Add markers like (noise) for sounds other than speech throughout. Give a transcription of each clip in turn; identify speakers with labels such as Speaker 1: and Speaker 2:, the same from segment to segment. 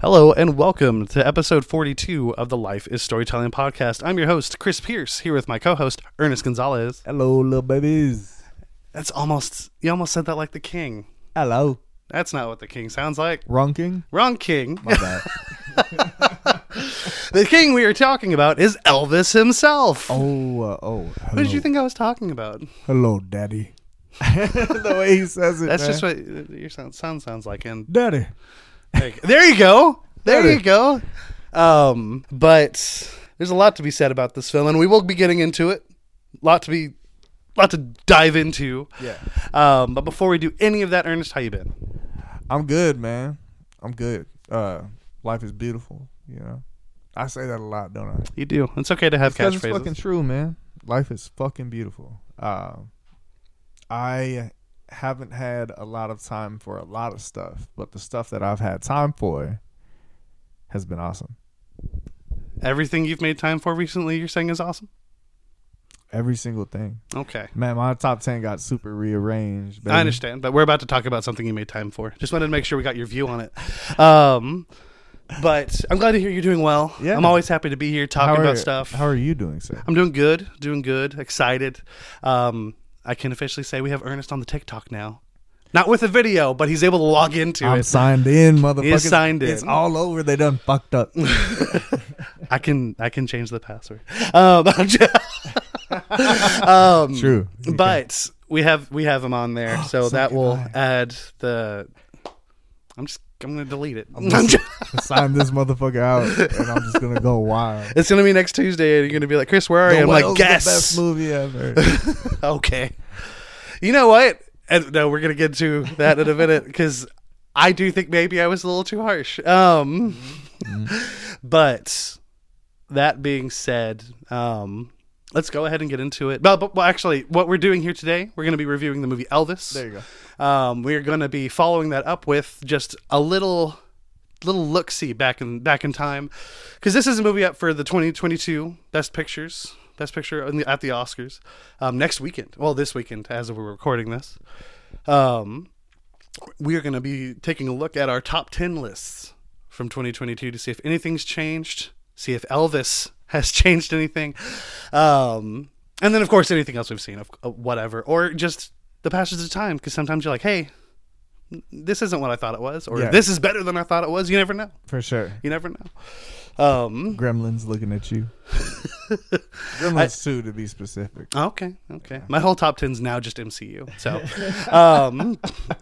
Speaker 1: Hello and welcome to episode 42 of the Life is Storytelling podcast. I'm your host, Chris Pierce, here with my co host, Ernest Gonzalez.
Speaker 2: Hello, little babies.
Speaker 1: That's almost, you almost said that like the king.
Speaker 2: Hello.
Speaker 1: That's not what the king sounds like.
Speaker 2: (laughs) Ronking?
Speaker 1: Wrong king. (laughs)
Speaker 2: My bad.
Speaker 1: The king we are talking about is Elvis himself.
Speaker 2: oh, uh, oh. Hello.
Speaker 1: What did you think I was talking about?
Speaker 2: Hello, daddy. (laughs) the way he says it.
Speaker 1: That's
Speaker 2: man.
Speaker 1: just what your sound, sound sounds like. And
Speaker 2: Daddy.
Speaker 1: There you go. There you go. There
Speaker 2: There
Speaker 1: you go. Um, but there's a lot to be said about this film, and we will be getting into it. Lot to be, lot to dive into.
Speaker 2: Yeah.
Speaker 1: Um, but before we do any of that, Ernest, how you been?
Speaker 2: I'm good, man. I'm good. Uh, life is beautiful, you know. I say that a lot, don't I?
Speaker 1: You do. It's okay to have
Speaker 2: Because it's
Speaker 1: catchphrases.
Speaker 2: fucking true, man. Life is fucking beautiful. Um, I haven't had a lot of time for a lot of stuff, but the stuff that I've had time for has been awesome.
Speaker 1: Everything you've made time for recently, you're saying is awesome.
Speaker 2: Every single thing.
Speaker 1: Okay,
Speaker 2: Man, my top ten got super rearranged. Baby.
Speaker 1: I understand, but we're about to talk about something you made time for. Just wanted to make sure we got your view on it. Um, but I'm glad to hear you're doing well.
Speaker 2: Yeah.
Speaker 1: I'm always happy to be here talking
Speaker 2: are,
Speaker 1: about stuff.
Speaker 2: How are you doing, sir?
Speaker 1: I'm doing good, doing good, excited. Um, I can officially say we have Ernest on the TikTok now. Not with a video, but he's able to log into
Speaker 2: I'm
Speaker 1: it.
Speaker 2: signed in, motherfucker.
Speaker 1: It's signed in.
Speaker 2: It's all over. They done fucked up.
Speaker 1: I can I can change the password. Um, (laughs) I'm just- (laughs) um,
Speaker 2: True.
Speaker 1: but we have we have him on there, so
Speaker 2: Oh, So
Speaker 1: that
Speaker 2: can
Speaker 1: will
Speaker 2: I.
Speaker 1: add the. I'm just I'm gonna delete it.
Speaker 2: I'm gonna sign this motherfucker out, and I'm just gonna go wild.
Speaker 1: (laughs) it's gonna be next Tuesday, and you're gonna be like, Chris, where are you? (laughs)
Speaker 2: The
Speaker 1: I'm like,
Speaker 2: whale's
Speaker 1: guess.
Speaker 2: The best
Speaker 1: (laughs)
Speaker 2: movie ever.
Speaker 1: okay. You know what? And no, we're gonna get to that in a minute because I do think maybe I was a little too harsh. Um, but that being said, um, let's go ahead and get into it. But, but well, actually, what we're doing here today, we're gonna be reviewing the movie Elvis.
Speaker 2: There you go.
Speaker 1: Um, we're gonna be following that up with just a little little look see back in back in time because this is a movie up for the 2022 best pictures best picture in the, at the oscars um, next weekend well this weekend as we're recording this um, we are going to be taking a look at our top 10 lists from 2022 to see if anything's changed see if elvis (laughs) has changed anything um, and then of course anything else we've seen of of whatever or just the passage of time because sometimes you're like hey this isn't what i thought it was or
Speaker 2: Yeah.
Speaker 1: this is better than i thought it was you never know
Speaker 2: For sure.
Speaker 1: you never know. Um.
Speaker 2: Gremlins looking
Speaker 1: (laughs)
Speaker 2: at you. Gremlins two, to be specific.
Speaker 1: Okay. Okay. My whole top ten's now just MCU. So, um,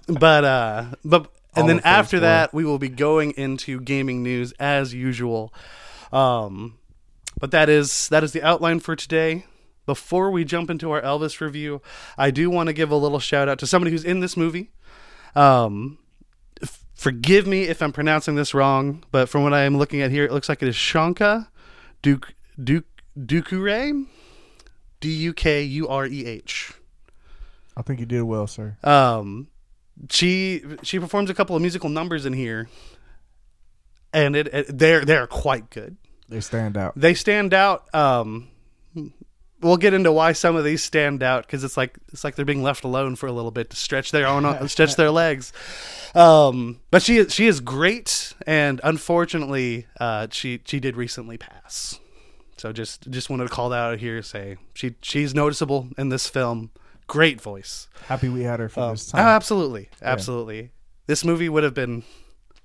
Speaker 1: but uh, but and
Speaker 2: All
Speaker 1: then
Speaker 2: of Phase
Speaker 1: after
Speaker 2: Four.
Speaker 1: that we will be going into gaming news as usual. Um, but that is that is the outline for today. Before we jump into our Elvis review, I do want to give a little shout out to somebody who's in this movie. Um, f- forgive me if I'm pronouncing this wrong, but from what I am looking at here, it looks like it is Shanka Duke Duke Dukure, D U K U R E H.
Speaker 2: I think you did well, sir.
Speaker 1: Um, she she performs a couple of musical numbers in here, and it, it they're they're quite good.
Speaker 2: They stand out.
Speaker 1: They stand out. Um, we'll get into why some of these stand out because it's like it's like they're being left alone for a little bit to stretch their own uh, stretch their legs. Um, but she is she is great, and unfortunately, uh, she she did recently pass. So just just wanted to call that out here. Say she she's noticeable in this film. Great voice.
Speaker 2: Happy we had her for this
Speaker 1: Oh,
Speaker 2: time.
Speaker 1: absolutely, absolutely. This movie would have been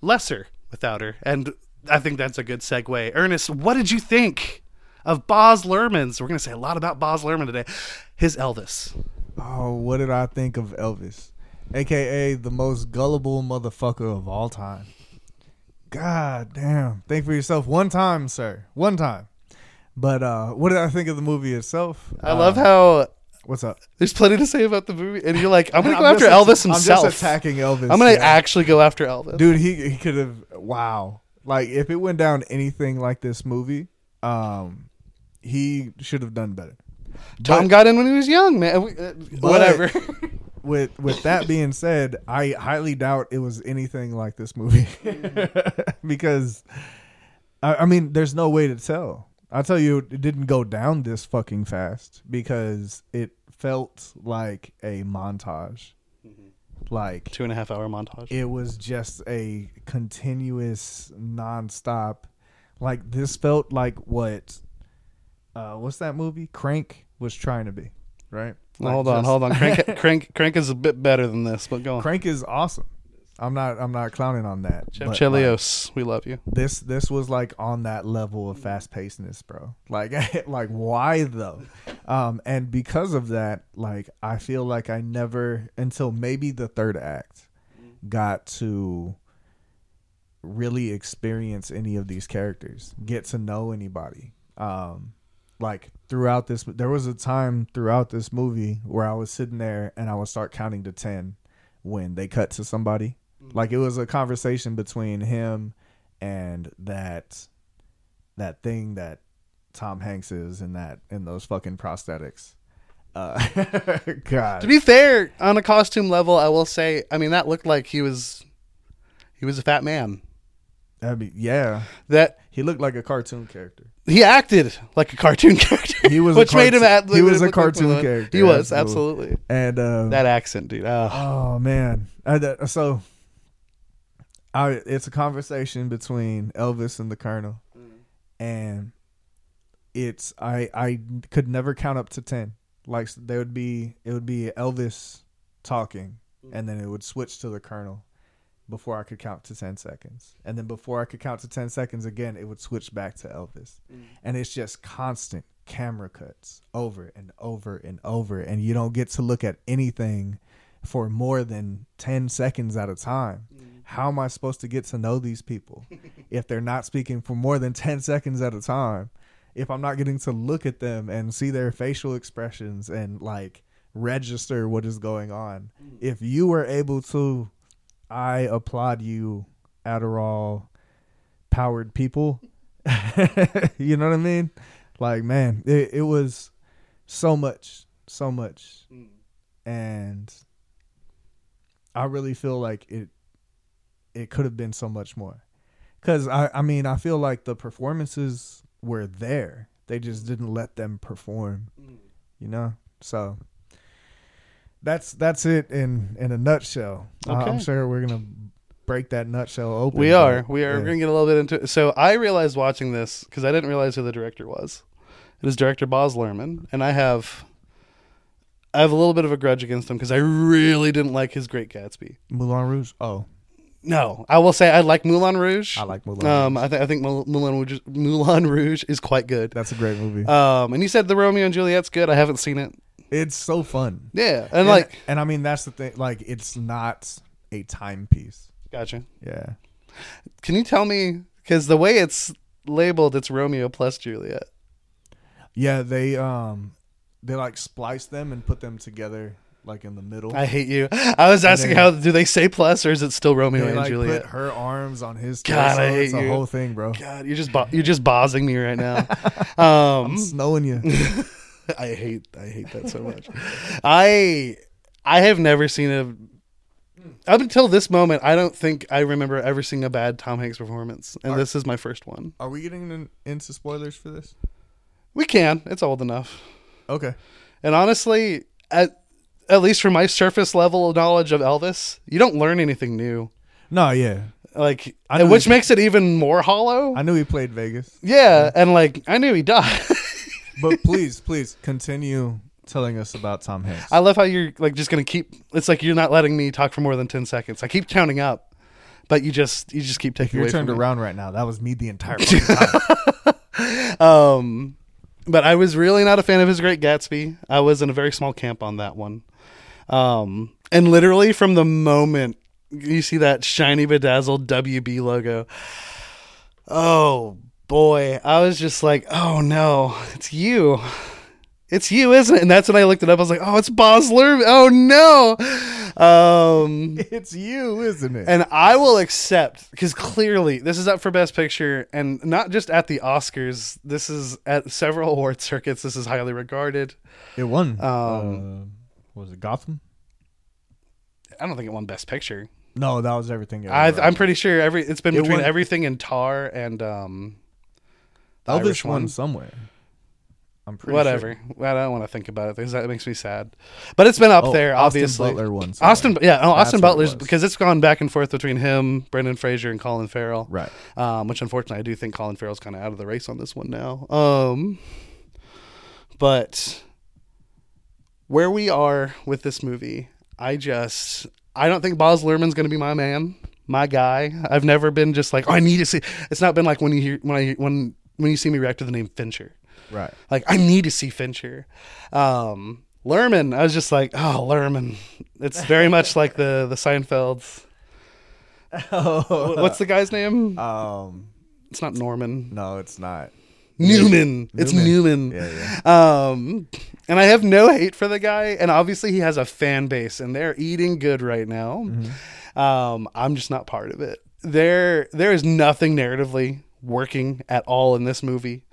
Speaker 1: lesser without her, and I think that's a good segue. Ernest, what did you think of Boz Lerman's? We're going to say a lot about Boz Lerman today. His Elvis.
Speaker 2: Oh, what did I think of Elvis? AKA the most gullible motherfucker of all time. God damn. Think for yourself one time, sir. One time. But uh what did I think of the movie itself?
Speaker 1: I love how
Speaker 2: what's up?
Speaker 1: there's plenty to say about the movie, and you're like, (laughs) I'm going to go
Speaker 2: I'm
Speaker 1: after
Speaker 2: just
Speaker 1: Elvis
Speaker 2: att-
Speaker 1: himself.
Speaker 2: I'm just attacking Elvis.
Speaker 1: I'm going to
Speaker 2: yeah.
Speaker 1: actually go after Elvis.
Speaker 2: Dude, he he could have wow. Like if it went down anything like this movie, um he should have done better.
Speaker 1: Tom got in when he was young, man. We- uh, Whatever.
Speaker 2: (laughs) with with that being said, I highly doubt it was anything like this movie (laughs) because I, I mean, there's no way to tell. I tell you, it didn't go down this fucking fast because it felt like a montage.
Speaker 1: (laughs)
Speaker 2: Like
Speaker 1: Two and a half hour montage.
Speaker 2: it was just a continuous nonstop. Like this felt like what uh what's that movie? Crank was trying to be, right?
Speaker 1: Well, hold on, hold on. (laughs) Crank, crank, crank is a bit better than this, but go on.
Speaker 2: Crank is awesome. I'm not I'm not clowning on that.
Speaker 1: Jeff
Speaker 2: but, like,
Speaker 1: Chelios, we love you.
Speaker 2: this this was like on that level of fast pacedness, bro. Like (laughs) like why though? Um and because of that, like I feel like I never until maybe the third act got to really experience any of these characters, get to know anybody. Um like throughout this there was a time throughout this movie where I was sitting there and I would start counting to 10 when they cut to somebody.
Speaker 1: Mm-hmm.
Speaker 2: Like it was a conversation between him and that that thing that Tom Hanks is in that in those fucking prosthetics. Uh, (laughs) God,
Speaker 1: To be fair, on a costume level, I will say, I mean, that looked like he was, he was a fat man.
Speaker 2: I mean, yeah,
Speaker 1: That
Speaker 2: he looked like a cartoon character.
Speaker 1: he acted like a cartoon (laughs) character.
Speaker 2: He was a
Speaker 1: which made him
Speaker 2: cartoon-
Speaker 1: act.
Speaker 2: he was a
Speaker 1: look like
Speaker 2: cartoon
Speaker 1: one.
Speaker 2: character,
Speaker 1: He was
Speaker 2: absolutely.
Speaker 1: absolutely
Speaker 2: And um,
Speaker 1: that accent, dude. Oh.
Speaker 2: Oh man, I, that, so I, it's a conversation between Elvis and the Colonel, and it's I I could never count up to ten. Like there would be it would be Elvis talking, and then it would switch to the Colonel before I could count to ten seconds, and then before I could count to ten seconds again, it would switch back to Elvis, and it's just constant camera cuts over and over and over, and you don't get to look at anything for more than 10 seconds at a time. How am I supposed to get to know these people if they're not speaking for more than 10 seconds at a time? If I'm not getting to look at them and see their facial expressions and like register what is going on. If you were able to, I applaud you, Adderall powered people. (laughs) you know what I mean? Like, man, it, it was so much, so much.
Speaker 1: Mm.
Speaker 2: And I really feel like it it could have been so much more. Cause I, I mean I feel like the performances were there. They
Speaker 1: Mm.
Speaker 2: just didn't let them perform. You know? So that's that's it in in a nutshell. I- I'm
Speaker 1: Okay.
Speaker 2: sure we're gonna break that nutshell open.
Speaker 1: We
Speaker 2: but-
Speaker 1: are. We are.
Speaker 2: yeah.
Speaker 1: We're gonna get a little bit into it. So I realized watching this because I didn't realize who the director was. It is director Boz Lerman, and I have, I have a little bit of a grudge against him because I really didn't like his Great Gatsby.
Speaker 2: Moulin Rouge. Oh,
Speaker 1: No, I will say I like Moulin Rouge.
Speaker 2: I like Moulin.
Speaker 1: Um,
Speaker 2: Rouge.
Speaker 1: I, th- I think Moul- Moulin Rouge, Moulin Rouge is quite good.
Speaker 2: That's a great movie.
Speaker 1: Um, and you said the Romeo and Juliet's good. I haven't seen it.
Speaker 2: it's so fun.
Speaker 1: Yeah, and like,
Speaker 2: and I mean that's the thing. Like, it's not a timepiece.
Speaker 1: gotcha.
Speaker 2: Yeah.
Speaker 1: Can you tell me because the way it's labeled, it's Romeo plus Juliet.
Speaker 2: Yeah, they um they like splice them and put them together like in the middle.
Speaker 1: I hate you. I was asking
Speaker 2: then-
Speaker 1: how do they say plus or is it still Romeo
Speaker 2: they
Speaker 1: and
Speaker 2: like
Speaker 1: Juliet?
Speaker 2: put her arms on his
Speaker 1: God,
Speaker 2: torso.
Speaker 1: I hate
Speaker 2: it's a
Speaker 1: you.
Speaker 2: whole thing, bro.
Speaker 1: God, you're just bo- you're just bossing me right now. Um,
Speaker 2: Snowing you.
Speaker 1: (laughs) I hate I hate that so much. I I have never seen a up until this moment. I don't think I remember ever seeing a bad Tom Hanks performance, and this is my first one.
Speaker 2: Are we getting in, into spoilers for this?
Speaker 1: We can. It's old enough.
Speaker 2: Okay.
Speaker 1: And honestly, at at least from my surface level knowledge of Elvis, you don't learn anything new.
Speaker 2: No, yeah.
Speaker 1: Like,
Speaker 2: I know
Speaker 1: which
Speaker 2: he-
Speaker 1: makes it even more hollow.
Speaker 2: I knew he played Vegas.
Speaker 1: yeah, and like I knew he died. (laughs)
Speaker 2: But (laughs) please, please continue telling us about Tom Hanks.
Speaker 1: I love how you're like just gonna keep. It's like you're not letting me talk for more than ten seconds. I keep counting up, but you just you just keep taking
Speaker 2: You're
Speaker 1: away
Speaker 2: turned
Speaker 1: from me.
Speaker 2: around right now. That was me the entire fucking time.
Speaker 1: Um, but I was really not a fan of his Great Gatsby. I was in a very small camp on that one. Um, and literally from the moment you see that shiny bedazzled WB logo, oh boy, I was just like, oh no, it's you. It's you, isn't it? And that's when I looked it up. I was like, "Oh, it's Boz Lerman. Oh no!" Um,
Speaker 2: (laughs) It's you, isn't it?
Speaker 1: and I will accept because clearly this is up for Best Picture, and not just at the Oscars. This is at several award circuits. This is highly regarded.
Speaker 2: It won. Um, was it Gotham?
Speaker 1: I don't think it won Best Picture.
Speaker 2: No, that was everything.
Speaker 1: I,
Speaker 2: Everywhere.
Speaker 1: I'm pretty sure every it's been
Speaker 2: It
Speaker 1: between
Speaker 2: won-
Speaker 1: everything and Tar and um, the
Speaker 2: Elvis
Speaker 1: Irish
Speaker 2: won
Speaker 1: one.
Speaker 2: somewhere. I'm pretty sure.
Speaker 1: Whatever. I don't want to think about it because that makes me sad. But it's been up
Speaker 2: Oh,
Speaker 1: there,
Speaker 2: Austin
Speaker 1: obviously.
Speaker 2: Butler one. sorry.
Speaker 1: Austin, yeah, no, Austin
Speaker 2: That's what it
Speaker 1: Butler's
Speaker 2: was.
Speaker 1: because it's gone back and forth between him, Brendan Fraser, and Colin Farrell.
Speaker 2: (laughs) Right.
Speaker 1: Um, which unfortunately, I do think Colin Farrell's kind of out of the race on this one now. Um, but where we are with this movie, I just I don't think Boz Luhrmann's going to be my man, my guy. I've never been just like oh, I need to see. It's not been like when you hear when I when when you see me react to the name Fincher.
Speaker 2: Right.
Speaker 1: Like I need to see Fincher. Um Lerman, I was just like, oh Lerman. It's very much like the the Seinfelds.
Speaker 2: (laughs) Oh.
Speaker 1: Wh- What's the guy's name?
Speaker 2: Um.
Speaker 1: It's not Norman.
Speaker 2: No, it's not.
Speaker 1: Newman. It's Newman.
Speaker 2: Yeah. Yeah.
Speaker 1: Um and I have no hate for the guy and obviously he has a fan base and they're eating good right now. Um I'm just not part of it. There there is nothing narratively working at all in this movie.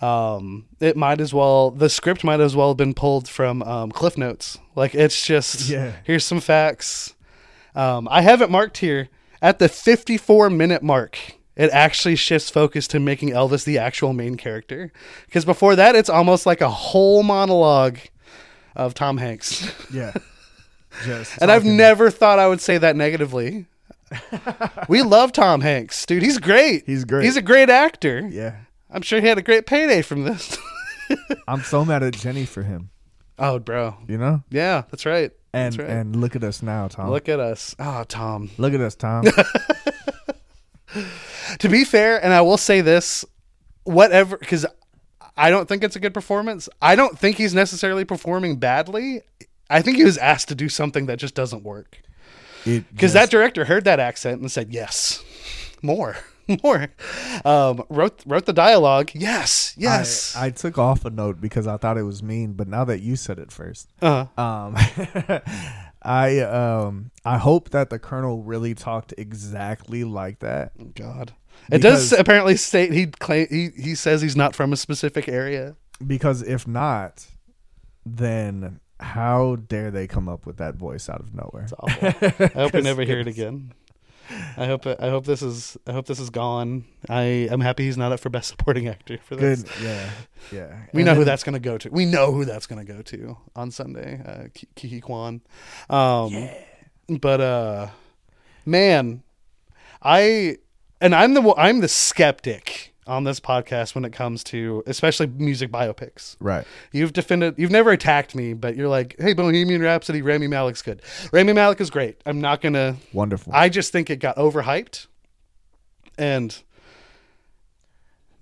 Speaker 1: um, it might as well the script might as well have been pulled from um, cliff notes like it's just
Speaker 2: Yeah.
Speaker 1: here's some facts um, i have it marked here at the 54 minute mark it actually shifts focus to making elvis the actual main character because before that it's almost like a whole monologue of tom hanks
Speaker 2: (laughs)
Speaker 1: (laughs)
Speaker 2: Yeah. Just.
Speaker 1: and i've never thought i would say that
Speaker 2: (laughs)
Speaker 1: negatively we love tom hanks dude he's great
Speaker 2: He's great.
Speaker 1: he's a great actor
Speaker 2: Yeah.
Speaker 1: i'm sure he had a great payday from this (laughs)
Speaker 2: I'm so mad at Jenny for him.
Speaker 1: Oh, bro.
Speaker 2: You know.
Speaker 1: Yeah, that's right.
Speaker 2: And
Speaker 1: that's right.
Speaker 2: and look at us now, Tom. Look,
Speaker 1: Look at us. Oh, Tom.
Speaker 2: look at us, (laughs) Tom.
Speaker 1: To be fair, and I will say this, whatever, because I don't think it's a good performance. I don't think he's necessarily performing badly. I think he was asked to do something that just doesn't work. Because that director heard that accent and said, yes, more, (laughs) more. Um, wrote, wrote the dialogue. Yes, yes.
Speaker 2: I, I took off a note because I thought it was mean, but now that you said it first,
Speaker 1: uh,
Speaker 2: um, (laughs) I um, I hope that the colonel really talked exactly like that.
Speaker 1: God. It does
Speaker 2: Because-
Speaker 1: apparently state he claim he, he says he's not from a specific area.
Speaker 2: Because if not, then how dare they come up with that voice out of nowhere?
Speaker 1: awful. Oh, I hope
Speaker 2: (laughs)
Speaker 1: we never hear it again. I hope I hope this is I hope this is gone. I I'm happy he's not up for best supporting actor for this.
Speaker 2: Good, yeah, yeah.
Speaker 1: We (laughs) know
Speaker 2: And then-
Speaker 1: who that's going to go to. We know who that's going to go to on Sunday. Uh, Ki- Kiki Kwan. Um, But uh, man, I and I'm the one- I'm the skeptic on this podcast when it comes to especially music biopics.
Speaker 2: Right.
Speaker 1: You've defended. You've never attacked me, but you're like, "Hey, Bohemian Rhapsody, Rami Malek's good. Rami Malek is great. I'm not gonna.
Speaker 2: Wonderful.
Speaker 1: I just think it got overhyped, and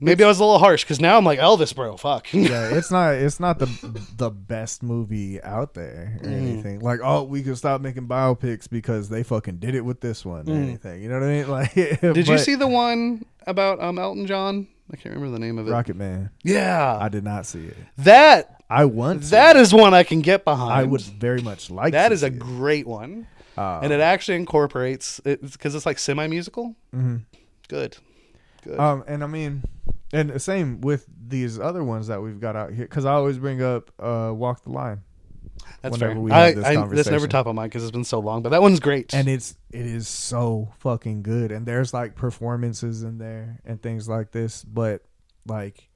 Speaker 1: maybe I was a little harsh because now I'm like Elvis, bro. Fuck.
Speaker 2: yeah, it's not it's not the
Speaker 1: (laughs)
Speaker 2: the best movie out there or
Speaker 1: Mm.
Speaker 2: anything. Like, oh, we could stop making biopics because they fucking did it with this one or anything. You know what I mean? (laughs) Like,
Speaker 1: Mm. Did you see the one about um Elton John? I can't remember the name of it.
Speaker 2: Rocket Man?
Speaker 1: Yeah,
Speaker 2: I did not see it.
Speaker 1: that
Speaker 2: I want to.
Speaker 1: that is one I can get behind.
Speaker 2: I would very much like
Speaker 1: That
Speaker 2: to
Speaker 1: is a
Speaker 2: see it.
Speaker 1: great one,
Speaker 2: Uh,
Speaker 1: and it actually incorporates it because it's like semi musical.
Speaker 2: Mm-hmm.
Speaker 1: Good. Good.
Speaker 2: Um, and I mean, and the same with these other ones that we've got out here because I always bring up uh, Walk the Line,
Speaker 1: That's
Speaker 2: whenever
Speaker 1: fair.
Speaker 2: we
Speaker 1: I,
Speaker 2: have this
Speaker 1: I- that's
Speaker 2: conversation.
Speaker 1: never top of mind because it's been so long, but that one's great.
Speaker 2: and it's it is so fucking good. And there's like performances in there and things like this, but like.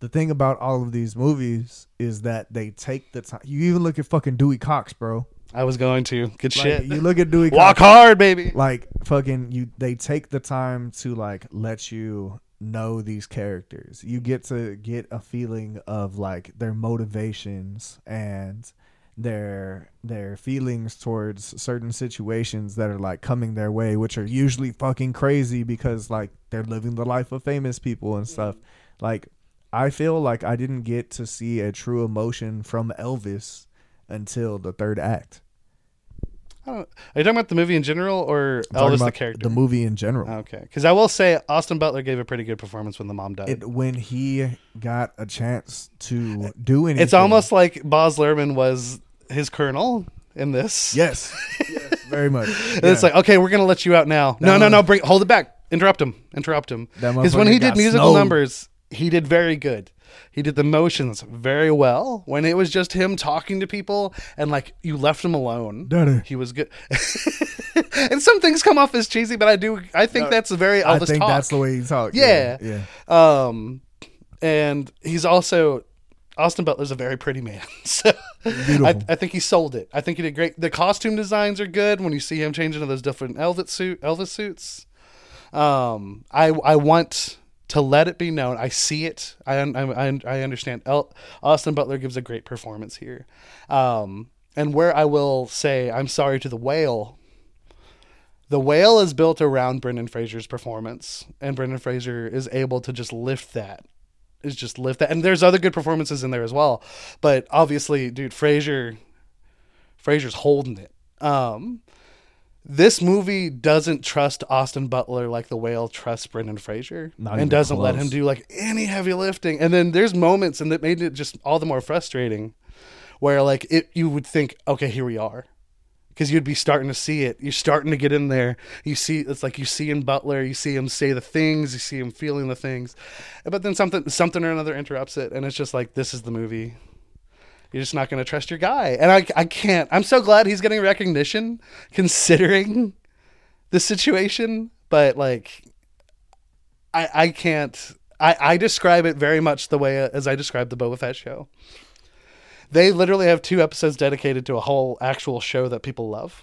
Speaker 2: The thing about all of these movies is that they take the time. You even look at fucking Dewey Cox, bro.
Speaker 1: I was going to good
Speaker 2: Like,
Speaker 1: shit.
Speaker 2: You look at Dewey Cox.
Speaker 1: (laughs) Walk hard, baby.
Speaker 2: like fucking you they take the time to like let you know these characters you get to get a feeling of like their motivations and their their feelings towards certain situations that are like coming their way which are usually fucking crazy because like they're living the life of famous people and stuff
Speaker 1: Mm-hmm.
Speaker 2: like i feel like i didn't get to see a true emotion from elvis until the third act
Speaker 1: I don't- Are you talking about the movie in general or
Speaker 2: I'm
Speaker 1: Elvis
Speaker 2: talking
Speaker 1: the
Speaker 2: about
Speaker 1: character?
Speaker 2: the movie in general
Speaker 1: okay, because I will say Austin Butler gave a pretty good performance when the mom died.
Speaker 2: it when he got a chance to do anything.
Speaker 1: it's almost like Boz Lerman was his colonel in this. (laughs)
Speaker 2: yes, yes very much.
Speaker 1: And it's like, okay, we're gonna let you out now. no, no, no, bring hold it back. Interrupt him. Interrupt him.
Speaker 2: That
Speaker 1: Because when
Speaker 2: motherfucker
Speaker 1: he did
Speaker 2: got
Speaker 1: musical
Speaker 2: snowed.
Speaker 1: numbers, he did very good. He did the motions very well. When it was just him talking to people and like you left him alone,
Speaker 2: Daddy.
Speaker 1: he was good. (laughs) and some things come off as cheesy, but I do. I think that's a very
Speaker 2: I
Speaker 1: Elvis
Speaker 2: think
Speaker 1: talk.
Speaker 2: that's the way he talked.
Speaker 1: Yeah.
Speaker 2: yeah.
Speaker 1: Um, and he's Um, also Austin Butler's a very pretty man. (laughs) So I,
Speaker 2: Beautiful.
Speaker 1: I think he sold it. I think he did great. The costume designs are good when you see him change into those different Elvis suit Elvis suits. Um, I I want to let it be known. I see it. I un- I un- I understand. El- Austin Butler gives a great performance here. Um, and where I will say I'm sorry to the whale the whale is built around Brendan Fraser's performance, and Brendan Fraser is able to just lift that. Is just lift that, and there's other good performances in there as well, but obviously, dude, Fraser, Fraser's holding it. Um, this movie doesn't trust Austin Butler like the whale trusts Brendan Fraser,
Speaker 2: Not even
Speaker 1: and doesn't let
Speaker 2: close.
Speaker 1: him do like any heavy lifting. And then there's moments, and that made it just all the more frustrating, where like it, you would think, okay, here we are, because you'd be starting to see it. You're starting to get in there. You see, it's like you see in Butler, you see him say the things, you see him feeling the things, but then something, something or another interrupts it, and it's just like this is the movie. You're just not going to trust your guy, and I, I can't. I'm so glad he's getting recognition, considering the situation, but like, I, I can't. I, I describe it very much the way as I described the Boba Fett show they literally have two episodes dedicated to a whole actual show that people
Speaker 2: (laughs)
Speaker 1: love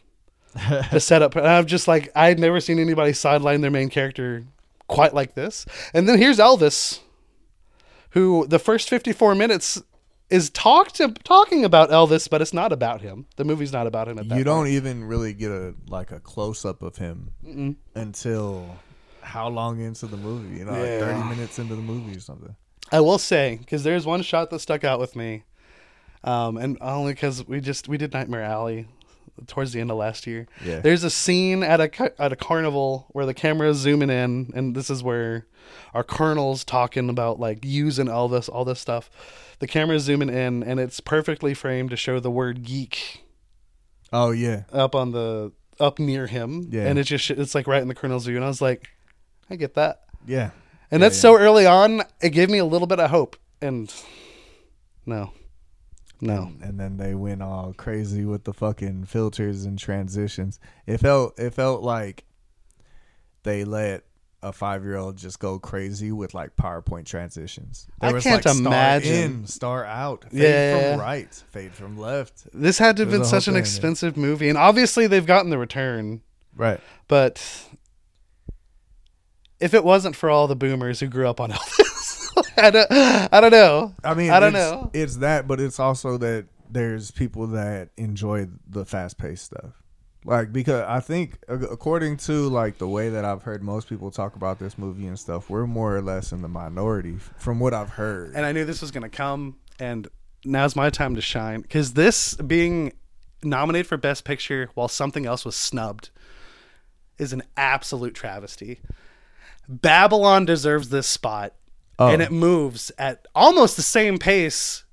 Speaker 1: to set up. And I'm just like, I had never seen anybody sideline their main character quite like this. And then here's Elvis, who the first 54 minutes is talked talking about Elvis, but it's not about him. The movie's not about him. At that
Speaker 2: you don't even really get a like a close up of him until how long into the movie? You know,
Speaker 1: Yeah.
Speaker 2: like thirty minutes into the movie or something.
Speaker 1: I will say because there's one shot that stuck out with me, um, and only because we just we did Nightmare Alley towards the end of last year.
Speaker 2: Yeah.
Speaker 1: There's a scene at a ca- at a carnival where the camera's zooming in, and this is where our colonel's talking about like using all this all this stuff. The camera's zooming in, and it's perfectly framed to show the word geek
Speaker 2: Oh yeah,
Speaker 1: up on the up near him.
Speaker 2: Yeah.
Speaker 1: And it's just it's like right in the colonel's view, and I was like, I get that.
Speaker 2: yeah.
Speaker 1: And
Speaker 2: Yeah,
Speaker 1: that's so early on, it gave me a little bit of hope. And no, no.
Speaker 2: And then they went all crazy with the fucking filters and transitions. It felt it felt like they let a five year old just go crazy with like PowerPoint transitions. There
Speaker 1: I can't imagine.
Speaker 2: Star in, star out, fade
Speaker 1: Yeah.
Speaker 2: from right, fade from left.
Speaker 1: This had to have
Speaker 2: There's
Speaker 1: been
Speaker 2: a whole
Speaker 1: such an
Speaker 2: thing, yeah.
Speaker 1: expensive movie. And obviously, they've gotten the return.
Speaker 2: Right.
Speaker 1: But if it wasn't for all the boomers who grew up on (laughs) Elvis, I, don't, I don't know.
Speaker 2: I mean,
Speaker 1: I don't
Speaker 2: it's-
Speaker 1: know.
Speaker 2: It's that, but it's also that there's people that enjoy the fast paced stuff. Like because I think ac- according to like the way that I've heard most people talk about this movie and stuff, we're more or less in the minority f- from what I've heard.
Speaker 1: And I knew this was going to come. And now's my time to shine. Because this being nominated for Best Picture while something else was snubbed is an absolute travesty. Babylon deserves this spot. And it moves at almost the same pace,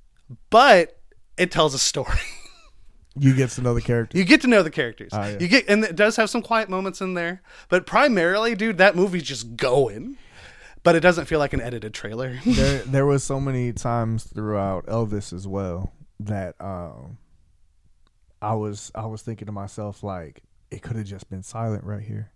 Speaker 1: but it tells a story. (laughs)
Speaker 2: you get to know the character.
Speaker 1: You get to know the characters.
Speaker 2: yeah.
Speaker 1: You get, and it does have some quiet moments in there, but primarily, dude, that movie's just going. But it doesn't feel like an edited trailer. (laughs)
Speaker 2: there, there was so many times throughout Elvis as well that um, I was I was thinking to myself like it could have just been silent right here,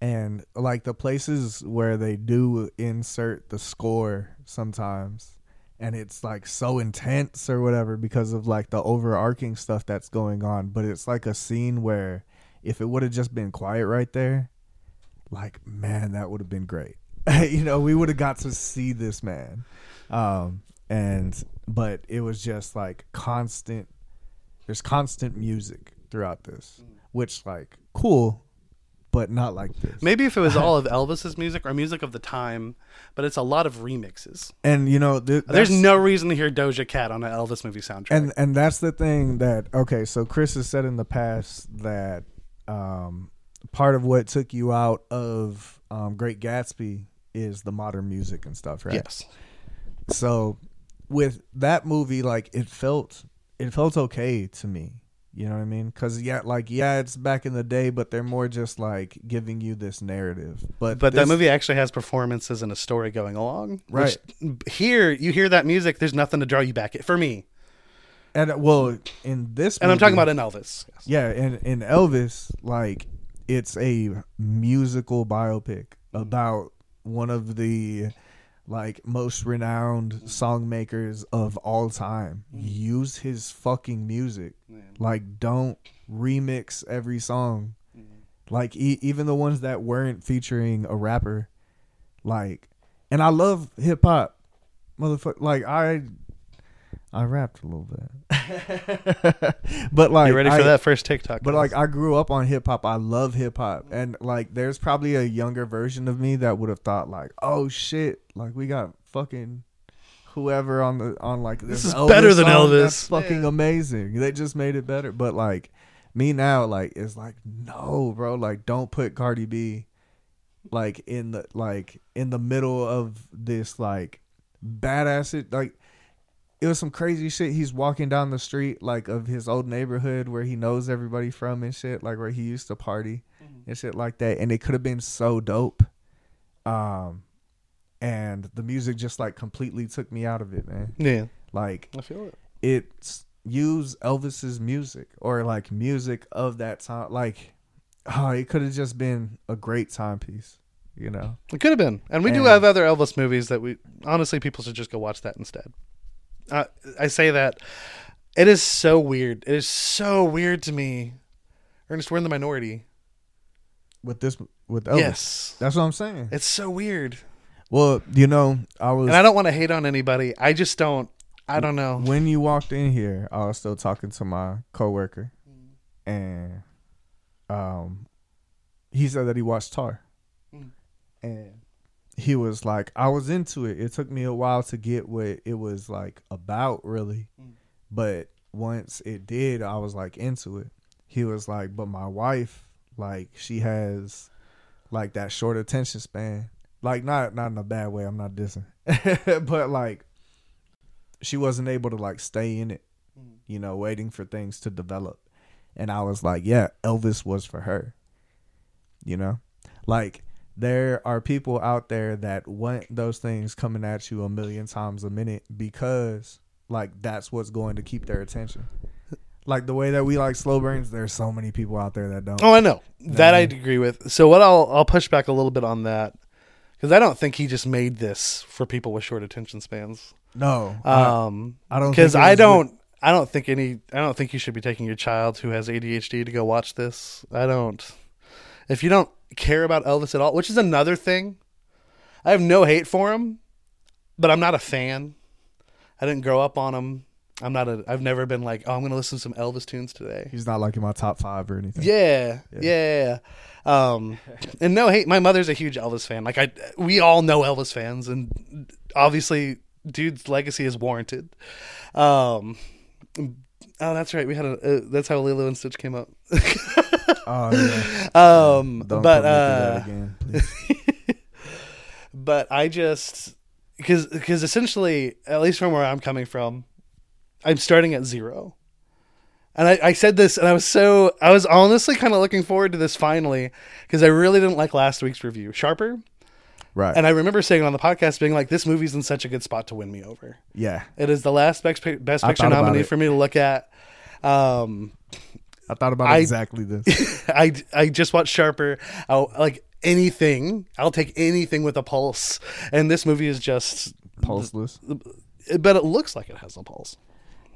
Speaker 2: and like the places where they do insert the score sometimes, and it's like so intense or whatever because of like the overarching stuff that's going on, but it's like a scene where if it would have just been quiet right there, like man that would have been great (laughs) you know we would have got to see this man um and but it was just like constant there's constant music throughout this which like cool but not like this
Speaker 1: Maybe if it was
Speaker 2: (laughs)
Speaker 1: all of Elvis's music or music of the time, but it's a lot of remixes.
Speaker 2: and you know th-
Speaker 1: There's
Speaker 2: that's-
Speaker 1: no reason to hear Doja Cat on an Elvis movie soundtrack.
Speaker 2: and and that's the thing that okay so chris has said in the past that um part of what took you out of um great gatsby is the modern music and stuff right
Speaker 1: yes.
Speaker 2: so with that movie like it felt it felt okay to me you know what i mean because yeah like yeah it's back in the day but they're more just like giving you this narrative but
Speaker 1: But that
Speaker 2: this-
Speaker 1: movie actually has performances and a story going along.
Speaker 2: Right.
Speaker 1: which- here, you hear that music, there's nothing to draw you back. For me.
Speaker 2: and uh, well in this
Speaker 1: And I'm
Speaker 2: movie-
Speaker 1: talking about an Elvis.
Speaker 2: yeah and in elvis like it's a musical biopic about one of the like most renowned song makers of all time. Use his fucking music. Like don't remix every song. Like e- even the ones that weren't featuring a rapper. Like and I love hip hop. Motherfucker like I I rapped a little bit. (laughs) but like
Speaker 1: you ready for
Speaker 2: I-
Speaker 1: that first TikTok?
Speaker 2: but like I grew up on hip hop. I love hip hop. And like there's probably a younger version of me that would have thought like, "Oh shit, like we got fucking whoever on the on like
Speaker 1: This
Speaker 2: this,
Speaker 1: is better than
Speaker 2: song.
Speaker 1: Elvis."
Speaker 2: That's fucking amazing. They just made it better." But like me now like it's like, "No, bro, like don't put Cardi B like in the like in the middle of this like badass it like it was some crazy shit. He's walking down the street like of his old neighborhood where he knows everybody from and shit, like where he used to party and shit like that. And it could have been so dope. Um and the music just like completely took me out of it, man.
Speaker 1: yeah,
Speaker 2: Like
Speaker 1: I feel it.
Speaker 2: it's use Elvis's music or like music of that time. Like, oh, it could have just been a great timepiece, you know?
Speaker 1: It could have been, and we do
Speaker 2: And-
Speaker 1: have other Elvis movies that we honestly people should just go watch that instead. I I say that it is so weird. It is so weird to me. Ernest, we're in the minority.
Speaker 2: With this, with Elvis.
Speaker 1: Yes,
Speaker 2: That's what I'm saying.
Speaker 1: it's so weird,
Speaker 2: Well, you know, I was
Speaker 1: and I don't want to hate on anybody. I just don't. I don't know.
Speaker 2: when you walked in here, I was still talking to my coworker,
Speaker 1: Mm.
Speaker 2: and um, he said that he watched Tar,
Speaker 1: Mm.
Speaker 2: and he was like, "I was into it. It took me a while to get what it was like about, really,
Speaker 1: Mm.
Speaker 2: but once it did, I was like into it." He was like, "But my wife, like, she has like that short attention span." Like not not in a bad way. I'm not dissing, (laughs) but like she wasn't able to like stay in it,
Speaker 1: Mhm.
Speaker 2: you know, waiting for things to develop. And I was like, yeah, Elvis was for her. You know? Like there are people out there that want those things coming at you a million times a minute because like that's what's going to keep their attention. Like the way that we like slow burns, there's so many people out there that don't.
Speaker 1: Oh, I know that I agree with. So what I'll I'll push back a little bit on that because I don't think he just made this for people with short attention spans.
Speaker 2: No. I-
Speaker 1: Um,
Speaker 2: I don't
Speaker 1: because
Speaker 2: think it
Speaker 1: I
Speaker 2: was-
Speaker 1: don't I don't think any I don't think you should be taking your child who has ADHD to go watch this. I don't. If you don't care about Elvis at all, which is another thing, I have no hate for him, but I'm not a fan. I didn't grow up on him. I'm not a. I've never been like, oh, I'm gonna listen to some Elvis tunes today.
Speaker 2: he's not like in my top five or anything.
Speaker 1: Yeah, yeah. Um, and no hate. My mother's a huge Elvis fan. Like I, we all know Elvis fans, and obviously, dude's legacy is warranted. Um, oh, that's right. We had a. Uh, that's how Lilo and Stitch came up. (laughs)
Speaker 2: Oh yeah.
Speaker 1: um,
Speaker 2: Don't
Speaker 1: but
Speaker 2: put me through
Speaker 1: uh,
Speaker 2: that again,
Speaker 1: (laughs)
Speaker 2: please.
Speaker 1: but I just because because essentially, at least from where I'm coming from, I'm starting at zero. And I, I said this, and I was so I was honestly kind of looking forward to this finally because I really didn't like last week's review, Sharper.
Speaker 2: Right.
Speaker 1: And I remember saying on the podcast, being like, "This movie's in such a good spot to win me over.
Speaker 2: yeah.
Speaker 1: It is the last best, Pic- best
Speaker 2: I
Speaker 1: picture
Speaker 2: thought about
Speaker 1: nominee
Speaker 2: it.
Speaker 1: for me to look at." Um, (laughs)
Speaker 2: I thought about
Speaker 1: I-
Speaker 2: exactly
Speaker 1: (laughs)
Speaker 2: this.
Speaker 1: I, I just watched Sharper. I'll, like anything, I'll take anything with a pulse. And this movie is just
Speaker 2: Pulseless.
Speaker 1: but it looks like it has no pulse.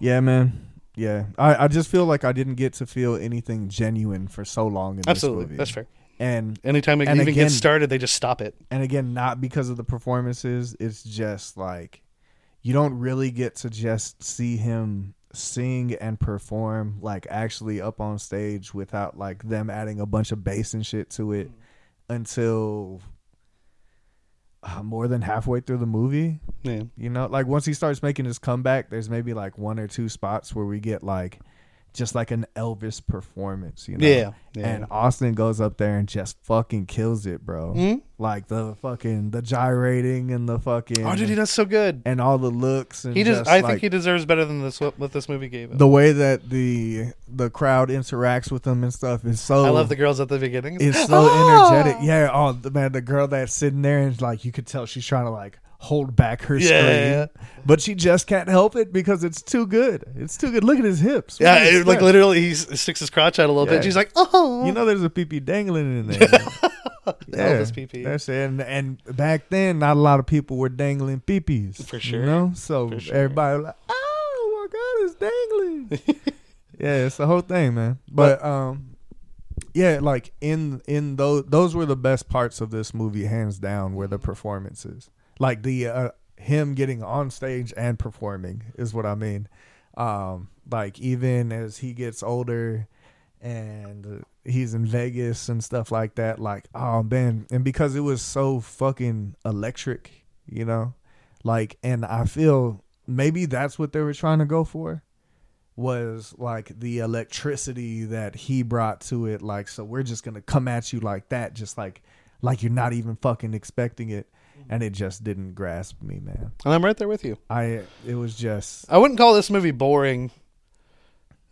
Speaker 2: Yeah, man. Yeah, I, I just feel like I didn't get to feel anything genuine for so long in
Speaker 1: Absolutely,
Speaker 2: this movie.
Speaker 1: that's fair.
Speaker 2: And
Speaker 1: Anytime it
Speaker 2: And
Speaker 1: even
Speaker 2: again-
Speaker 1: gets started, they just stop it.
Speaker 2: and again, not because of the performances. It's just like you don't really get to just see him sing and perform like actually up on stage without like them adding a bunch of bass and shit to it until uh, more than halfway through the movie.
Speaker 1: Yeah,
Speaker 2: You know, like once he starts making his comeback, there's maybe like one or two spots where we get like just like an Elvis performance, you know?
Speaker 1: Yeah, yeah.
Speaker 2: And Austin goes up there and just fucking kills it, bro.
Speaker 1: Mhm.
Speaker 2: Like the fucking the gyrating and the fucking
Speaker 1: oh, dude, he does so good.
Speaker 2: and all the looks and
Speaker 1: He does.
Speaker 2: just,
Speaker 1: I
Speaker 2: like,
Speaker 1: think he deserves better than this. What, what this movie gave him.
Speaker 2: the way that the the crowd interacts with him and stuff is so
Speaker 1: I love the girls at the beginning.
Speaker 2: it's so energetic. Yeah. Oh the- man, the girl that's sitting there and like you could tell she's trying to like hold back her
Speaker 1: Yeah.
Speaker 2: scream, but she just can't help it because it's too good. It's too good. Look at his hips. What
Speaker 1: yeah.
Speaker 2: do you
Speaker 1: It, like
Speaker 2: expect?
Speaker 1: literally, he s- sticks his crotch out a little
Speaker 2: Yeah.
Speaker 1: bit. She's like, oh,
Speaker 2: (laughs) you know, there's a pee pee dangling in there.
Speaker 1: Elvis PP.
Speaker 2: That's it. And, and back then, not a lot of people were dangling peepees.
Speaker 1: For sure.
Speaker 2: You know? So
Speaker 1: For sure.
Speaker 2: everybody was like, oh my God,
Speaker 1: (laughs)
Speaker 2: it's dangling. yeah, it's the whole thing, man. But, um, yeah, like in in those those were the best parts of this movie, hands down, were the performances. Like the uh, him getting on stage and performing is what I mean. Um, like even as he gets older, and he's in Vegas and stuff like that. Like, oh man, and because it was so fucking electric, you know, like, and I feel maybe that's what they were trying to go for was like the electricity that he brought to it. Like, so we're just gonna come at you like that, just like, like you're not even fucking expecting it. And it just didn't grasp me, man.
Speaker 1: And I'm right there with you.
Speaker 2: I it was just
Speaker 1: I wouldn't call this movie boring.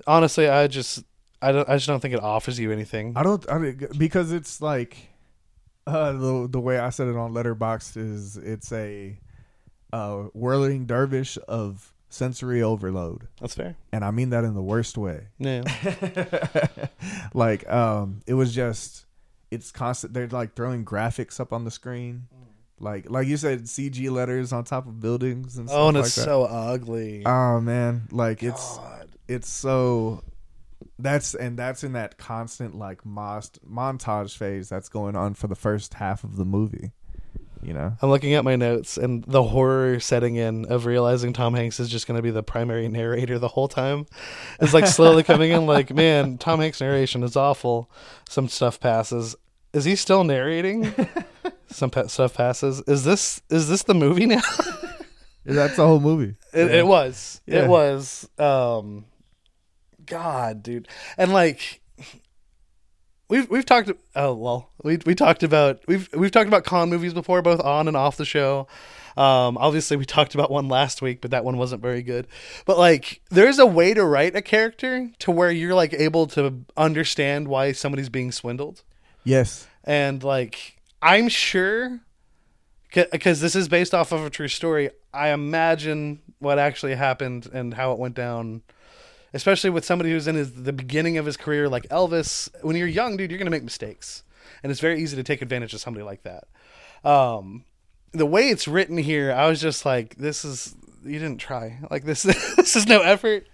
Speaker 1: Honestly, I just I don't I just don't think it offers you anything.
Speaker 2: I don't I, don't- because it's like uh, the the way I said it on Letterboxd is it's a uh, whirling dervish of sensory overload,
Speaker 1: That's fair.
Speaker 2: and I mean that in the worst way.
Speaker 1: Yeah.
Speaker 2: (laughs) like um, it was just it's constant. They're like throwing graphics up on the screen,
Speaker 1: Mm.
Speaker 2: like like you said CG letters on top of buildings and stuff
Speaker 1: oh, and
Speaker 2: like
Speaker 1: it's
Speaker 2: that.
Speaker 1: so ugly.
Speaker 2: Oh man, like it's
Speaker 1: God.
Speaker 2: it's so that's and that's in that constant like most, montage phase that's going on for the first half of the movie.
Speaker 1: (laughs)
Speaker 2: You know,
Speaker 1: I'm looking at my notes and the horror setting in of realizing Tom Hanks is just going to be the primary narrator the whole time is like slowly coming in. Like, man, Tom Hanks' narration is awful. Some stuff passes. Is he still narrating? Some pa- stuff passes. Is this is this the movie now?
Speaker 2: that's the whole movie.
Speaker 1: It, it was.
Speaker 2: Yeah.
Speaker 1: It was. Um, God, dude, and like we've we've talked. Oh well, we we talked about we've we've talked about con movies before, both on and off the show. Um, obviously, we talked about one last week, but that one wasn't very good. But like, there's a way to write a character to where you're like able to understand why somebody's being swindled
Speaker 2: Yes,
Speaker 1: and like i'm sure because this is based off of a true story i imagine what actually happened and how it went down especially with somebody who's in his, the beginning of his career like elvis when you're young dude you're going to make mistakes and it's very easy to take advantage of somebody like that um, the way it's written here i was just like this is you didn't try like this (laughs) this is no effort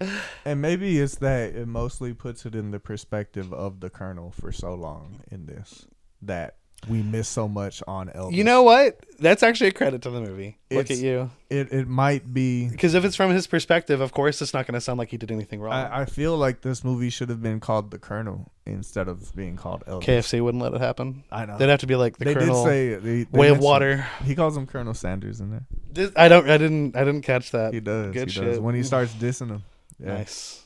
Speaker 2: and maybe it's that it mostly puts it in the perspective of the Colonel for so long in this that we miss so much on Elvis.
Speaker 1: you know what that's actually a credit to the movie look
Speaker 2: It's-
Speaker 1: at you
Speaker 2: it it might be.
Speaker 1: Because if it's from his perspective, of course, it's not going to sound like he did anything wrong.
Speaker 2: I, I feel like this movie should have been called The Colonel instead of being called Elvis.
Speaker 1: KFC wouldn't let it happen.
Speaker 2: I know.
Speaker 1: They'd have to be like the
Speaker 2: they
Speaker 1: Colonel
Speaker 2: did say they, they
Speaker 1: Way of
Speaker 2: mentioned-
Speaker 1: Water.
Speaker 2: He calls him Colonel Sanders in there.
Speaker 1: This- I don't. I didn't. I didn't catch that.
Speaker 2: He does.
Speaker 1: Good
Speaker 2: he
Speaker 1: shit.
Speaker 2: does. When he starts dissing him. Yeah. (laughs)
Speaker 1: Nice.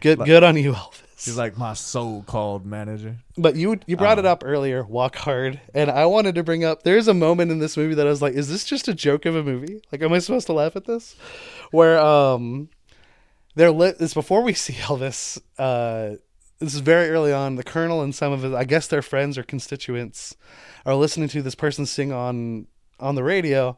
Speaker 1: good. good on you, Elvis.
Speaker 2: He's like um, my so called manager.
Speaker 1: But you you brought it up earlier, Walk Hard, and I wanted to bring up there's a moment in this movie that I was like, is this just a joke of a movie? Like am I supposed to laugh at this? Where um they're lit it's before we (laughs) see Elvis, uh this is very early on. The colonel and some of his, I guess, their friends or constituents, are listening to this person sing on on the radio,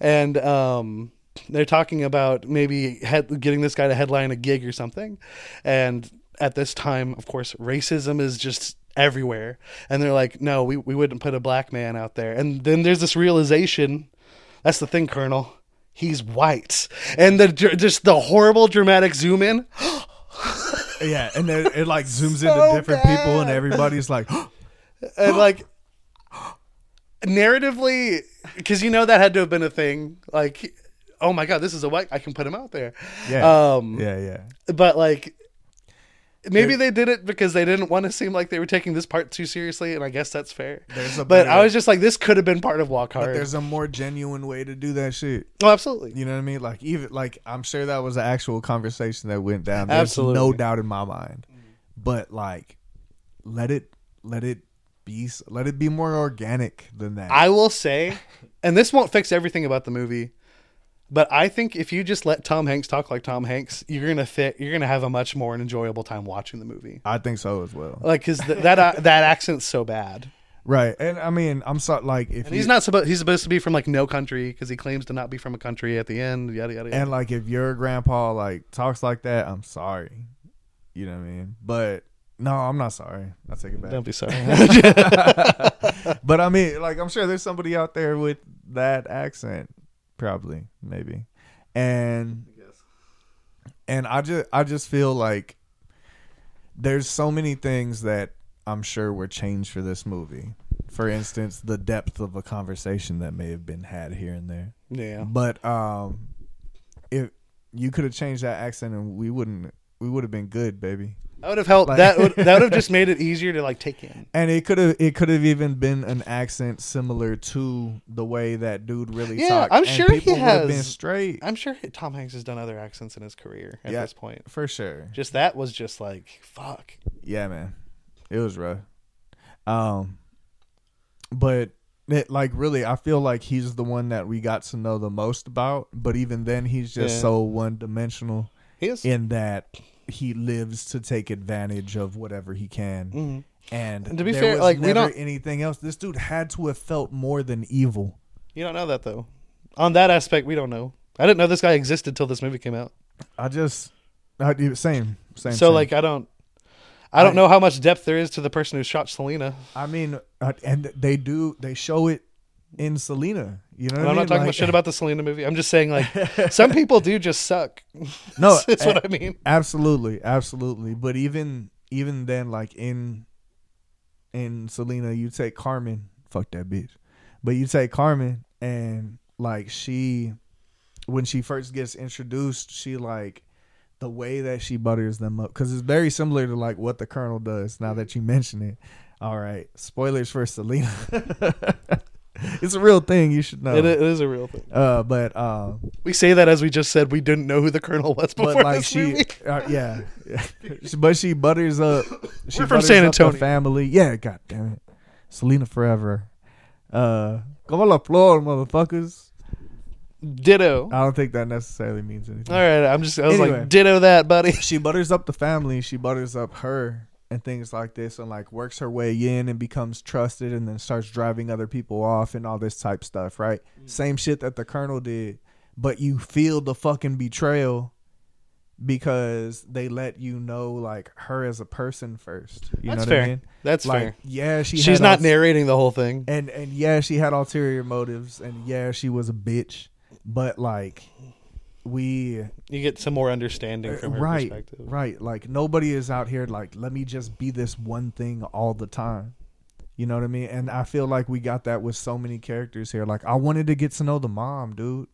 Speaker 1: and um, they're talking about maybe head, getting this guy to headline a gig or something. And at this time, of course, racism is just everywhere. And they're like, "No, we we wouldn't put a black man out there." And then there's this realization. That's the thing, Colonel. He's white, and the dr- just the horrible dramatic zoom in.
Speaker 2: Yeah, and then it like zooms
Speaker 1: (laughs) So
Speaker 2: into different people, and everybody's like, (gasps)
Speaker 1: and like narratively because you know that had to have been a thing like oh my god this is a white i can put him out there
Speaker 2: yeah,
Speaker 1: um
Speaker 2: yeah, yeah.
Speaker 1: but like maybe they did it because they didn't want to seem like they were taking this part too seriously and i guess that's fair
Speaker 2: There's a
Speaker 1: but
Speaker 2: better-
Speaker 1: i was just like this could have been part of walk hard
Speaker 2: There's a more genuine way to do that shit.
Speaker 1: oh absolutely
Speaker 2: You know what I mean? Like even like I'm sure that was an actual conversation that went down. There's
Speaker 1: Absolutely.
Speaker 2: no doubt in my mind. But like, let it let it be s- let it be more organic than that.
Speaker 1: I will say, and this won't fix everything about the movie, but I think if you just let Tom Hanks talk like Tom Hanks, you're gonna fit. You're gonna have a much more enjoyable time watching the movie.
Speaker 2: I think so as well.
Speaker 1: Like, cause th- that uh, that accent's so bad.
Speaker 2: Right, and I mean, I'm sorry. Like if
Speaker 1: And he's
Speaker 2: you-
Speaker 1: not supposed. He's supposed to be from like no country because he claims to not be from a country at the end. Yada yada. yada.
Speaker 2: And like if your grandpa like talks like that, I'm sorry. You know what I mean? But No, I'm not sorry. I take it back.
Speaker 1: Don't be
Speaker 2: (laughs)
Speaker 1: sorry.
Speaker 2: But I mean, like, I'm sure there's somebody out there with that accent, probably, maybe, and and I just I just feel like there's so many things that I'm sure were changed for this movie. For instance, the depth of a conversation that may have been had here and there.
Speaker 1: (laughs) yeah.
Speaker 2: But um, if you could have changed that accent, and we wouldn't, we would have been good, baby.
Speaker 1: That would have helped.
Speaker 2: Like- (laughs)
Speaker 1: that would that would have just made it easier to like take in.
Speaker 2: And it could have it could have even been an accent similar to the way that dude really
Speaker 1: Yeah,
Speaker 2: talked.
Speaker 1: I'm
Speaker 2: and
Speaker 1: sure
Speaker 2: people
Speaker 1: he
Speaker 2: would have been
Speaker 1: has-
Speaker 2: straight
Speaker 1: I'm sure Tom Hanks has done other accents in his career at
Speaker 2: Yeah.
Speaker 1: this point.
Speaker 2: for sure.
Speaker 1: Just that was just like fuck.
Speaker 2: Yeah, man, it was rough. Um, but it, like really, I feel like he's the one that we got to know the most about. But even then, he's just
Speaker 1: Yeah.
Speaker 2: so one dimensional
Speaker 1: He is.
Speaker 2: in that he lives to take advantage of whatever he can.
Speaker 1: Mhm.
Speaker 2: And,
Speaker 1: And to be
Speaker 2: there
Speaker 1: fair,
Speaker 2: was
Speaker 1: like, we
Speaker 2: never
Speaker 1: don't-
Speaker 2: anything else. This dude had to have felt more than evil.
Speaker 1: You don't know that though. On that aspect, we don't know. I didn't know this guy existed till this movie came out.
Speaker 2: I just I do same same.
Speaker 1: so
Speaker 2: same.
Speaker 1: like I don't. I don't know how much depth there is to the person who shot Selena.
Speaker 2: I mean, uh, and they do they show it in Selena. You know,
Speaker 1: And I'm
Speaker 2: what I
Speaker 1: not
Speaker 2: mean?
Speaker 1: talking about
Speaker 2: Like-
Speaker 1: shit about the Selena movie. I'm just saying, like,
Speaker 2: (laughs)
Speaker 1: some people do just suck. (laughs)
Speaker 2: No, eh,
Speaker 1: that's
Speaker 2: a-
Speaker 1: what I mean.
Speaker 2: absolutely, absolutely. But even even then, like in in Selena, you take Carmen. Fuck that bitch. But you take Carmen, and like she, when she first gets introduced, she like the way that she butters them up because it's very similar to like what the Colonel does. Now that you mention it, all right. Spoilers for Selena. (laughs) it's a real thing. You should know.
Speaker 1: It, i- it is a real thing.
Speaker 2: Uh, but um,
Speaker 1: We say that as we just said we didn't know who the Colonel was before
Speaker 2: but like
Speaker 1: this
Speaker 2: she,
Speaker 1: movie.
Speaker 2: uh, yeah, but she butters up. She
Speaker 1: We're from
Speaker 2: butters
Speaker 1: San
Speaker 2: up the
Speaker 1: Antonio.
Speaker 2: family. Yeah, god damn it, Selena forever. Uh, come on the floor, motherfuckers.
Speaker 1: Ditto.
Speaker 2: I don't think that necessarily means anything.
Speaker 1: All right, I'm just. I was
Speaker 2: Uh, Anyway.
Speaker 1: like, ditto that,
Speaker 2: (laughs)
Speaker 1: buddy.
Speaker 2: She butters up the family. She butters up her and things like this, and like works her way in and becomes trusted, and then starts driving other people off and all this type stuff. Right,
Speaker 1: Mm.
Speaker 2: same shit that the colonel did, but you feel the fucking betrayal. Because they let you know like her as a person first. You know
Speaker 1: That's
Speaker 2: what
Speaker 1: fair.
Speaker 2: I mean?
Speaker 1: That's
Speaker 2: like,
Speaker 1: fair.
Speaker 2: Yeah, she
Speaker 1: She's
Speaker 2: had Eh,
Speaker 1: not
Speaker 2: ul-
Speaker 1: narrating the whole thing.
Speaker 2: and and yeah, she had ulterior motives, and yeah, she was a bitch. But like, we
Speaker 1: You get some more understanding from her
Speaker 2: right,
Speaker 1: perspective.
Speaker 2: right. Like nobody is out here like, let me just be this one thing all the time. You know what I mean? And I feel like we got that with so many characters here. Like I wanted to get to know the mom, dude,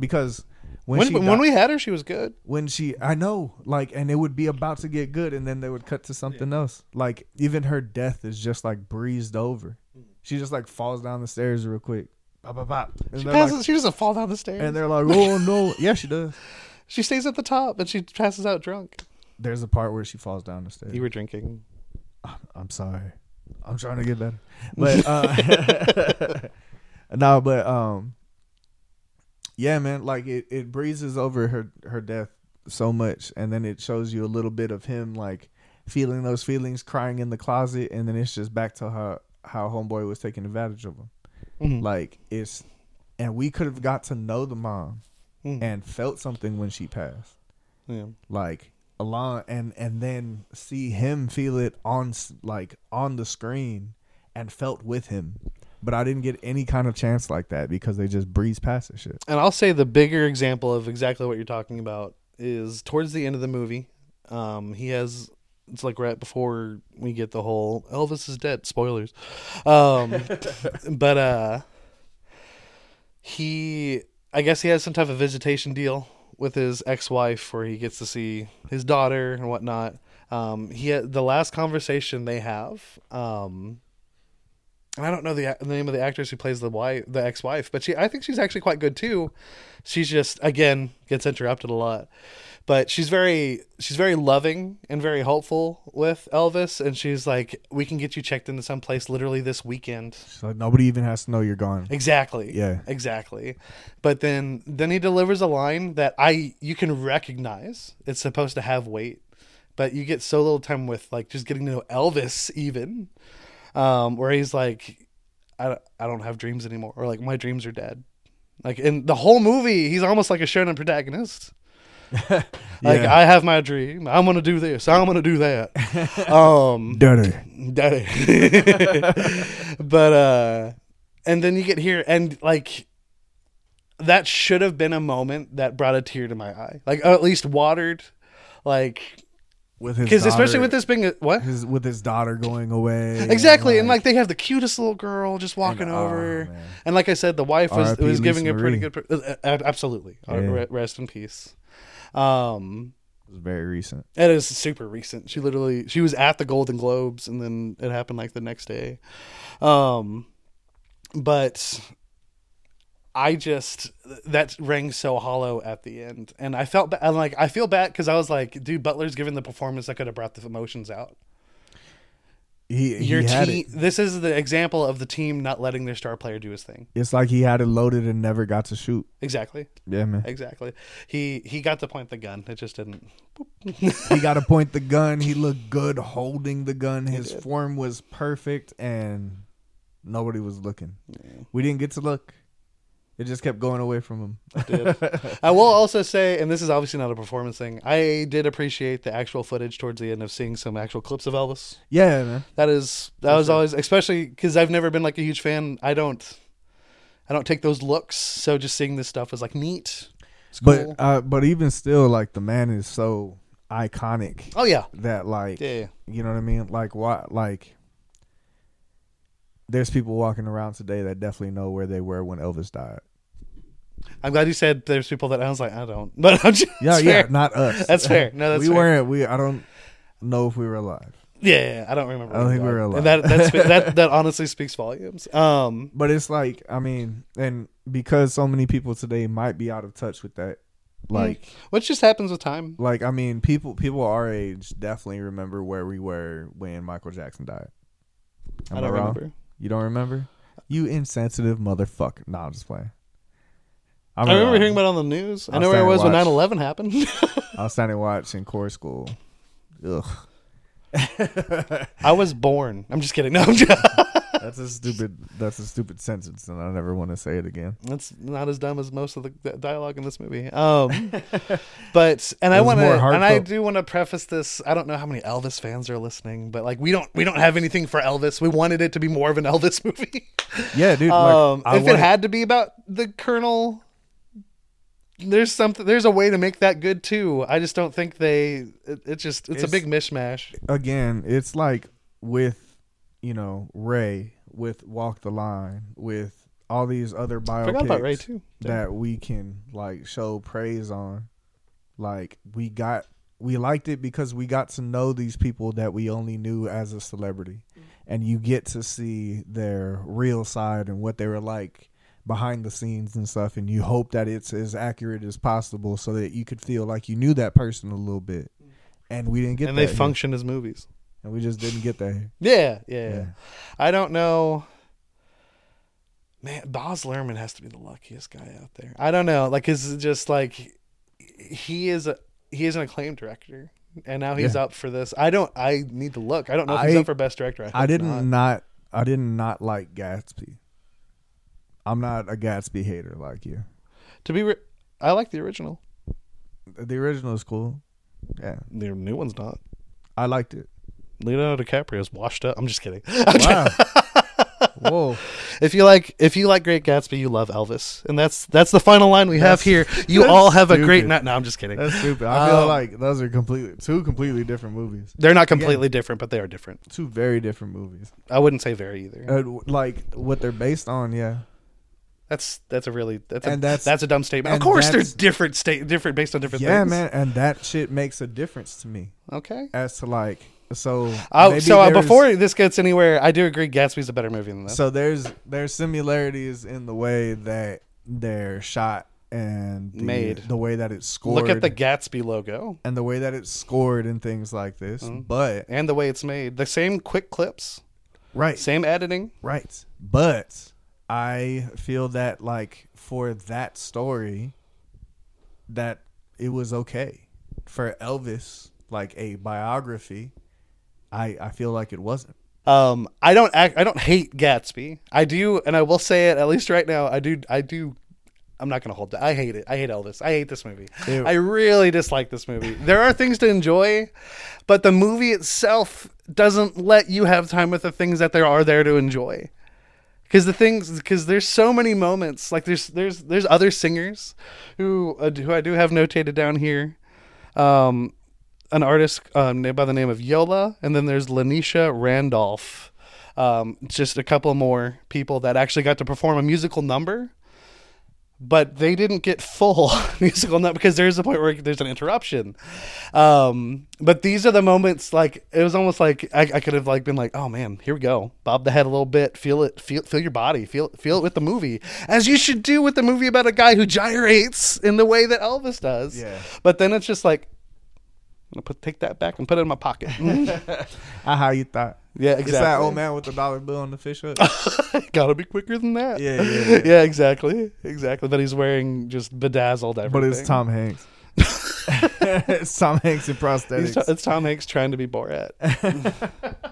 Speaker 2: because when
Speaker 1: When,
Speaker 2: she
Speaker 1: when
Speaker 2: di-
Speaker 1: we had her, she was good.
Speaker 2: when she I know like and it would be about to get good and then they would cut to something else. Like even her death is just like breezed over. She just like falls down the stairs real quick. Bop, bop, bop. And
Speaker 1: She
Speaker 2: they're
Speaker 1: passes.
Speaker 2: like,
Speaker 1: she doesn't fall down the stairs.
Speaker 2: and they're like, "Oh no." Yeah, she does.
Speaker 1: she stays at the top and she passes out drunk.
Speaker 2: There's a part where she falls down the stairs.
Speaker 1: You were drinking.
Speaker 2: I'm sorry. I'm trying to get better. But uh (laughs) No, but um yeah, man, like it it breezes over her her death so much and then it shows you a little bit of him like feeling those feelings crying in the closet and then it's just back to how how homeboy was taking advantage of him.
Speaker 1: Mhm.
Speaker 2: Like it's and we could have got to know the mom
Speaker 1: Mhm.
Speaker 2: and felt something when she passed
Speaker 1: Yeah.
Speaker 2: like along and and then see him feel it on s- like on the screen and felt with him but i didn't get any kind of chance like that because they just breeze past the shit
Speaker 1: and I'll say the bigger example of exactly what you're talking about is towards the end of the movie. Um, he has it's like right before we get the whole Elvis is dead spoilers, um, but uh, he I guess he has some type of visitation deal with his ex-wife where he gets to see his daughter and whatnot. Um, he had, the last conversation they have. Um, and I don't know the, the name of the actress who plays the wife, the ex-wife, but she I think she's actually quite good too. She's just again gets interrupted a lot, but she's very she's very loving and very helpful with Elvis, and she's like, "We can get you checked into some place literally this weekend."
Speaker 2: so nobody even has to know you're gone
Speaker 1: Exactly.
Speaker 2: Yeah.
Speaker 1: Exactly. But then then he delivers a line that I you can recognize. It's supposed to have weight, but you get so little time with like just getting to know Elvis even, um, where he's like, I don't, I don't have dreams anymore, or like my dreams
Speaker 2: (laughs)
Speaker 1: are dead. Like in the whole movie, he's almost like a shonen protagonist. Like
Speaker 2: Yeah.
Speaker 1: I have my dream. I'm gonna do this. I'm gonna do that. Um,
Speaker 2: Dirty.
Speaker 1: Daddy. (laughs) but uh and then you get here and like that should have been a moment that brought a tear to my eye. Like or at least watered like
Speaker 2: With his
Speaker 1: cuz especially
Speaker 2: daughter-
Speaker 1: with this being a, what?
Speaker 2: his with his daughter going away.
Speaker 1: (laughs) Exactly. And like they have the cutest little girl just walking
Speaker 2: oh,
Speaker 1: over.
Speaker 2: man.
Speaker 1: and like I said the wife was
Speaker 2: R.I.P.
Speaker 1: was giving
Speaker 2: Lisa
Speaker 1: a pretty
Speaker 2: Marie.
Speaker 1: good per- uh, uh, absolutely. Uh,
Speaker 2: Yeah.
Speaker 1: re- Rest in peace. Um
Speaker 2: it was very recent.
Speaker 1: It is super recent. She literally she was at the Golden Globes and then it happened like the next day. Um but I just that rang so hollow at the end. And I felt ba- and like I feel bad cuz I was like dude Butler's giving the performance that could have brought the emotions out.
Speaker 2: He, he
Speaker 1: Your
Speaker 2: had
Speaker 1: team
Speaker 2: it.
Speaker 1: this is the example of the team not letting their star player do his thing.
Speaker 2: It's like he had it loaded and never got to shoot.
Speaker 1: Exactly.
Speaker 2: Yeah, man.
Speaker 1: Exactly. He he got to point the gun. It just didn't.
Speaker 2: he got to point the gun. He looked good holding the gun. His form was perfect, and nobody was looking. We didn't get to look. It just kept going away from him. (laughs)
Speaker 1: did. I will also say, and this is obviously not a performance thing, I did appreciate the actual footage towards the end of seeing some actual clips of Elvis.
Speaker 2: Yeah, man.
Speaker 1: That is, that was always, especially because I've never been like a huge fan. I don't, I don't take those looks. So just seeing this stuff was like neat. It's
Speaker 2: But
Speaker 1: cool.
Speaker 2: uh, but even still, like the man is so iconic
Speaker 1: oh yeah,
Speaker 2: that like
Speaker 1: yeah, yeah.
Speaker 2: you know what I mean. Like why like. There's people walking around today that definitely know where they were when Elvis died.
Speaker 1: I'm glad you said there's people that I was like I don't, (laughs) but I'm just
Speaker 2: Yeah,
Speaker 1: it's
Speaker 2: yeah,
Speaker 1: fair.
Speaker 2: not us.
Speaker 1: That's fair.
Speaker 2: (laughs)
Speaker 1: No, that's
Speaker 2: we
Speaker 1: fair.
Speaker 2: weren't. We I don't know if we were alive.
Speaker 1: (laughs) yeah. I don't remember.
Speaker 2: I don't
Speaker 1: when
Speaker 2: think we
Speaker 1: died.
Speaker 2: were
Speaker 1: And
Speaker 2: alive.
Speaker 1: That that's,
Speaker 2: (laughs)
Speaker 1: that that honestly speaks volumes. Um,
Speaker 2: But it's like, I mean, and because so many people today might be out of touch with that,
Speaker 1: Mm.
Speaker 2: like,
Speaker 1: which just happens with time.
Speaker 2: like I mean, people people our age definitely remember where we were when Michael Jackson died. Am
Speaker 1: I don't
Speaker 2: wrong?
Speaker 1: remember.
Speaker 2: You don't remember? You insensitive motherfucker! Nah, I'm just playing. I'm
Speaker 1: I remember
Speaker 2: wrong.
Speaker 1: hearing about it on the news. I
Speaker 2: I'll
Speaker 1: know where I
Speaker 2: stand
Speaker 1: was when
Speaker 2: and
Speaker 1: 9
Speaker 2: watch.
Speaker 1: 11 happened. (laughs)
Speaker 2: I was standing watch in core school. Ugh,
Speaker 1: I was born. I'm just kidding. (laughs) No,
Speaker 2: (laughs)
Speaker 1: I'm just,
Speaker 2: that's a stupid. That's a stupid sentence, and I never want to say it again.
Speaker 1: that's not as dumb as most of the the dialogue in this movie.
Speaker 2: (laughs)
Speaker 1: Um, but and I
Speaker 2: It was
Speaker 1: want to,
Speaker 2: more
Speaker 1: and I
Speaker 2: heartfelt.
Speaker 1: do want to preface this. I don't know how many Elvis fans are listening, but like we don't, we don't have anything for Elvis. We wanted it to be more of an Elvis (laughs) movie.
Speaker 2: Yeah, dude. like,
Speaker 1: Um,
Speaker 2: I
Speaker 1: if it
Speaker 2: wanted-
Speaker 1: had to be about the Colonel, there's something, there's a way to make that good too. I just don't think they. It, it just, it's a
Speaker 2: It's-
Speaker 1: big mishmash.
Speaker 2: again, it's like with you know Ray, with Walk the Line, with all these other biopics
Speaker 1: Forgot about Ray too.
Speaker 2: that we can like show praise on. Like we got we liked it because we got to know these people that we only knew as a celebrity. And you get to see their real side and what they were like behind the scenes and stuff and you hope that it's as accurate as possible so that you could feel like you knew that person a little bit. And we didn't get
Speaker 1: and
Speaker 2: that
Speaker 1: they
Speaker 2: here.
Speaker 1: function as movies.
Speaker 2: and we just didn't get that
Speaker 1: (laughs)
Speaker 2: here.
Speaker 1: Yeah, yeah,
Speaker 2: Yeah.
Speaker 1: I don't know. Man, Boz Lerman has to be the luckiest guy out there. I don't know. Like, is it just like he is a he is an acclaimed director, and now he's
Speaker 2: Yeah.
Speaker 1: up for this. I don't. I need to look. I don't know if he's
Speaker 2: I-
Speaker 1: up for best director. I,
Speaker 2: I
Speaker 1: hope
Speaker 2: didn't
Speaker 1: not.
Speaker 2: not. I did not like Gatsby. I'm not a Gatsby hater like you.
Speaker 1: To be, re- I like the original.
Speaker 2: The original is cool. Yeah,
Speaker 1: The new one's not.
Speaker 2: I liked
Speaker 1: (laughs)
Speaker 2: it.
Speaker 1: Leonardo DiCaprio's washed up. I'm just kidding. (laughs)
Speaker 2: Wow. Whoa.
Speaker 1: if you like, if you like Great Gatsby, you love Elvis, and that's that's the final line we have here. You (laughs)
Speaker 2: that's
Speaker 1: all have a great
Speaker 2: stupid.
Speaker 1: night. No, I'm just kidding.
Speaker 2: That's stupid. I feel
Speaker 1: Um,
Speaker 2: like those are completely two completely different movies.
Speaker 1: They're not completely different, but they are different.
Speaker 2: Two very different movies.
Speaker 1: I wouldn't say very either.
Speaker 2: Uh, w- like what they're based on, yeah.
Speaker 1: that's that's a really that's a,
Speaker 2: and
Speaker 1: that's,
Speaker 2: that's-
Speaker 1: a dumb statement. Of
Speaker 2: and
Speaker 1: course, they're
Speaker 2: that's-
Speaker 1: different state different based on different
Speaker 2: Yeah,
Speaker 1: things.
Speaker 2: man, and that shit makes a difference to me
Speaker 1: Okay.
Speaker 2: as to like so
Speaker 1: Oh,
Speaker 2: maybe
Speaker 1: so uh,
Speaker 2: there's-
Speaker 1: before this gets anywhere, I do agree Gatsby's a better movie than this.
Speaker 2: So there's there's similarities in the way that they're shot and the,
Speaker 1: Made.
Speaker 2: the way that it's scored.
Speaker 1: Look at the Gatsby logo
Speaker 2: and the way that it's scored and things like this.
Speaker 1: Mm-hmm.
Speaker 2: But
Speaker 1: and the way it's made. The same quick clips,
Speaker 2: right,
Speaker 1: same editing.
Speaker 2: right. But I feel that like for that story, that it was okay for Elvis, like a biography. I I feel like it wasn't.
Speaker 1: Um, I don't act. I don't hate Gatsby. I do, and I will say it at least right now. I do. I do. I'm not gonna hold that. I hate it. I hate Elvis. I hate this movie.
Speaker 2: Ew.
Speaker 1: I really dislike this movie. There are things to enjoy, but the movie itself doesn't let you have time with the things that there are there to enjoy. Because the things, because there's so many moments. Like there's there's there's other singers who uh, who I do have notated down here. Um, an artist um, named by the name of Yola, and then there's Lanisha Randolph. Um, just a couple more people that actually got to perform a musical number but they didn't get full (laughs) musical note because there's a point where there's an interruption. Um, but these are the moments like it was almost like I, I could have like been like, oh man, here we go, bob the head a little bit, feel it, feel feel your body, feel feel it with the movie, as you should do with the movie about a guy who gyrates in the way that Elvis does.
Speaker 2: Yeah.
Speaker 1: But then it's just like. I'm gonna put, take that back and put it in my
Speaker 2: (laughs)
Speaker 1: pocket.
Speaker 2: I how you thought.
Speaker 1: yeah,
Speaker 2: It's that
Speaker 1: exactly.
Speaker 2: old man with the dollar bill on the fish
Speaker 1: (laughs)
Speaker 2: hook.
Speaker 1: Gotta be quicker than that. (laughs)
Speaker 2: Yeah, yeah, yeah.
Speaker 1: exactly, exactly. But he's wearing just bedazzled everything.
Speaker 2: but it's Tom (laughs) Hanks. it's Tom Hanks in prosthetics.
Speaker 1: He's t- it's Tom Hanks trying to be Borat. (laughs)
Speaker 2: (laughs)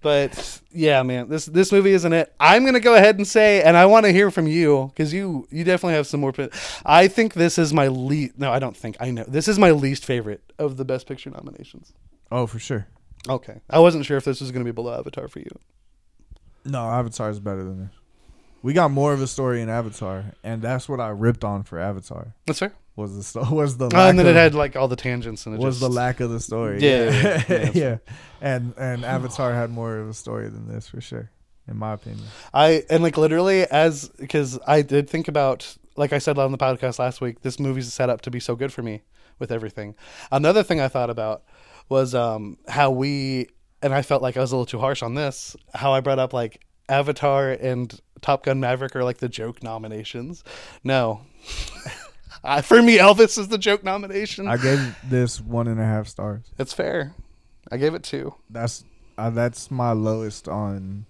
Speaker 1: but yeah, man, this this movie isn't it. I'm gonna go ahead and say, and I want to hear from you because you you definitely have some more. Pit- I think this is my least. No, I don't think I know. This is my least favorite of the Best Picture nominations.
Speaker 2: oh, for sure.
Speaker 1: Okay, I wasn't sure if this was gonna be below Avatar for you.
Speaker 2: No, Avatar is better than this. We got more of a story in Avatar, and that's what I ripped on for Avatar.
Speaker 1: That's fair.
Speaker 2: Was the sto- (laughs) was the
Speaker 1: Uh,
Speaker 2: lack
Speaker 1: and then
Speaker 2: of,
Speaker 1: it had like all the tangents and it
Speaker 2: was
Speaker 1: just,
Speaker 2: the lack of the story. (laughs)
Speaker 1: Yeah, yeah, yeah. Yeah,
Speaker 2: yeah. And and Avatar had more of a story than this for sure, in my opinion.
Speaker 1: I and like literally as because I did think about like I said on the podcast last week, this movie's set up to be so good for me with everything. Another thing I thought about was um how we and I felt like I was a little too harsh on this. How I brought up like Avatar and Top Gun Maverick are like the joke nominations. No. (laughs) I, for me, Elvis is the joke nomination.
Speaker 2: I gave
Speaker 1: (laughs)
Speaker 2: this one and a half stars.
Speaker 1: it's fair. I gave it two.
Speaker 2: That's uh, that's my lowest on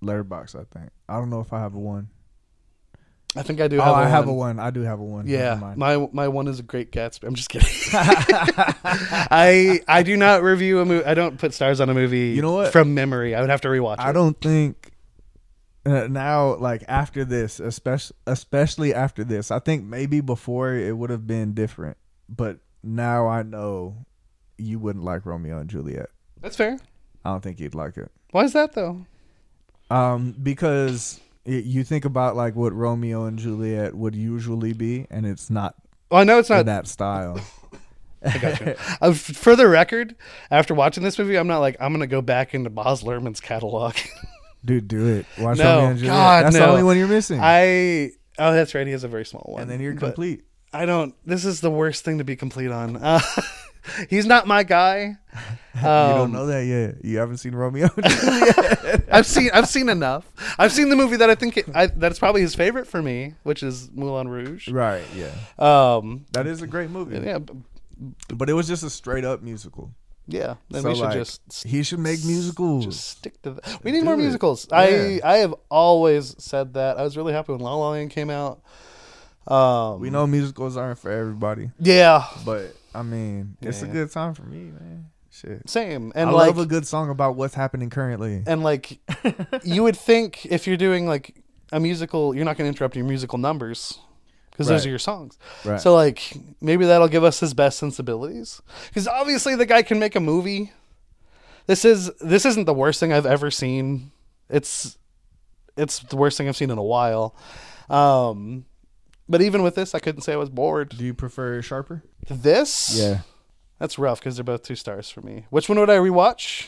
Speaker 2: Letterbox. I think I don't know if I have a one.
Speaker 1: I think I do.
Speaker 2: Oh,
Speaker 1: Have
Speaker 2: I have
Speaker 1: one.
Speaker 2: a one. I do have a one. Never
Speaker 1: Yeah,
Speaker 2: mind.
Speaker 1: my my one is a great Gatsby. I'm just kidding. (laughs) I I do not review a movie. I don't put stars on a movie.
Speaker 2: You know what?
Speaker 1: From memory, I would have to rewatch
Speaker 2: I
Speaker 1: it.
Speaker 2: don't think uh, now, like after this, especially especially after this, I think maybe before it would have been different, but now I know you wouldn't like Romeo and Juliet.
Speaker 1: That's fair.
Speaker 2: I don't think you'd like it.
Speaker 1: Why is that though?
Speaker 2: Um, because y you think about like what Romeo and Juliet would usually be, and it's not
Speaker 1: Well, I know it's
Speaker 2: in
Speaker 1: not.
Speaker 2: that
Speaker 1: (laughs)
Speaker 2: style.
Speaker 1: I gotcha. Uh, f- for the record, after watching this movie, I'm not like I'm gonna go back into Boz Lerman's catalog.
Speaker 2: Dude, do it. Watch
Speaker 1: No,
Speaker 2: Romeo and Juliet.
Speaker 1: God,
Speaker 2: That's the
Speaker 1: no.
Speaker 2: only one you're missing.
Speaker 1: (laughs) I oh, that's right. He has a very small one.
Speaker 2: and then you're
Speaker 1: But
Speaker 2: complete.
Speaker 1: I don't. This is the worst thing to be complete on. Uh, (laughs) he's not my guy. Um,
Speaker 2: (laughs) you don't know that yet. You haven't seen Romeo.
Speaker 1: (laughs)
Speaker 2: and Juliet. (laughs)
Speaker 1: I've seen I've seen enough. I've seen the movie that I think it, I, that's probably his favorite for me, which is Moulin Rouge.
Speaker 2: right. Yeah.
Speaker 1: Um,
Speaker 2: That is a great movie.
Speaker 1: yeah, b-
Speaker 2: But it was just a straight up musical.
Speaker 1: yeah. Then
Speaker 2: So,
Speaker 1: we should
Speaker 2: like,
Speaker 1: just
Speaker 2: He should make musicals.
Speaker 1: just stick to that. We need more
Speaker 2: do it.
Speaker 1: musicals.
Speaker 2: Yeah.
Speaker 1: I I have always said that. I was really happy when La La Land came out. Um,
Speaker 2: we know musicals aren't for everybody,
Speaker 1: yeah,
Speaker 2: but I mean, it's a
Speaker 1: Yeah.
Speaker 2: good time for me, man. Shit.
Speaker 1: same. And
Speaker 2: I
Speaker 1: like
Speaker 2: love a good song about what's happening currently.
Speaker 1: and like you would think if you're doing like a musical, you're not going to interrupt your musical numbers because those
Speaker 2: Right.
Speaker 1: are your songs.
Speaker 2: Right.
Speaker 1: So like maybe that'll give us his best sensibilities because obviously the guy can make a movie. This is this isn't the worst thing I've ever seen. It's it's the worst thing I've seen in a while. Um, but even with this, I couldn't say I was bored.
Speaker 2: Do you prefer Sharper?
Speaker 1: This
Speaker 2: (laughs)
Speaker 1: that's rough because they're both two stars for me. Which one would I rewatch?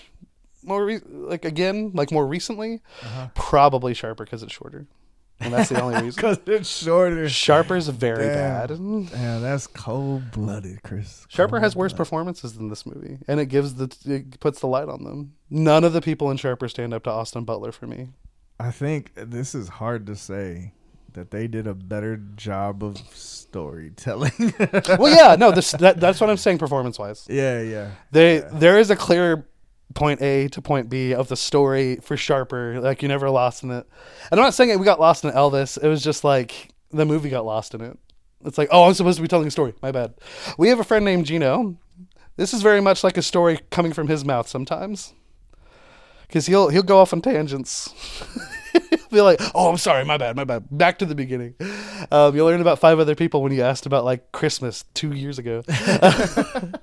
Speaker 1: More re- like again, like more recently, probably Sharper because it's shorter, and that's the only reason.
Speaker 2: Because it's shorter.
Speaker 1: Sharper's very
Speaker 2: Damn.
Speaker 1: bad.
Speaker 2: Yeah, that's cold blooded, Chris.
Speaker 1: Sharper has worse performances than this movie, and it gives the it puts the light on them. None of the people in Sharper stand up to Austin Butler for me.
Speaker 2: I think this is hard to say that they did a better job of
Speaker 1: (laughs)
Speaker 2: storytelling. (laughs)
Speaker 1: Well, yeah, no, this that, that's what I'm saying. Performance wise,
Speaker 2: yeah, yeah.
Speaker 1: they there is a clear point A to point B of the story for Sharper. Like you never lost in it. And I'm not saying we got lost in Elvis. It was just like the movie got lost in it. It's like, oh, I'm supposed to be telling a story. My bad. We have a friend named Gino. This is very much like a story coming from his mouth sometimes. Cause he'll he'll (laughs) go off on tangents. Be like, oh, I'm sorry, my bad, my bad. Back to the beginning. Um, you'll learn about five other people when you asked about like Christmas two years ago. (laughs) and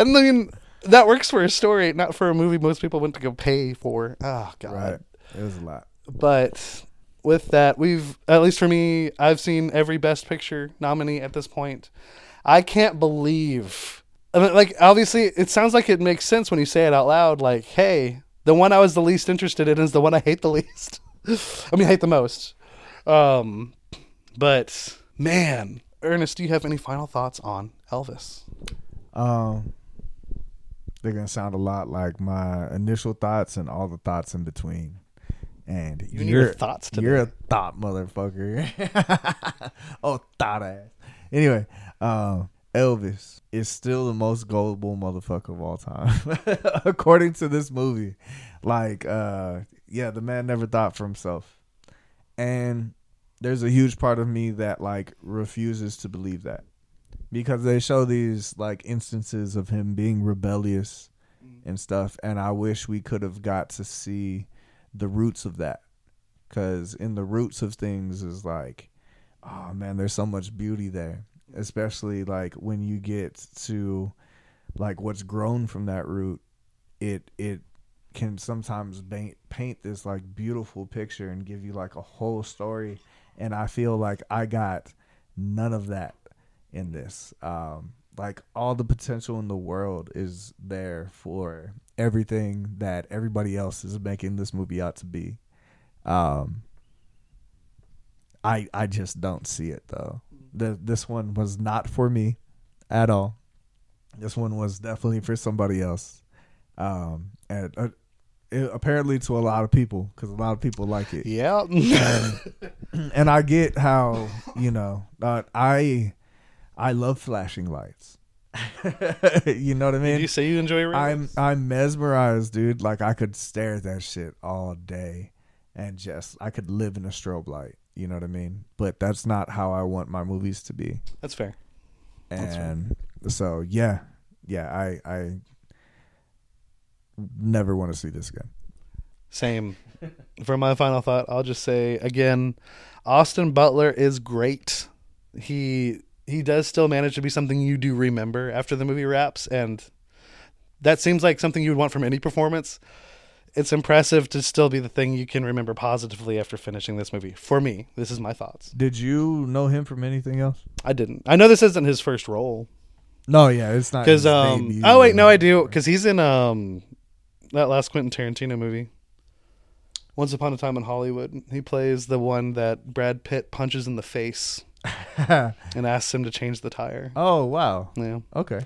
Speaker 1: I mean, that works for a story, not for a movie most people went to go pay for. Oh, God.
Speaker 2: Right. It was a lot.
Speaker 1: But with that, we've, at least for me, I've seen every Best Picture nominee at this point. I can't believe. I mean, like, obviously, it sounds like it makes sense when you say it out loud. Like, hey, the one I was the least interested in is the one I hate the least. (laughs) I mean, hate the most. Um, but, man, Ernest, do you have any final thoughts on Elvis?
Speaker 2: Um, they're gonna sound a lot like my initial thoughts and all the thoughts in between. And
Speaker 1: You need
Speaker 2: you're-
Speaker 1: your thoughts today.
Speaker 2: You're a thought motherfucker. (laughs) oh, thought ass. Anyway, um, Elvis is still the most gullible motherfucker of all time, (laughs) according to this movie. Like, uh, yeah, the man never thought for himself, and there's a huge part of me that like refuses to believe that because they show these like instances of him being rebellious and stuff and i wish we could have got to see the roots of that because in the roots of things is like oh man there's so much beauty there especially like when you get to like what's grown from that root it it can sometimes paint paint this like beautiful picture and give you like a whole story and i feel like i got none of that in this um like all the potential in the world is there for everything that everybody else is making this movie out to be um i i just don't see it though the, this one was not for me at all this one was definitely for somebody else um and uh, it, apparently to a lot of people because a lot of people like it
Speaker 1: (laughs) Yeah.
Speaker 2: and I get how you know uh, I I love flashing lights. (laughs) you know what I
Speaker 1: Did you
Speaker 2: mean?
Speaker 1: say you enjoy reading?
Speaker 2: I'm I'm mesmerized, dude. Like I could stare at that shit all day, and just I could live in a strobe light. You know what I mean? But that's not how I want my movies to be.
Speaker 1: That's fair. That's fair.
Speaker 2: And so yeah, yeah, I I never want to see this again.
Speaker 1: Same. For my final thought, I'll just say again, Austin Butler is great. He he does still manage to be something you do remember after the movie wraps, and that seems like something you would want from any performance. It's impressive to still be the thing you can remember positively after finishing this movie. For me, this is my thoughts.
Speaker 2: Did you know him from anything else?
Speaker 1: I didn't. I know this isn't his first role,
Speaker 2: No, yeah, it's not
Speaker 1: because
Speaker 2: his
Speaker 1: um.
Speaker 2: debut
Speaker 1: Oh wait, no,
Speaker 2: or-
Speaker 1: I do. Because he's in um, that last Quentin Tarantino movie, Once Upon a Time in Hollywood. He plays the one that Brad Pitt punches in the face
Speaker 2: (laughs)
Speaker 1: and asks him to change the tire.
Speaker 2: oh wow.
Speaker 1: Yeah,
Speaker 2: Okay.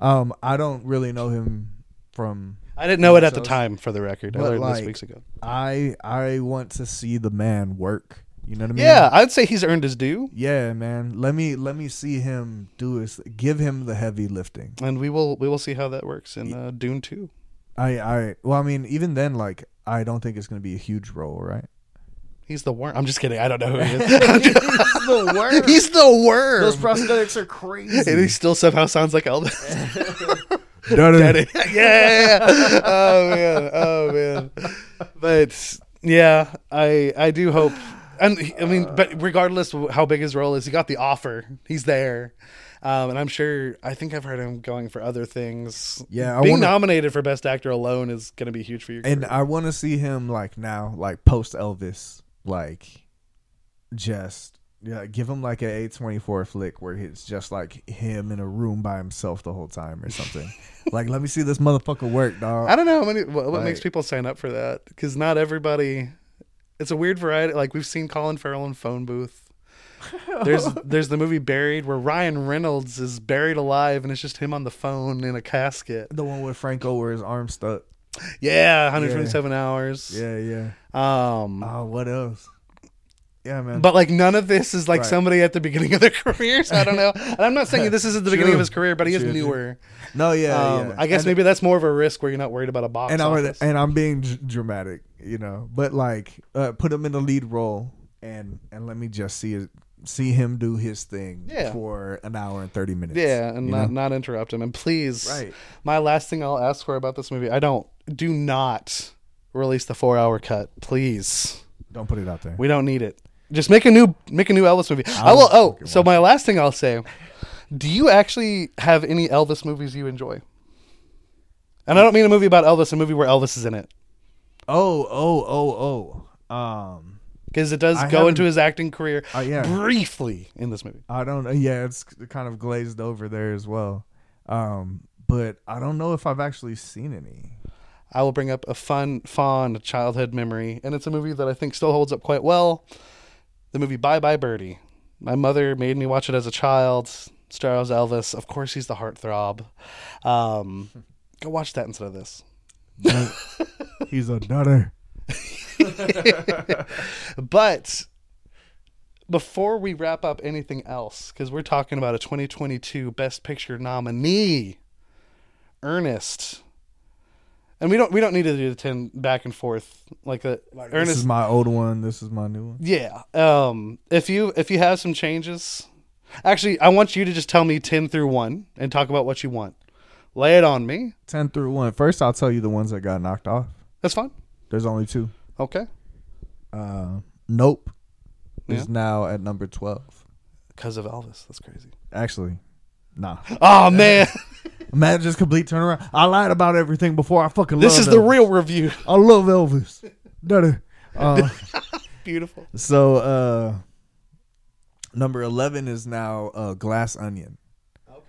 Speaker 2: Um, I don't really know him from.
Speaker 1: I didn't know it at the
Speaker 2: So-
Speaker 1: time. For the record, I
Speaker 2: But,
Speaker 1: learned
Speaker 2: like,
Speaker 1: this weeks ago.
Speaker 2: I I want to see the man work. You know what I mean?
Speaker 1: Yeah, I'd say he's earned his due,
Speaker 2: Yeah, man. Let me let me see him do his. Give him the heavy lifting.
Speaker 1: and we will we will see how that works in uh, Dune Two.
Speaker 2: I I well, I mean, even then, like, I don't think it's gonna be a huge role, right?
Speaker 1: He's the worm. I'm just kidding. I don't know who he is.
Speaker 2: the work.
Speaker 1: (laughs) he's the worm.
Speaker 2: prosthetics are
Speaker 1: and he (laughs)
Speaker 2: crazy.
Speaker 1: still somehow sounds like (laughs) Elvis.
Speaker 2: Daddy.
Speaker 1: (laughs) yeah. Oh man. Oh man. But yeah, I I do hope. And he- I mean, but regardless of how big his role is, he got the offer. He's there, um, and I'm sure. I think I've heard him going for other things.
Speaker 2: Yeah, I
Speaker 1: being
Speaker 2: wanna-
Speaker 1: nominated for best actor alone is going to be huge for you.
Speaker 2: And I want to see him like now, like post Elvis, like just yeah, give him like a A twenty four flick where it's just like him in a room by himself the whole time
Speaker 1: (laughs)
Speaker 2: or something. like, let me see this motherfucker work,
Speaker 1: I
Speaker 2: dog.
Speaker 1: don't know how many. What, what makes
Speaker 2: Like-
Speaker 1: people sign up for that? Because not everybody. It's a weird variety. Like we've seen Colin Farrell in Phone Booth.
Speaker 2: (laughs)
Speaker 1: There's there's the movie Buried where Ryan Reynolds is buried alive and it's just him on the phone in a casket.
Speaker 2: The one with Franco where his arm stuck.
Speaker 1: Yeah, 127 hours.
Speaker 2: Yeah, yeah.
Speaker 1: Um.
Speaker 2: Oh, what else? Yeah, man.
Speaker 1: But like none of this is like
Speaker 2: Right.
Speaker 1: somebody at the beginning of their (laughs) career, so I don't know. And I'm not
Speaker 2: (laughs)
Speaker 1: saying this is at the beginning
Speaker 2: True.
Speaker 1: of his career, but he is
Speaker 2: True, true.
Speaker 1: newer.
Speaker 2: no, yeah,
Speaker 1: um,
Speaker 2: yeah.
Speaker 1: I guess
Speaker 2: And-
Speaker 1: maybe that's more of a risk where you're not worried about a box
Speaker 2: and I'm
Speaker 1: office.
Speaker 2: and I'm being dr- dramatic, you know. But like, uh, put him in the lead role, and and let me just see it, see him do his thing
Speaker 1: Yeah.
Speaker 2: for an hour and thirty minutes.
Speaker 1: Yeah, and
Speaker 2: you
Speaker 1: not,
Speaker 2: know?
Speaker 1: not interrupt him. And please,
Speaker 2: Right.
Speaker 1: my last thing I'll ask for about this movie, I don't, do not release the four hour cut. Please.
Speaker 2: don't put it out there.
Speaker 1: We don't need it. Just make a new make a new Elvis movie. I will.
Speaker 2: would
Speaker 1: Oh,
Speaker 2: fucking
Speaker 1: so my last thing I'll say: Do you actually have any Elvis movies you enjoy? And I don't mean a movie about Elvis, a movie where Elvis is in it,
Speaker 2: Oh, oh, oh, oh. Um,
Speaker 1: because it does
Speaker 2: I
Speaker 1: go into
Speaker 2: haven't-
Speaker 1: his acting career
Speaker 2: Oh, yeah.
Speaker 1: briefly in this movie.
Speaker 2: I don't know. Yeah, it's kind of glazed over there as well. Um, but I don't know if I've actually seen any.
Speaker 1: I will bring up a fun, fond childhood memory, and it's a movie that I think still holds up quite well. The movie Bye Bye Birdie. My mother made me watch it as a child. Stars Elvis. Of course, he's the heartthrob. Um, go watch that instead of this.
Speaker 2: Nut- He's a nutter.
Speaker 1: But before we wrap up anything else, because we're talking about a 2022 Best Picture nominee, Ernest. And we don't we don't need to do the ten back and forth like the
Speaker 2: This is
Speaker 1: Ernest
Speaker 2: my old one. This is my new one.
Speaker 1: Yeah. Um if you if you have some changes, actually I want you to just tell me 10 through 1 and talk about what you want. Lay it on me.
Speaker 2: 10 through 1. First, I'll tell you the ones that got knocked off.
Speaker 1: That's fine.
Speaker 2: There's only two.
Speaker 1: Okay.
Speaker 2: Uh, nope
Speaker 1: Yeah.
Speaker 2: is now at number 12.
Speaker 1: Cuz of Elvis. That's crazy.
Speaker 2: Actually, nah.
Speaker 1: (laughs) Oh man.
Speaker 2: Imagine just complete turnaround. I lied about everything before. I fucking
Speaker 1: this
Speaker 2: loved
Speaker 1: is the
Speaker 2: Elvis.
Speaker 1: real review.
Speaker 2: I love Elvis. Nutter.
Speaker 1: (laughs)
Speaker 2: Uh,
Speaker 1: Beautiful.
Speaker 2: so, uh, number 11 is now uh, Glass Onion,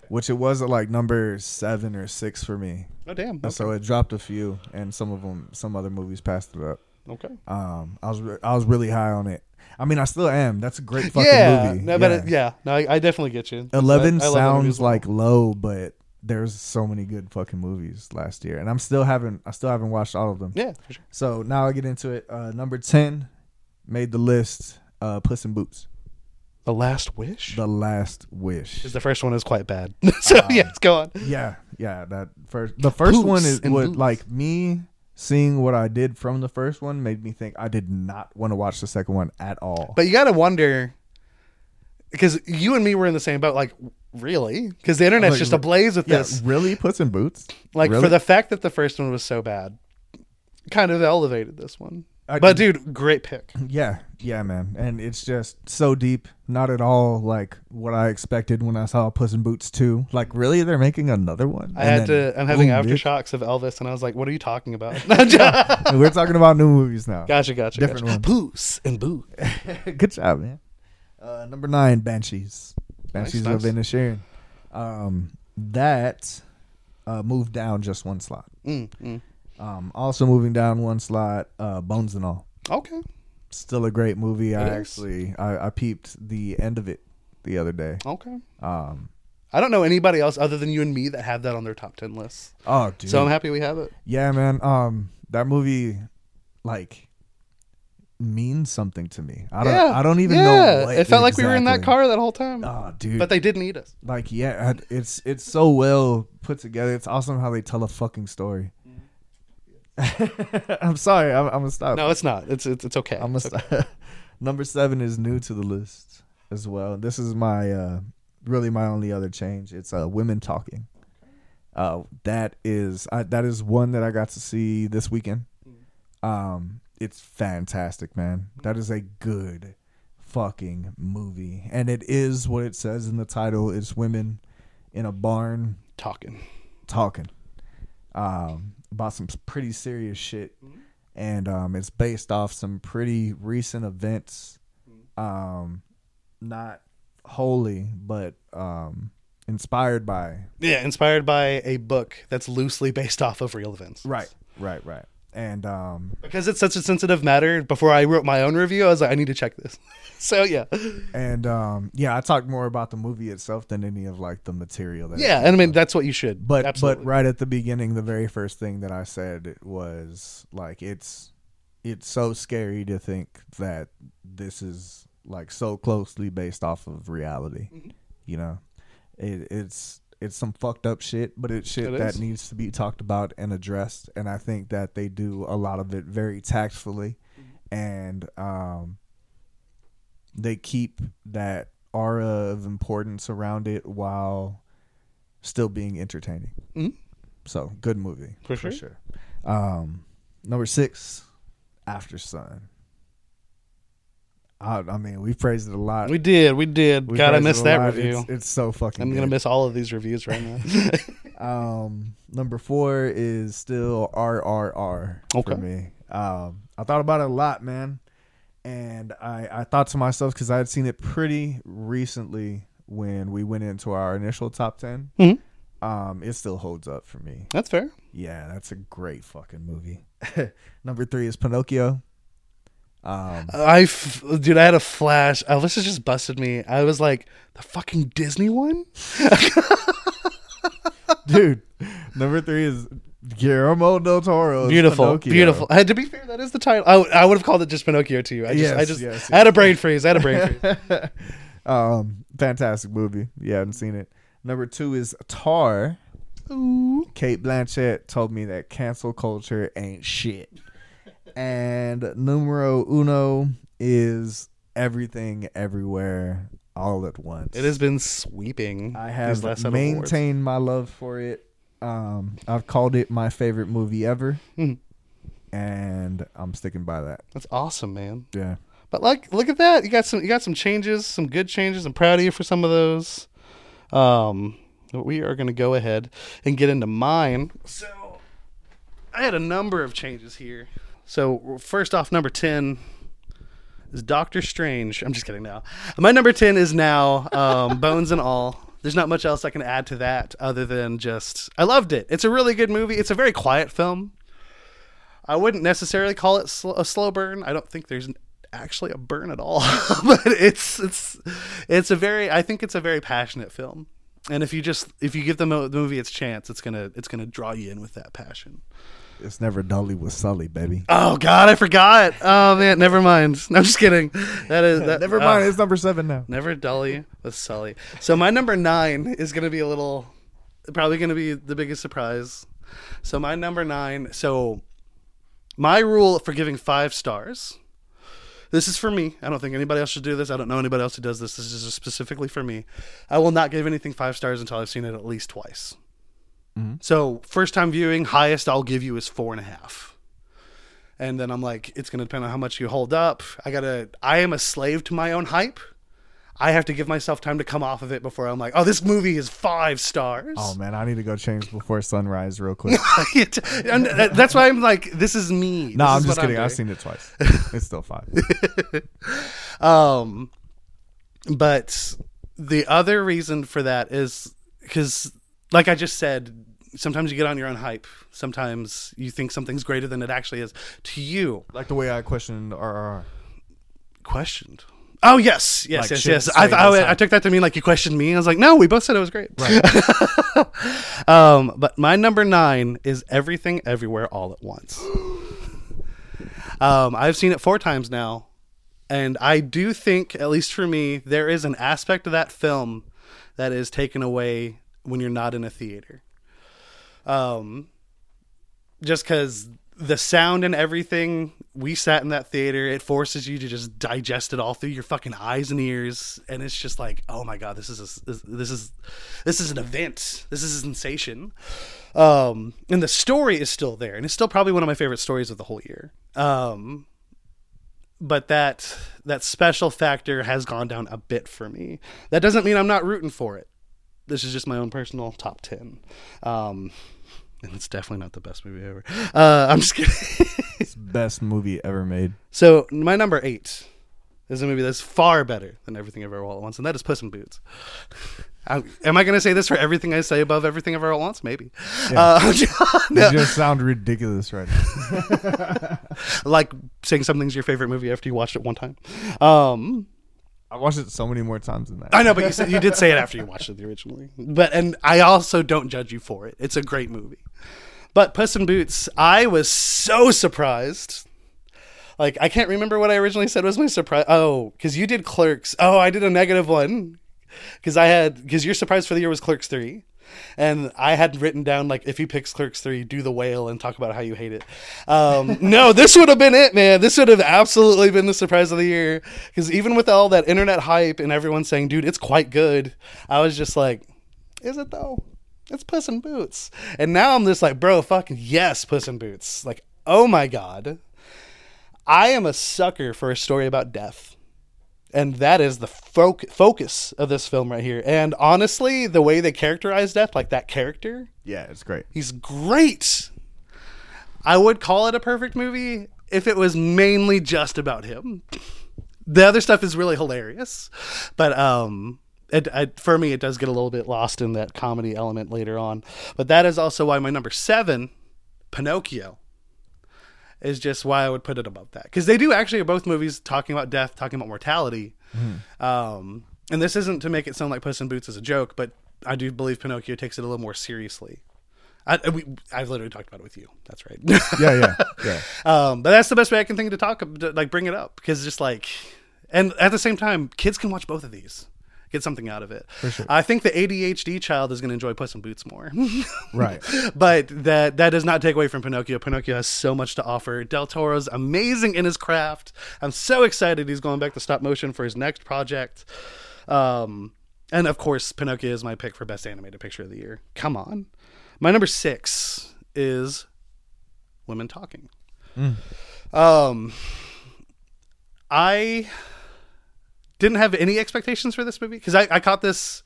Speaker 2: which it was at like number seven or six for me.
Speaker 1: Oh damn.
Speaker 2: And So it dropped a few, and some of them, some other movies passed it up.
Speaker 1: Okay.
Speaker 2: Um, I was re- I was really high on it. I mean, I still am. That's a great fucking
Speaker 1: yeah,
Speaker 2: movie.
Speaker 1: No, but it- yeah, no, I, I definitely get you.
Speaker 2: Eleven
Speaker 1: I- I love that movie as
Speaker 2: sounds
Speaker 1: well.
Speaker 2: like low, but there's so many good fucking movies last year, and I'm still haven't I still haven't watched all of them.
Speaker 1: yeah, for sure.
Speaker 2: So now I get into it. Uh, number ten made the list. Uh, Puss in Boots,
Speaker 1: The Last Wish. Ah.
Speaker 2: The Last Wish.
Speaker 1: Because the first one is quite bad. (laughs) so yes, go on.
Speaker 2: Yeah, yeah. That first, the first
Speaker 1: Boots
Speaker 2: one is
Speaker 1: and
Speaker 2: what
Speaker 1: boots.
Speaker 2: like me seeing what I did from the first one made me think I did not want to watch the second one at all.
Speaker 1: But you gotta wonder, because you and me were in the same boat. Like, really? Because the internet's
Speaker 2: Like,
Speaker 1: just ablaze with
Speaker 2: Oh, yeah,
Speaker 1: this.
Speaker 2: really, Puss in Boots.
Speaker 1: Like
Speaker 2: Really?
Speaker 1: for the fact that the first one was so bad, kind of elevated this one.
Speaker 2: I-
Speaker 1: but dude, great pick.
Speaker 2: Yeah, yeah, man. And it's just so deep. Not at all like what I expected when I saw Puss in Boots 2. Like, really? They're making another one?
Speaker 1: I
Speaker 2: And
Speaker 1: had
Speaker 2: then,
Speaker 1: to. I'm having
Speaker 2: boom, bitch.
Speaker 1: aftershocks of Elvis, and I was like, "What are you talking about?"
Speaker 2: (laughs)
Speaker 1: (laughs)
Speaker 2: And We're talking about new movies now.
Speaker 1: gotcha, gotcha.
Speaker 2: Different
Speaker 1: gotcha. Poos and boo.
Speaker 2: (laughs) Good job, man. Uh, number nine, Banshees. Banshees
Speaker 1: Nice,
Speaker 2: of Inisherin. Um, that uh, moved down just one slot.
Speaker 1: Mm, mm.
Speaker 2: Um, also moving down one slot, uh, Bones and All.
Speaker 1: (laughs) Okay.
Speaker 2: Still a great movie. I
Speaker 1: It is.
Speaker 2: actually I, I peeped the end of it the other day.
Speaker 1: Okay.
Speaker 2: Um,
Speaker 1: I don't know anybody else other than you and me that have that on their top ten lists.
Speaker 2: oh, dude.
Speaker 1: So I'm happy we have it.
Speaker 2: Yeah, man. Um, that movie, like, means something to me. I don't.
Speaker 1: yeah,
Speaker 2: I don't even
Speaker 1: yeah.
Speaker 2: know. What
Speaker 1: it felt like we were in that
Speaker 2: exactly.
Speaker 1: car that whole time,
Speaker 2: Oh, dude.
Speaker 1: but they didn't eat us.
Speaker 2: like, yeah, I- it's it's so well put together. It's awesome how they tell a fucking story. (laughs) I'm sorry. I'm, I'm gonna stop.
Speaker 1: Mm-hmm. No, it's not. It's it's, it's okay.
Speaker 2: I'm gonna stop. (laughs) Number seven is new to the list as well. This is my uh, really my only other change. It's uh, women talking. Uh, that is I, that is one that I got to see this weekend. Um, it's fantastic, man. That is a good fucking movie, and it is what it says in the title. It's women in a barn
Speaker 1: talking.
Speaker 2: talking um, about some pretty serious shit, and um, it's based off some pretty recent events, um, not wholly, but um, inspired by.
Speaker 1: Yeah, inspired by a book that's loosely based off of real events.
Speaker 2: right, right, and um,
Speaker 1: Because it's such a sensitive matter. Before I wrote my own review, I was like, I need to check this. (laughs) so yeah,
Speaker 2: and um, yeah, I talked more about the movie itself than any of like the material. That it
Speaker 1: yeah, and I mean that's what you should.
Speaker 2: But
Speaker 1: absolutely.
Speaker 2: but right at the beginning, the very first thing that I said was like it's it's so scary to think that this is like so closely based off of reality.
Speaker 1: Mm-hmm.
Speaker 2: You know, it, it's it's some fucked up shit, but it's shit
Speaker 1: It
Speaker 2: that
Speaker 1: is.
Speaker 2: needs to be talked about and addressed. And I think that they do a lot of it very tactfully,
Speaker 1: Mm-hmm.
Speaker 2: and um, they keep that aura of importance around it while still being entertaining.
Speaker 1: Mhm.
Speaker 2: So good movie
Speaker 1: For sure.
Speaker 2: Um, number six, After Sun. I, I mean, we praised it a lot.
Speaker 1: We did, we did.
Speaker 2: We
Speaker 1: God, I
Speaker 2: praised it
Speaker 1: missed
Speaker 2: a
Speaker 1: that
Speaker 2: lot.
Speaker 1: review.
Speaker 2: It's, it's so fucking.
Speaker 1: I'm gonna
Speaker 2: good.
Speaker 1: miss all of these reviews right now. (laughs)
Speaker 2: Um, number four is still RRR
Speaker 1: Okay.
Speaker 2: for me. Um, I thought about it a lot, man, and I I thought to myself because I had seen it pretty recently when we went into our initial top 10
Speaker 1: Mhm.
Speaker 2: Um, it still holds up for me.
Speaker 1: That's fair.
Speaker 2: Yeah, that's a great fucking movie. (laughs) number three is Pinocchio.
Speaker 1: (laughs)
Speaker 2: Um,
Speaker 1: I, f- dude, I had a flash. Alyssa just busted me. I was like, the fucking Disney one.
Speaker 2: dude, number three is Guillermo del Toro.
Speaker 1: Beautiful, beautiful. Uh, to be fair, that is the title. I, I would have called it just Pinocchio to you. I just, I
Speaker 2: Yes,
Speaker 1: just,
Speaker 2: yes,
Speaker 1: I had a brain freeze. I had a brain
Speaker 2: (laughs)
Speaker 1: freeze.
Speaker 2: um, fantastic movie. You haven't seen it. Number two is Tar.
Speaker 1: Ooh.
Speaker 2: Kate Blanchett told me that cancel culture ain't shit. And numero uno is everything, everywhere, all at once.
Speaker 1: It has been sweeping.
Speaker 2: I
Speaker 1: these last
Speaker 2: have
Speaker 1: set of awards.
Speaker 2: maintained my love for it. Um, I've called it my favorite movie ever,
Speaker 1: Mhm.
Speaker 2: and I'm sticking by that.
Speaker 1: That's awesome, man.
Speaker 2: Yeah.
Speaker 1: But like, look at that. You got some. You got some changes. Some good changes. I'm proud of you for some of those. Um, but we are going to go ahead and get into mine. So, I had a number of changes here. So first off, number ten is Doctor Strange. I'm just kidding now. My number ten is now um, (laughs) Bones and All. There's not much else I can add to that other than just I loved it. It's a really good movie. It's a very quiet film. I wouldn't necessarily call it sl- a slow burn. I don't think there's an- actually a burn at all, (laughs) but it's it's it's a very I think it's a very passionate film. And if you just if you give the, mo- the movie its chance, it's gonna it's gonna draw you in with that passion.
Speaker 2: It's never Dolly with Sully, baby.
Speaker 1: Oh God, I forgot. Oh man, never mind. (laughs) No, I'm just kidding. That is that,
Speaker 2: Never
Speaker 1: oh,
Speaker 2: mind. It's number seven
Speaker 1: (laughs)
Speaker 2: now.
Speaker 1: never Dolly with Sully. So my number nine is gonna be a little, probably gonna be the biggest surprise. So my number nine. So my rule for giving five stars. This is for me. I don't think anybody else should do this. I don't know anybody else who does this. This is specifically for me. I will not give anything five stars until I've seen it at least twice. So first time viewing, highest I'll give you is four and a half. And then I'm like, it's gonna depend on how much you hold up. I gotta I am a slave to my own hype. I have to give myself time to come off of it before I'm like, oh, this movie is five stars.
Speaker 2: Oh man, I need to go change before sunrise
Speaker 1: (laughs)
Speaker 2: real quick.
Speaker 1: And that- that's why I'm like, this is me.
Speaker 2: no,
Speaker 1: This
Speaker 2: I'm
Speaker 1: is
Speaker 2: just
Speaker 1: what
Speaker 2: kidding.
Speaker 1: doing.
Speaker 2: I've seen it twice.
Speaker 1: (laughs)
Speaker 2: It's still five.
Speaker 1: Um, but the other reason for that is because, like I just said, sometimes you get on your own hype. Sometimes you think something's greater than it actually is to you.
Speaker 2: like the way I questioned RRR.
Speaker 1: Questioned. Oh yes, yes,
Speaker 2: Like,
Speaker 1: yes,
Speaker 2: shit,
Speaker 1: yes.
Speaker 2: straight
Speaker 1: I, I,
Speaker 2: outside.
Speaker 1: I took that to mean like you questioned me. I was like, no, we both said it was great. (laughs) um, but my number nine is everything, everywhere, all at
Speaker 2: (gasps)
Speaker 1: once. Um, I've seen it four times now, and I do think, at least for me, there is an aspect of that film that is taken away when you're not in a theater. Um, just because the sound and everything, we sat in that theater, it forces you to just digest it all through your fucking eyes and ears, and it's just like, oh my god, this is a, this, this is this is an event, this is a sensation. Um, and the story is still there, and it's still probably one of my favorite stories of the whole year. Um, but that that special factor has gone down a bit for me. That doesn't mean I'm not rooting for it. This is just my own personal top ten, um, and (laughs) it's definitely not the best movie ever. Uh, I'm just kidding. (laughs)
Speaker 2: It's best movie ever made.
Speaker 1: so my number eight is a movie that's far better than everything ever all at once, and that is Puss in Boots. (laughs) I, am I going to say this for everything I say above everything ever all at once? Maybe. Uh, (laughs)
Speaker 2: It just sound ridiculous right now.
Speaker 1: like saying something's your favorite movie after you watched it one time. Um,
Speaker 2: I watched it so many more times than that.
Speaker 1: I know, but you said, you did say it after you watched it originally. But and I also don't judge you for it. It's a great movie. But Puss in Boots, I was so surprised. Like I can't remember what I originally said was my surprise. Oh, because you did Clerks. Oh, I did a negative one because I had because your surprise for the year was Clerks three, and I had written down like if he picks Clerks three, do the whale and talk about how you hate it. Um, no, this would have been it, man. This would have absolutely been the surprise of the year because even with all that internet hype and everyone saying, "Dude, it's quite good," I was just like, "Is it though?" It's Puss in Boots, and now I'm just like, bro, fucking yes, Puss in Boots. Like, oh my god, I am a sucker for a story about death. and that is the foc- focus of this film right here. And honestly, the way they characterize death, like that character,
Speaker 2: Yeah, it's great.
Speaker 1: he's great. I would call it a perfect movie if it was mainly just about him. The other stuff is really hilarious, but um, it, it, for me, it does get a little bit lost in that comedy element later on. But that is also why my number seven, Pinocchio, is just why I would put it above that because they do actually are both movies talking about death, talking about mortality. Um, and this isn't to make it sound like Puss in Boots is a joke, but I do believe Pinocchio takes it a little more seriously. I, I- we, I've literally talked about it with you. That's right. (laughs)
Speaker 2: Yeah, yeah, yeah.
Speaker 1: um, but that's the best way I can think to talk, to, like bring it up, because just like, and at the same time, kids can watch both of these, get something out of it. For
Speaker 2: sure.
Speaker 1: I think the ADHD child is going to enjoy Puss in Boots more. (laughs)
Speaker 2: Right.
Speaker 1: but that that does not take away from Pinocchio. Pinocchio has so much to offer. Del Toro's amazing in his craft. I'm so excited he's going back to stop motion for his next project. Um, and of course, Pinocchio is my pick for best animated picture of the year. Come on, my number six is Women Talking. Um, I didn't have any expectations for this movie because I, I caught this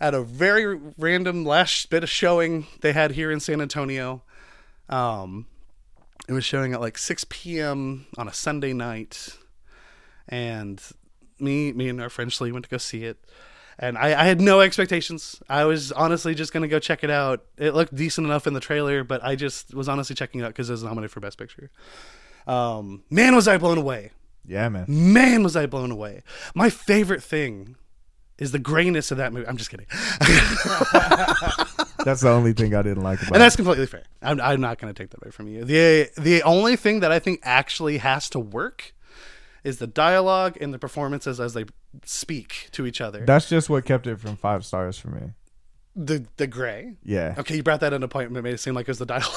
Speaker 1: at a very random last bit of showing they had here in San Antonio. Um, it was showing at like 6 p.m. on a Sunday night, and me, me and our friend Slee went to go see it. And I, I had no expectations. I was honestly just gonna go check it out. It looked decent enough in the trailer, but I just was honestly checking it out because it was nominated for Best Picture. Um, man, was I blown away!
Speaker 2: Yeah, man.
Speaker 1: man was i blown away my favorite thing is the grayness of that movie i'm just kidding
Speaker 2: That's the only thing I didn't like about
Speaker 1: and
Speaker 2: it.
Speaker 1: that's completely fair i'm, I'm not going to take that away from you the the only thing that i think actually has to work is the dialogue and the performances as they speak to each other
Speaker 2: That's just what kept it from five stars for me.
Speaker 1: the the gray
Speaker 2: Yeah.
Speaker 1: okay you brought that into point but it made it seem like it was the dialogue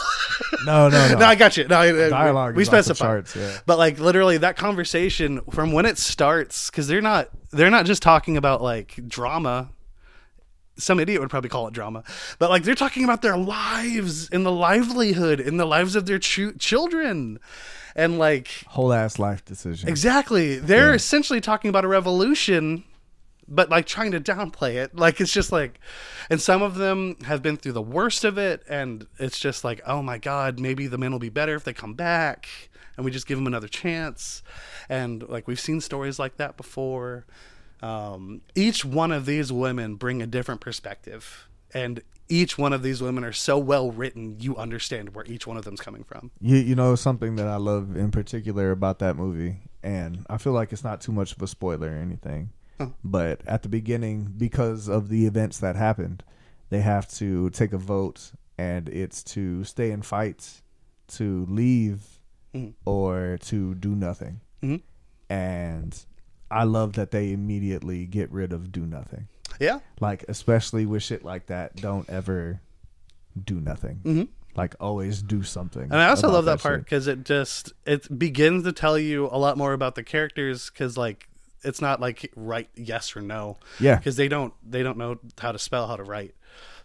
Speaker 2: No, no,
Speaker 1: (laughs)
Speaker 2: no.
Speaker 1: no i got you no I- I-
Speaker 2: Dialogue
Speaker 1: we
Speaker 2: is off the
Speaker 1: specified
Speaker 2: charts, yeah.
Speaker 1: but like literally that conversation from when it starts because they're not they're not just talking about like drama some idiot would probably call it drama but like they're talking about their lives and the livelihood and the lives of their chu- children and like
Speaker 2: Whole ass life decision.
Speaker 1: exactly they're essentially talking about a revolution but like trying to downplay it like it's just like and some of them have been through the worst of it and it's just like oh my god maybe the men will be better if they come back and we just give them another chance and like we've seen stories like that before um, each one of these women bring a different perspective and each one of these women are so well written you understand where each one of them's coming from
Speaker 2: You you know something that I love in particular about that movie, and I feel like it's not too much of a spoiler or anything, but at the beginning, because of the events that happened, they have to take a vote, and it's to stay in fights, to leave, or to do nothing.
Speaker 1: Mhm.
Speaker 2: And I love that they immediately get rid of do nothing,
Speaker 1: yeah
Speaker 2: like especially with shit like that. Don't ever do nothing. Like always do something.
Speaker 1: Mm-hmm. And I also
Speaker 2: about
Speaker 1: love that, part
Speaker 2: shit.
Speaker 1: 'cause part because it just it begins to tell you a lot more about the characters because like it's not like right yes or no
Speaker 2: Yeah.
Speaker 1: because they don't they don't know how to spell how to write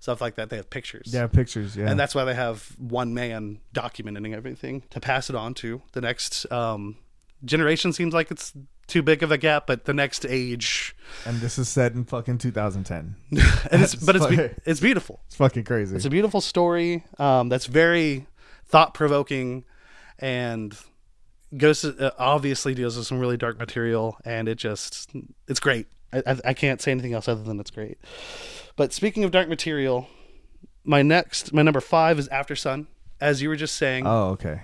Speaker 1: stuff like that they have pictures
Speaker 2: Yeah, pictures. Yeah,
Speaker 1: and that's why they have one man documenting everything to pass it on to the next um, generation seems like it's too big of a gap but the next age
Speaker 2: and this is set in fucking 2010. (laughs)
Speaker 1: and it's but it's be-
Speaker 2: Sorry.
Speaker 1: it's beautiful
Speaker 2: It's fucking crazy.
Speaker 1: It's a beautiful story um, that's very thought provoking and goes to, uh, obviously deals with some really dark material, and it just it's great. I, I, I can't say anything else other than it's great. But speaking of dark material, my next my number five is After Sun. As you were just saying,
Speaker 2: oh, okay.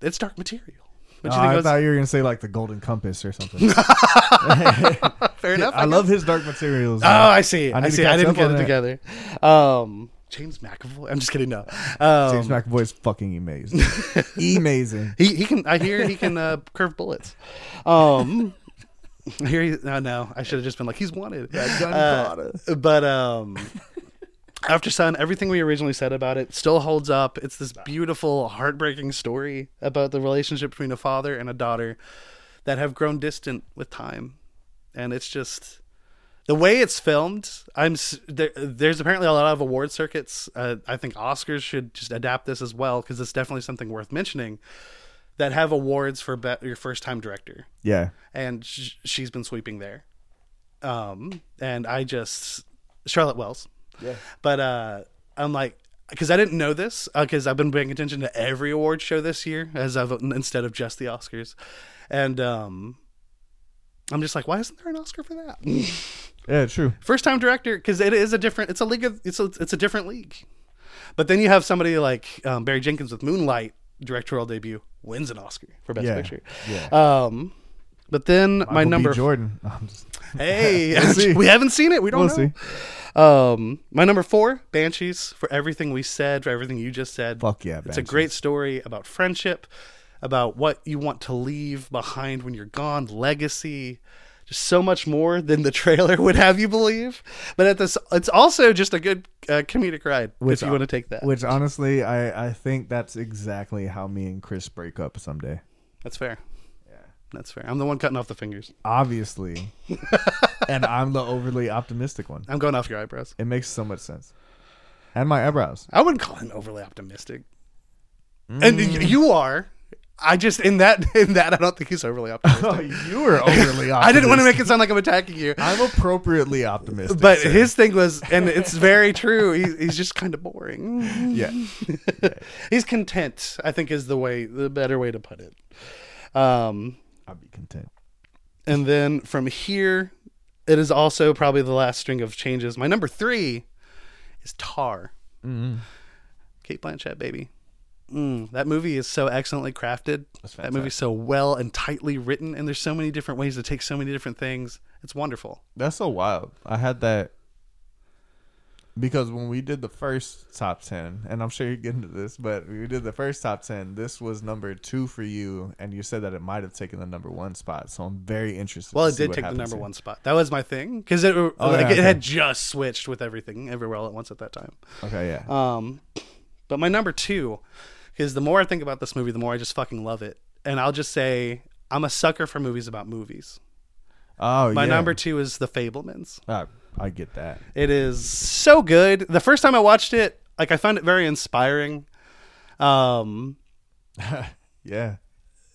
Speaker 1: it's dark material.
Speaker 2: Oh,
Speaker 1: What you think
Speaker 2: I
Speaker 1: was
Speaker 2: thought you were gonna say like the Golden Compass
Speaker 1: (laughs)
Speaker 2: or something.
Speaker 1: fair enough?
Speaker 2: I
Speaker 1: guess?
Speaker 2: love his dark materials.
Speaker 1: Oh, I see.
Speaker 2: I
Speaker 1: I,
Speaker 2: need to
Speaker 1: see. I
Speaker 2: catch
Speaker 1: didn't
Speaker 2: up
Speaker 1: get
Speaker 2: on
Speaker 1: it
Speaker 2: that.
Speaker 1: together. Um, James McAvoy. I'm just kidding. No. Um,
Speaker 2: James McAvoy's
Speaker 1: (laughs)
Speaker 2: fucking amazing. amazing.
Speaker 1: He he can. I hear he can uh, (laughs) curve bullets. Um, I hear he. No, no. I should have just been like he's wanted.
Speaker 2: gunpowder.
Speaker 1: Uh, but um, after sun, everything we originally said about it still holds up. It's this beautiful, heartbreaking story about the relationship between a father and a daughter that have grown distant with time, and it's just. The way it's filmed, I'm s- there, there's apparently a lot of award circuits. Uh, I think Oscars should just adapt this as well because it's definitely something worth mentioning that have awards for be- your first time director,
Speaker 2: Yeah.
Speaker 1: and sh- she's been sweeping there. Um, and I just Charlotte Wells,
Speaker 2: Yeah.
Speaker 1: but uh, I'm like. Because I didn't know this, because I've been paying attention to every award show this year, as I've instead of just the Oscars, and um, I'm just like, why isn't there an Oscar for that?
Speaker 2: Yeah, true.
Speaker 1: first time director because it is a different it's a league of it's a, it's a different league but then you have somebody like um, barry jenkins with moonlight directorial debut wins an oscar for best
Speaker 2: Yeah,
Speaker 1: picture
Speaker 2: yeah.
Speaker 1: um but then my
Speaker 2: Michael B.
Speaker 1: number
Speaker 2: Jordan. (laughs) I'm just, (laughs)
Speaker 1: hey (laughs)
Speaker 2: see.
Speaker 1: we haven't seen it we don't
Speaker 2: we'll
Speaker 1: know
Speaker 2: see.
Speaker 1: um my number four banshees for everything we said for everything you just said
Speaker 2: Fuck yeah,
Speaker 1: it's a great story about friendship about what you want to leave behind when you're gone legacy just so much more than the (laughs) trailer would have you believe but at this it's also just a good uh, comedic ride
Speaker 2: Which
Speaker 1: if you
Speaker 2: I-
Speaker 1: want to take that
Speaker 2: Which honestly, I I think that's exactly how me and Chris break up someday.
Speaker 1: that's fair that's fair i'm the one cutting off the fingers
Speaker 2: Obviously, and I'm the overly optimistic one.
Speaker 1: i'm going off your eyebrows
Speaker 2: It makes so much sense. And my eyebrows.
Speaker 1: i wouldn't call him overly optimistic and y-
Speaker 2: Mm.
Speaker 1: you are i just in that (laughs) in that i don't think he's overly optimistic
Speaker 2: (laughs) Oh, you were (laughs) overly. optimistic.
Speaker 1: i didn't want to make it sound like i'm attacking you
Speaker 2: (laughs) I'm appropriately optimistic.
Speaker 1: but
Speaker 2: sir.
Speaker 1: his thing was, and it's very true. He, he's just kind of
Speaker 2: (laughs)
Speaker 1: boring.
Speaker 2: yeah,
Speaker 1: he's content. I think is the way, the better way to put it. Um,
Speaker 2: I'd be content.
Speaker 1: and then from here, it is also probably the last string of changes. My number three is Tar.
Speaker 2: Mm-hmm.
Speaker 1: Kate Blanchett, baby. Mm, that movie is so excellently crafted. That movie's so well and tightly written, and there's so many different ways to take so many different things. It's wonderful.
Speaker 2: That's so wild. I had that because when we did the first top 10, and I'm sure you get into this, but we did the first top 10, this was number two for you, and you said that it might have taken the number one spot. So I'm very interested.
Speaker 1: Well,
Speaker 2: to
Speaker 1: it
Speaker 2: see
Speaker 1: did
Speaker 2: what
Speaker 1: take the
Speaker 2: happens
Speaker 1: number
Speaker 2: here. Oh,
Speaker 1: one spot. That was my thing because it like,
Speaker 2: yeah,
Speaker 1: it
Speaker 2: okay.
Speaker 1: had just switched with everything everywhere all at once at that time.
Speaker 2: Okay, yeah.
Speaker 1: Um, but my number two is the more I think about this movie, the more I just fucking love it. And I'll just say I'm a sucker for movies about movies.
Speaker 2: oh,
Speaker 1: My
Speaker 2: yeah.
Speaker 1: number two is The Fablemans.
Speaker 2: I, I get that.
Speaker 1: It is so good. The first time I watched it, like I found it very inspiring. Um,
Speaker 2: Yeah.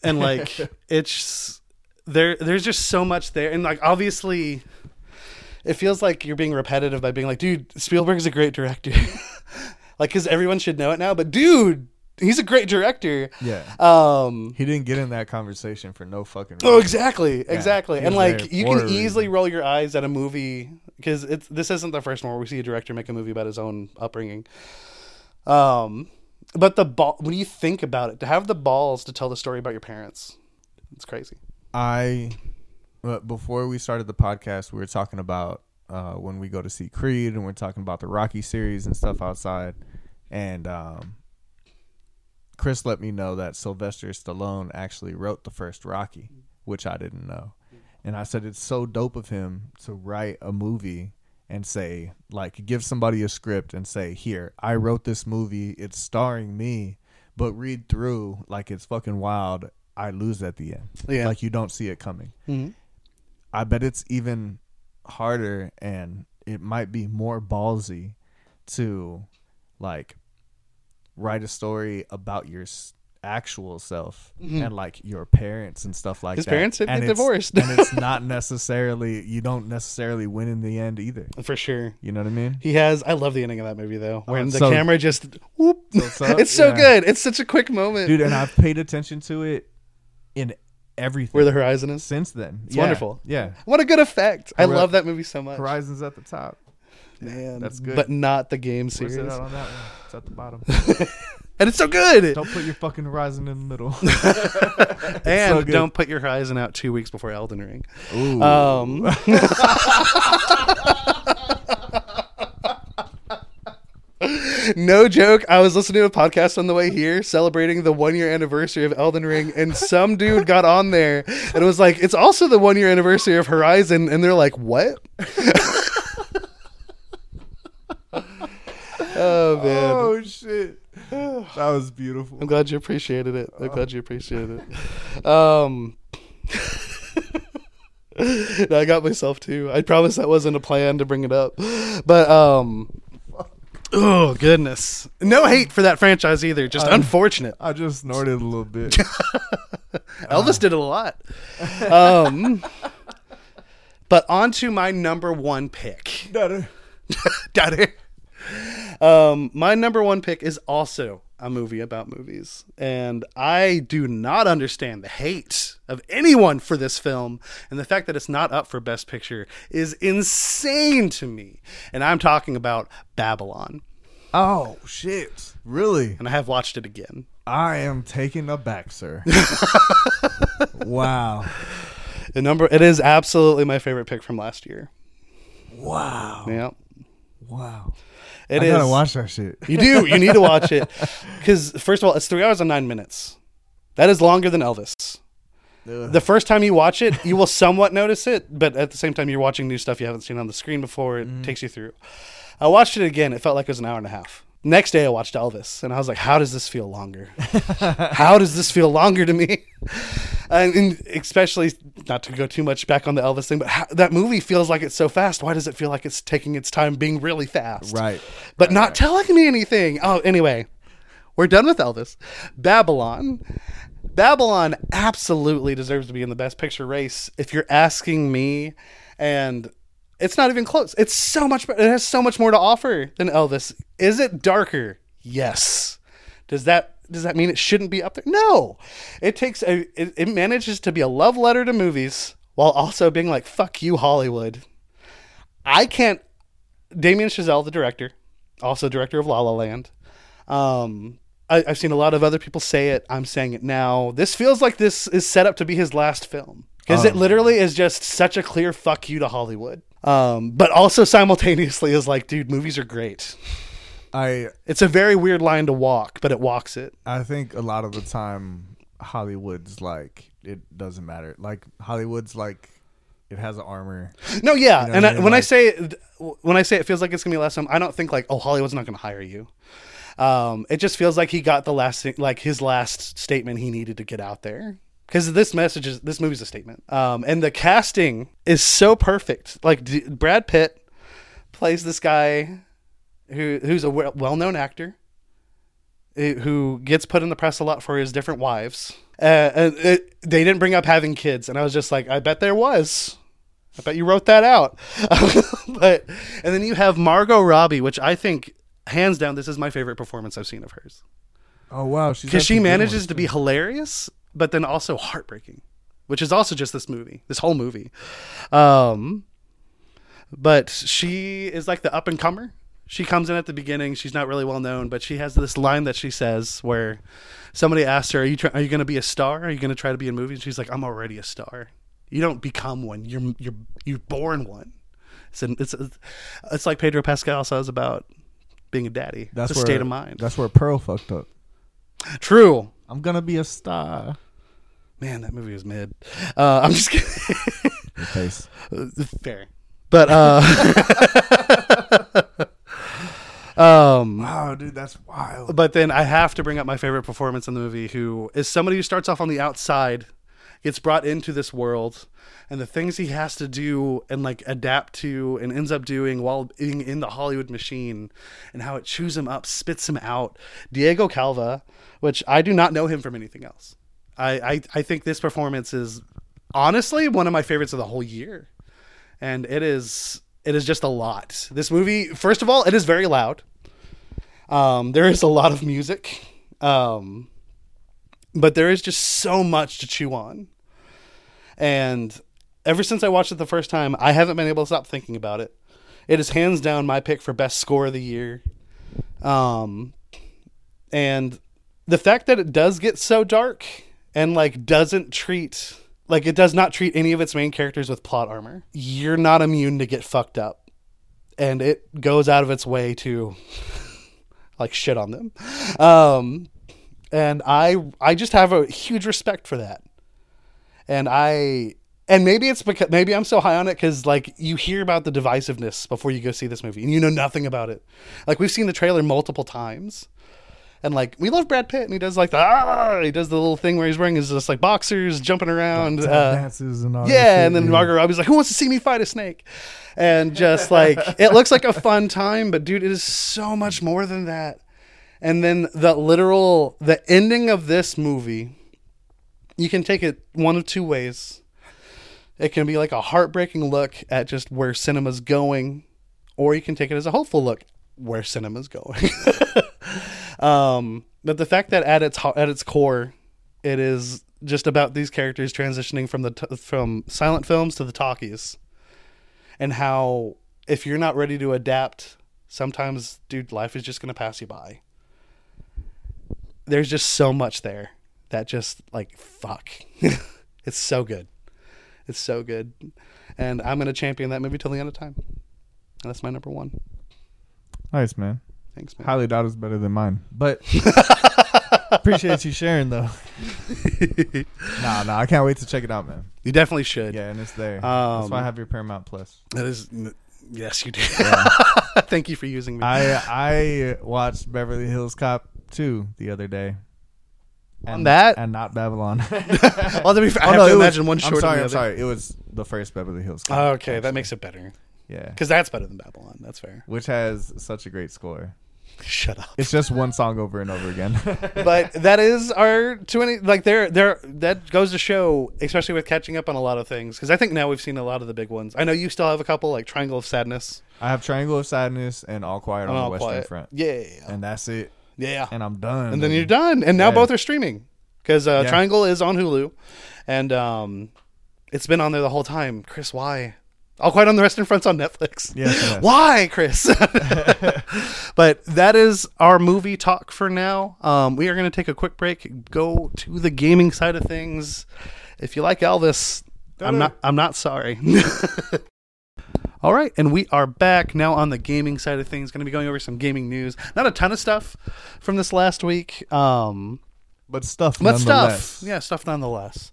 Speaker 1: and
Speaker 2: (laughs)
Speaker 1: like it's there there's just so much there and like obviously it feels like you're being repetitive by being like dude spielberg's a great director (laughs) like because everyone should know it now but dude he's a great director
Speaker 2: Yeah.
Speaker 1: um
Speaker 2: He didn't get in that conversation for no fucking reason.
Speaker 1: oh exactly exactly
Speaker 2: he
Speaker 1: and
Speaker 2: was
Speaker 1: like
Speaker 2: there
Speaker 1: you
Speaker 2: for
Speaker 1: can
Speaker 2: a
Speaker 1: easily roll your eyes at a movie because it's this isn't the first one where we see a director make a movie about his own upbringing um but the ball when you think about it to have the balls to tell the story about your parents it's crazy
Speaker 2: I but before we started the podcast, we were talking about uh, when we go to see Creed, and we're talking about the Rocky series and stuff outside. And um, Chris let me know that Sylvester Stallone actually wrote the first Rocky, which I didn't know. And I said it's so dope of him to write a movie and say like give somebody a script and say here I wrote this movie, it's starring me, but read through like it's fucking wild. I lose at the end.
Speaker 1: Yeah.
Speaker 2: Like you don't see it coming.
Speaker 1: Mhm.
Speaker 2: I bet it's even harder and it might be more ballsy to like write a story about your s- actual self and like your parents and stuff like
Speaker 1: Mm-hmm. His
Speaker 2: that.
Speaker 1: parents did
Speaker 2: and
Speaker 1: get
Speaker 2: it's-
Speaker 1: divorced. (laughs)
Speaker 2: and it's not necessarily you don't necessarily win in the end either.
Speaker 1: For sure.
Speaker 2: You know what I mean?
Speaker 1: He has. I love the ending of that movie though, when the
Speaker 2: Uh, so-
Speaker 1: camera just whoop.
Speaker 2: Tilts
Speaker 1: (laughs)
Speaker 2: up,
Speaker 1: it's so
Speaker 2: yeah.
Speaker 1: good. It's such a quick moment
Speaker 2: Dude, uh, and I've paid attention to it in everything
Speaker 1: where the horizon is.
Speaker 2: since then. It's
Speaker 1: wonderful.
Speaker 2: Yeah.
Speaker 1: What a good effect! I
Speaker 2: Hori-
Speaker 1: love that movie so much.
Speaker 2: Horizon's at the top.
Speaker 1: Man,
Speaker 2: that's good.
Speaker 1: But not the game
Speaker 2: Where's
Speaker 1: series,
Speaker 2: it at on that one? It's at
Speaker 1: (laughs)
Speaker 2: the bottom.
Speaker 1: and it's so good.
Speaker 2: Don't put your fucking horizon in
Speaker 1: (laughs)
Speaker 2: the middle.
Speaker 1: and
Speaker 2: so good.
Speaker 1: don't put your horizon out two weeks before Elden Ring.
Speaker 2: Ooh.
Speaker 1: Um,
Speaker 2: (laughs)
Speaker 1: no joke. I was listening to a podcast on the way here celebrating the one year anniversary of Elden Ring, and some dude got on there and was like, It's also the one year anniversary of Horizon. And they're like, What? oh, man.
Speaker 2: (laughs) oh shit. (sighs) That was beautiful.
Speaker 1: I'm glad you appreciated it. I'm glad you appreciated it. Um, (laughs) no, I got myself too. I promise that wasn't a plan to bring it up, but um, Oh goodness! No hate for that franchise either. Just unfortunate.
Speaker 2: I just snorted a little (laughs) bit.
Speaker 1: Elvis did it a lot. Um, but on to my number one pick. (laughs) Got it. Um, my number one pick is also a movie about movies, and I do not understand the hate of anyone for this film, and the fact that it's not up for Best Picture is insane to me. And I'm talking about Babylon,
Speaker 2: oh shit! Really?
Speaker 1: and I have watched it again.
Speaker 2: I am taken aback, (laughs) sir. wow!
Speaker 1: The number it is absolutely my favorite pick from last year.
Speaker 2: Wow!
Speaker 1: Yeah,
Speaker 2: Wow!
Speaker 1: it
Speaker 2: Oh. I
Speaker 1: is.
Speaker 2: gotta watch that shit.
Speaker 1: You do. You need to watch it because first of all, it's three hours and nine minutes. That is longer than Elvis. The first time you watch it, you will somewhat notice it, but at the same time, you're watching new stuff you haven't seen on the screen before. It takes you through. I watched it again. It felt like it was an hour and a half. Next day, I watched Elvis, and I was like, "How does this feel longer? How does this feel longer to me?" (laughs) And, and especially, not to go too much back on the Elvis thing, but how, that movie feels like it's so fast. Why does it feel like it's taking its time, being really fast?
Speaker 2: Right.
Speaker 1: but not telling me anything. Oh, anyway, we're done with Elvis. Babylon. Babylon absolutely deserves to be in the best picture race if you're asking me. And it's not even close. It's so much it has so much more to offer than Elvis. Is it darker? Yes. Does that does that mean it shouldn't be up there? No. It takes a it, it manages to be a love letter to movies while also being like fuck you Hollywood. I can't. Damien Chazelle, the director, also director of La La Land. Um, I, I've seen a lot of other people say it. I'm saying it now. This feels like this is set up to be his last film because it literally is just such a clear fuck you to Hollywood. Um, but also simultaneously is like, dude, movies are great.
Speaker 2: I
Speaker 1: It's a very weird line to walk, but it walks it.
Speaker 2: I think a lot of the time Hollywood's like it doesn't matter. Like Hollywood's like it has an armor.
Speaker 1: No, yeah,
Speaker 2: know
Speaker 1: and
Speaker 2: what I
Speaker 1: I,
Speaker 2: mean?
Speaker 1: when I
Speaker 2: Like-
Speaker 1: say when I say it feels like it's gonna be the last time, I don't think like oh Hollywood's not gonna hire you. Um, it just feels like he got the last thing, like his last statement he needed to get out there because this message is this movie's a statement. Um, and the casting is so perfect. Like D- Brad Pitt plays this guy who who's a well known actor eh, who gets put in the press a lot for his different wives. Uh, and it, they didn't bring up having kids, and I was just like, I bet there was. I bet you wrote that out. (laughs) but and then you have Margot Robbie, which I think hands down this is my favorite performance I've seen of hers
Speaker 2: Oh wow, she's
Speaker 1: because she manages to be hilarious, but then also heartbreaking, which is also just this movie, this whole movie. Um, but she is like the up and comer. She comes in at the beginning. She's not really well known, but she has this line that she says where somebody asks her, "Are you try- are you going to be a star? Are you going to try to be in movies?" And she's like, "I'm already a star. You don't become one. You're you're you're born one." It's an, it's it's like Pedro Pascal says about being a daddy. That's it's a state of mind.
Speaker 2: That's where Pearl fucked up.
Speaker 1: True.
Speaker 2: I'm gonna be a star.
Speaker 1: Man, that movie was mid. Uh, I'm just kidding.
Speaker 2: Your face.
Speaker 1: Fair, but uh, um,
Speaker 2: Wow, Oh, dude, that's wild.
Speaker 1: but then I have to bring up my favorite performance in the movie, who is somebody who starts off on the outside, gets brought into this world, and the things he has to do and like adapt to and ends up doing while being in the Hollywood machine, and how it chews him up, spits him out. Diego Calva, which I do not know him from anything else. I I, I think this performance is honestly one of my favorites of the whole year and it is it is just a lot. This movie, first of all, it is very loud. Um, there is a lot of music, um, but there is just so much to chew on. And ever since I watched it the first time, I haven't been able to stop thinking about it. It is hands down my pick for best score of the year. Um, and the fact that it does get so dark and like doesn't treat like it does not treat any of its main characters with plot armor you're not immune to get fucked up and it goes out of its way to like shit on them um and i i just have a huge respect for that and i and maybe it's because maybe i'm so high on it because like you hear about the divisiveness before you go see this movie and you know nothing about it like we've seen the trailer multiple times And like we love Brad Pitt, and he does like the ah, he does the little thing where he's wearing his just like boxers, jumping around. uh,
Speaker 2: dances and all. that
Speaker 1: yeah,
Speaker 2: shit,
Speaker 1: and then
Speaker 2: yeah.
Speaker 1: Margot Robbie's like, "Who wants to see me fight a snake?" And just like it looks like a fun time, but dude, it is so much more than that. And then the literal the ending of this movie, you can take it one of two ways. It can be like a heartbreaking look at just where cinema's going, or you can take it as a hopeful look where cinema's going. (laughs) um, but the fact that at its ho- at its core, it is just about these characters transitioning from the t- from silent films to the talkies, and how if you're not ready to adapt, sometimes dude, life is just gonna pass you by. There's just so much there that just like fuck, (laughs) it's so good, it's so good, and I'm gonna champion that movie till the end of time. And that's my number one.
Speaker 2: Nice man.
Speaker 1: Thanks, man.
Speaker 2: Highly doubt it's better than mine, but appreciate you sharing though. (laughs) nah, nah, I can't wait to check it out, man.
Speaker 1: (laughs) You definitely should.
Speaker 2: Yeah, and it's there. That's
Speaker 1: Um,
Speaker 2: why I have your Paramount Plus.
Speaker 1: That is, yes, you do. (laughs) Thank you for using me.
Speaker 2: I I watched Beverly Hills Cop two the other day.
Speaker 1: On that?
Speaker 2: and
Speaker 1: (laughs)
Speaker 2: not (laughs) Babylon.
Speaker 1: Although we- I have
Speaker 2: Oh, no,
Speaker 1: to
Speaker 2: it was-
Speaker 1: imagine one short.
Speaker 2: I'm
Speaker 1: of
Speaker 2: sorry,
Speaker 1: the
Speaker 2: I'm
Speaker 1: other.
Speaker 2: sorry. It was the first Beverly Hills Cop.
Speaker 1: Oh, okay, that makes it better
Speaker 2: yeah,
Speaker 1: because that's better than Babylon. That's fair.
Speaker 2: which has such a great score.
Speaker 1: Shut up.
Speaker 2: It's just one song over and over
Speaker 1: (laughs)
Speaker 2: again.
Speaker 1: but that is our twenty. Like there, there. That goes to show, especially with catching up on a lot of things, because I think now we've seen a lot of the big ones. I know you still have a couple, like Triangle of Sadness
Speaker 2: I have Triangle of Sadness and All Quiet on
Speaker 1: and
Speaker 2: the
Speaker 1: All
Speaker 2: Western
Speaker 1: Quiet.
Speaker 2: Front,
Speaker 1: Yeah,
Speaker 2: and that's it.
Speaker 1: yeah.
Speaker 2: And I'm done.
Speaker 1: and then you're done. And now
Speaker 2: Yeah.
Speaker 1: both are streaming because uh,
Speaker 2: Yeah.
Speaker 1: Triangle is on Hulu, and um, it's been on there the whole time. Chris, why? All Quiet on the Western Front's on Netflix.
Speaker 2: Yes,
Speaker 1: (laughs)
Speaker 2: yes.
Speaker 1: Why,
Speaker 2: (laughs)
Speaker 1: Chris? but that is our movie talk for now. Um, we are going to take a quick break. Go to the gaming side of things. If you like Elvis, I'm not. I'm not sorry. (laughs) All right, and we are back now on the gaming side of things. Going to be going over some gaming news. Not a ton of stuff from this last week, um,
Speaker 2: but stuff.
Speaker 1: but stuff.
Speaker 2: nonetheless.
Speaker 1: Yeah, stuff nonetheless.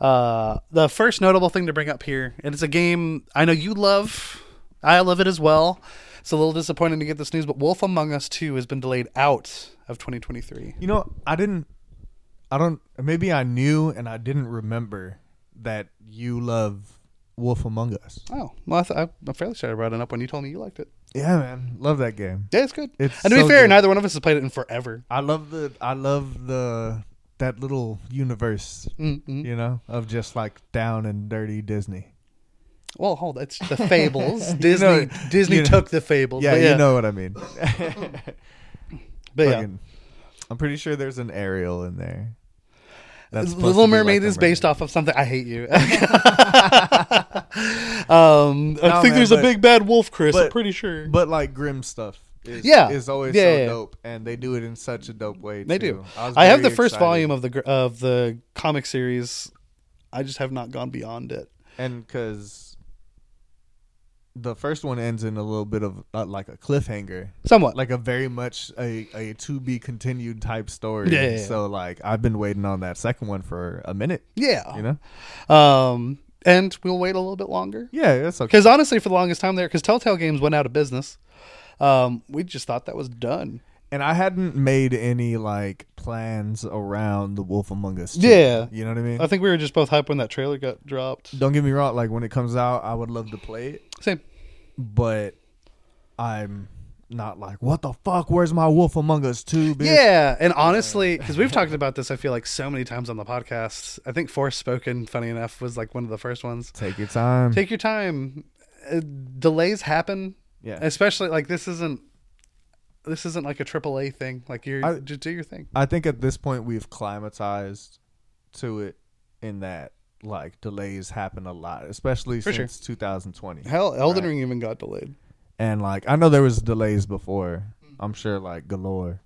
Speaker 1: Uh, the first notable thing to bring up here, and it's a game I know you love. I love it as well. It's a little disappointing to get this news, but Wolf Among Us 2 has been delayed out of 2023.
Speaker 2: You know, I didn't. I don't. Maybe I knew and I didn't remember that you love Wolf Among Us.
Speaker 1: Oh, well, I th- I'm fairly sure I brought it up when you told me you liked it.
Speaker 2: Yeah, man, love that game.
Speaker 1: Yeah, it's good.
Speaker 2: It's
Speaker 1: and to
Speaker 2: so
Speaker 1: be fair,
Speaker 2: good.
Speaker 1: neither one of us has played it in forever.
Speaker 2: I love the. I love the that little universe.
Speaker 1: Mm-mm.
Speaker 2: You know, of just like down and dirty Disney.
Speaker 1: Well, hold. It's
Speaker 2: (laughs)
Speaker 1: the Fables. Disney.
Speaker 2: know-
Speaker 1: Disney
Speaker 2: you know-
Speaker 1: took the Fables.
Speaker 2: Yeah,
Speaker 1: but yeah,
Speaker 2: you know what
Speaker 1: (laughs)
Speaker 2: I mean.
Speaker 1: but yeah.
Speaker 2: Fucking- I'm pretty sure there's an Ariel in there. supposed to
Speaker 1: Little
Speaker 2: be
Speaker 1: Mermaid
Speaker 2: like a
Speaker 1: is based off of something. I hate
Speaker 2: (laughs)
Speaker 1: you. (laughs) um, I
Speaker 2: No,
Speaker 1: think
Speaker 2: man,
Speaker 1: there's a
Speaker 2: but-
Speaker 1: big bad wolf, Chris. I'm
Speaker 2: but-
Speaker 1: pretty sure.
Speaker 2: But like grim stuff. Is,
Speaker 1: Yeah.
Speaker 2: is always
Speaker 1: Yeah,
Speaker 2: so
Speaker 1: yeah, yeah.
Speaker 2: dope, and they do it in such a dope way.
Speaker 1: they
Speaker 2: too.
Speaker 1: do.
Speaker 2: was
Speaker 1: I have the
Speaker 2: very
Speaker 1: first
Speaker 2: excited.
Speaker 1: volume of the gr- of the comic series. I just have not gone beyond it.
Speaker 2: and because the first one ends in a little bit of uh, like a cliffhanger,
Speaker 1: Somewhat.
Speaker 2: like a very much a, a to be continued type story.
Speaker 1: Yeah, yeah, yeah.
Speaker 2: So like I've been waiting on that second one for a minute.
Speaker 1: yeah.
Speaker 2: You know.
Speaker 1: Um, and we'll wait a little bit longer.
Speaker 2: Yeah, that's okay.
Speaker 1: Because honestly, for the longest time there, because Telltale Games went out of business, um, we just thought that was done.
Speaker 2: And I hadn't made any like plans around the Wolf Among Us. 2.
Speaker 1: Yeah. Uh,
Speaker 2: You know what I mean?
Speaker 1: I think we were just both hyped when that trailer got dropped.
Speaker 2: Don't get me wrong. Like when it comes out, I would love to play it,
Speaker 1: Same.
Speaker 2: but I'm not like, what the fuck? Where's my Wolf Among Us two? Bitch?
Speaker 1: Yeah, and honestly, because we've talked about this, I feel like so many times on the podcast. I think Forspoken, funny enough, was like one of the first ones.
Speaker 2: Take your time.
Speaker 1: Take your time. Uh, delays happen,
Speaker 2: yeah.
Speaker 1: especially like this isn't this isn't like a AAA thing. Like you're
Speaker 2: I-
Speaker 1: just do your thing.
Speaker 2: I think at this point we've climatized to it in that like delays happen a lot, especially
Speaker 1: For sure.
Speaker 2: since 2020.
Speaker 1: Hell, Elden Ring even got delayed.
Speaker 2: And like I know there was delays before.
Speaker 1: Mm.
Speaker 2: I'm sure like galore.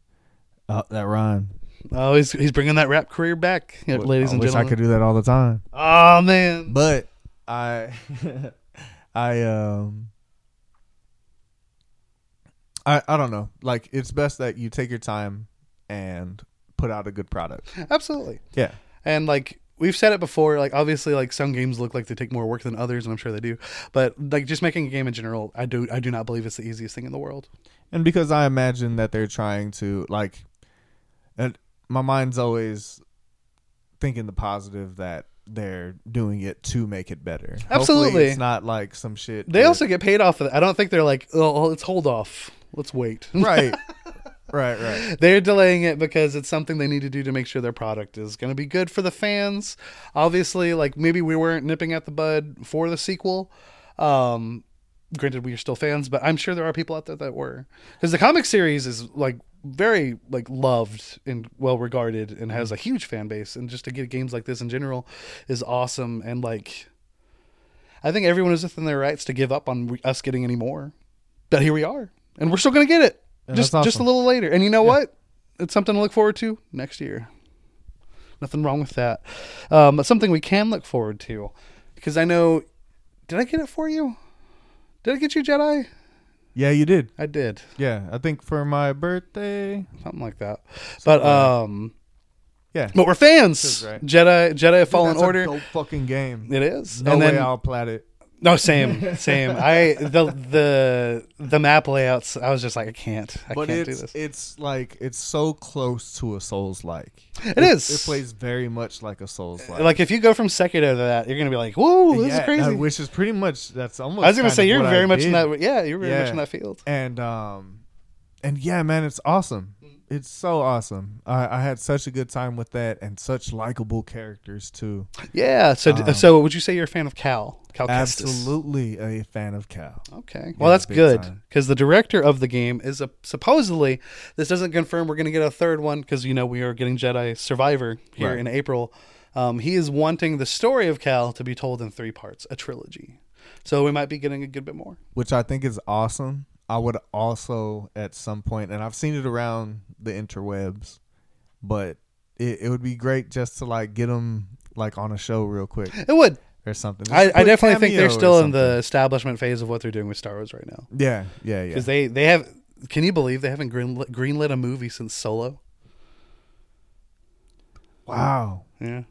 Speaker 2: Uh, that rhyme,
Speaker 1: Oh, he's he's bringing that rap career back, yeah, ladies
Speaker 2: I
Speaker 1: and
Speaker 2: wish
Speaker 1: gentlemen.
Speaker 2: I could do that all the time.
Speaker 1: Oh man,
Speaker 2: But I, (laughs) I um, I I don't know. Like it's best that you take your time and put out a good product.
Speaker 1: absolutely.
Speaker 2: Yeah.
Speaker 1: And like we've said it before, like obviously like some games look like they take more work than others, and I'm sure they do. But like just making a game in general, I do I do not believe it's the easiest thing in the world.
Speaker 2: and because I imagine that they're trying to like my mind's always thinking the positive that they're doing it to make it better. Hopefully
Speaker 1: Absolutely.
Speaker 2: it's not like some shit.
Speaker 1: They
Speaker 2: that-
Speaker 1: also get paid off of that. I don't think they're like, oh, well, let's hold off. Let's wait.
Speaker 2: (laughs) right, right, right.
Speaker 1: (laughs) they're delaying it because it's something they need to do to make sure their product is going to be good for the fans. Obviously, like maybe we weren't nipping at the bud for the sequel. Um, granted, we are still fans, but I'm sure there are people out there that were because the comic series is like very like loved and well regarded and
Speaker 2: Mm-hmm.
Speaker 1: has a huge fan base. And just to get games like this in general is awesome. And like, I think everyone is within their rights to give up on re- us getting any more, but here we are, and we're still going to get it.
Speaker 2: Yeah,
Speaker 1: just
Speaker 2: that's
Speaker 1: just a
Speaker 2: awesome.
Speaker 1: little later. And you know what? It's something to look forward to next year. Nothing wrong with that. Um, but something we can look forward to, because I know. Did I get it for you? Did I get you Jedi?
Speaker 2: Yeah, you did.
Speaker 1: I did,
Speaker 2: Yeah, I think for my birthday.
Speaker 1: something like that. But um,
Speaker 2: Yeah,
Speaker 1: but we're fans.
Speaker 2: That's right.
Speaker 1: Jedi Jedi Fallen
Speaker 2: That's a
Speaker 1: Oh, Order.
Speaker 2: dope fucking game.
Speaker 1: It is.
Speaker 2: No
Speaker 1: and
Speaker 2: way
Speaker 1: then
Speaker 2: I'll plat it.
Speaker 1: no,
Speaker 2: (laughs)
Speaker 1: same, same. I the the the map layouts. I was just like, I can't, I
Speaker 2: But
Speaker 1: can't do
Speaker 2: it's
Speaker 1: this.
Speaker 2: it's like it's so close to a Souls like.
Speaker 1: It is.
Speaker 2: It plays very much like a Souls like.
Speaker 1: like if you go from Sekiro to that, you're gonna be like, whoa, this is crazy.
Speaker 2: Which is pretty much that's almost.
Speaker 1: I was gonna
Speaker 2: kind
Speaker 1: say
Speaker 2: of
Speaker 1: you're
Speaker 2: what I
Speaker 1: very much in
Speaker 2: did.
Speaker 1: that. Yeah, you're very much
Speaker 2: Yeah.
Speaker 1: in that field.
Speaker 2: and um and yeah man it's awesome
Speaker 1: Mm-hmm.
Speaker 2: it's so awesome i, I had such a good time with that and such likable characters too
Speaker 1: Yeah. So d
Speaker 2: Um,
Speaker 1: so would you say you're a fan of Cal? Cal Kestis?
Speaker 2: absolutely a fan of cal
Speaker 1: Okay. Well, that's
Speaker 2: big
Speaker 1: good
Speaker 2: time.
Speaker 1: because the director of the game is a, supposedly this doesn't confirm we're going to get a third one because you know we are getting Jedi Survivor here
Speaker 2: Right.
Speaker 1: in April. Um, he is wanting the story of Cal to be told in three parts, a trilogy. So we might be getting a good bit more.
Speaker 2: which i think is awesome i would also at some point and i've seen it around the interwebs but it, it would be great just to like get them like on a show real quick
Speaker 1: It would.
Speaker 2: or something Just
Speaker 1: I,
Speaker 2: a
Speaker 1: I
Speaker 2: quick
Speaker 1: definitely think
Speaker 2: cameo
Speaker 1: they're
Speaker 2: or
Speaker 1: still in
Speaker 2: something.
Speaker 1: the establishment phase of what they're doing with Star Wars right now
Speaker 2: yeah yeah yeah
Speaker 1: because they they have. Can you believe they haven't greenlit, greenlit a movie since Solo?
Speaker 2: wow
Speaker 1: Yeah,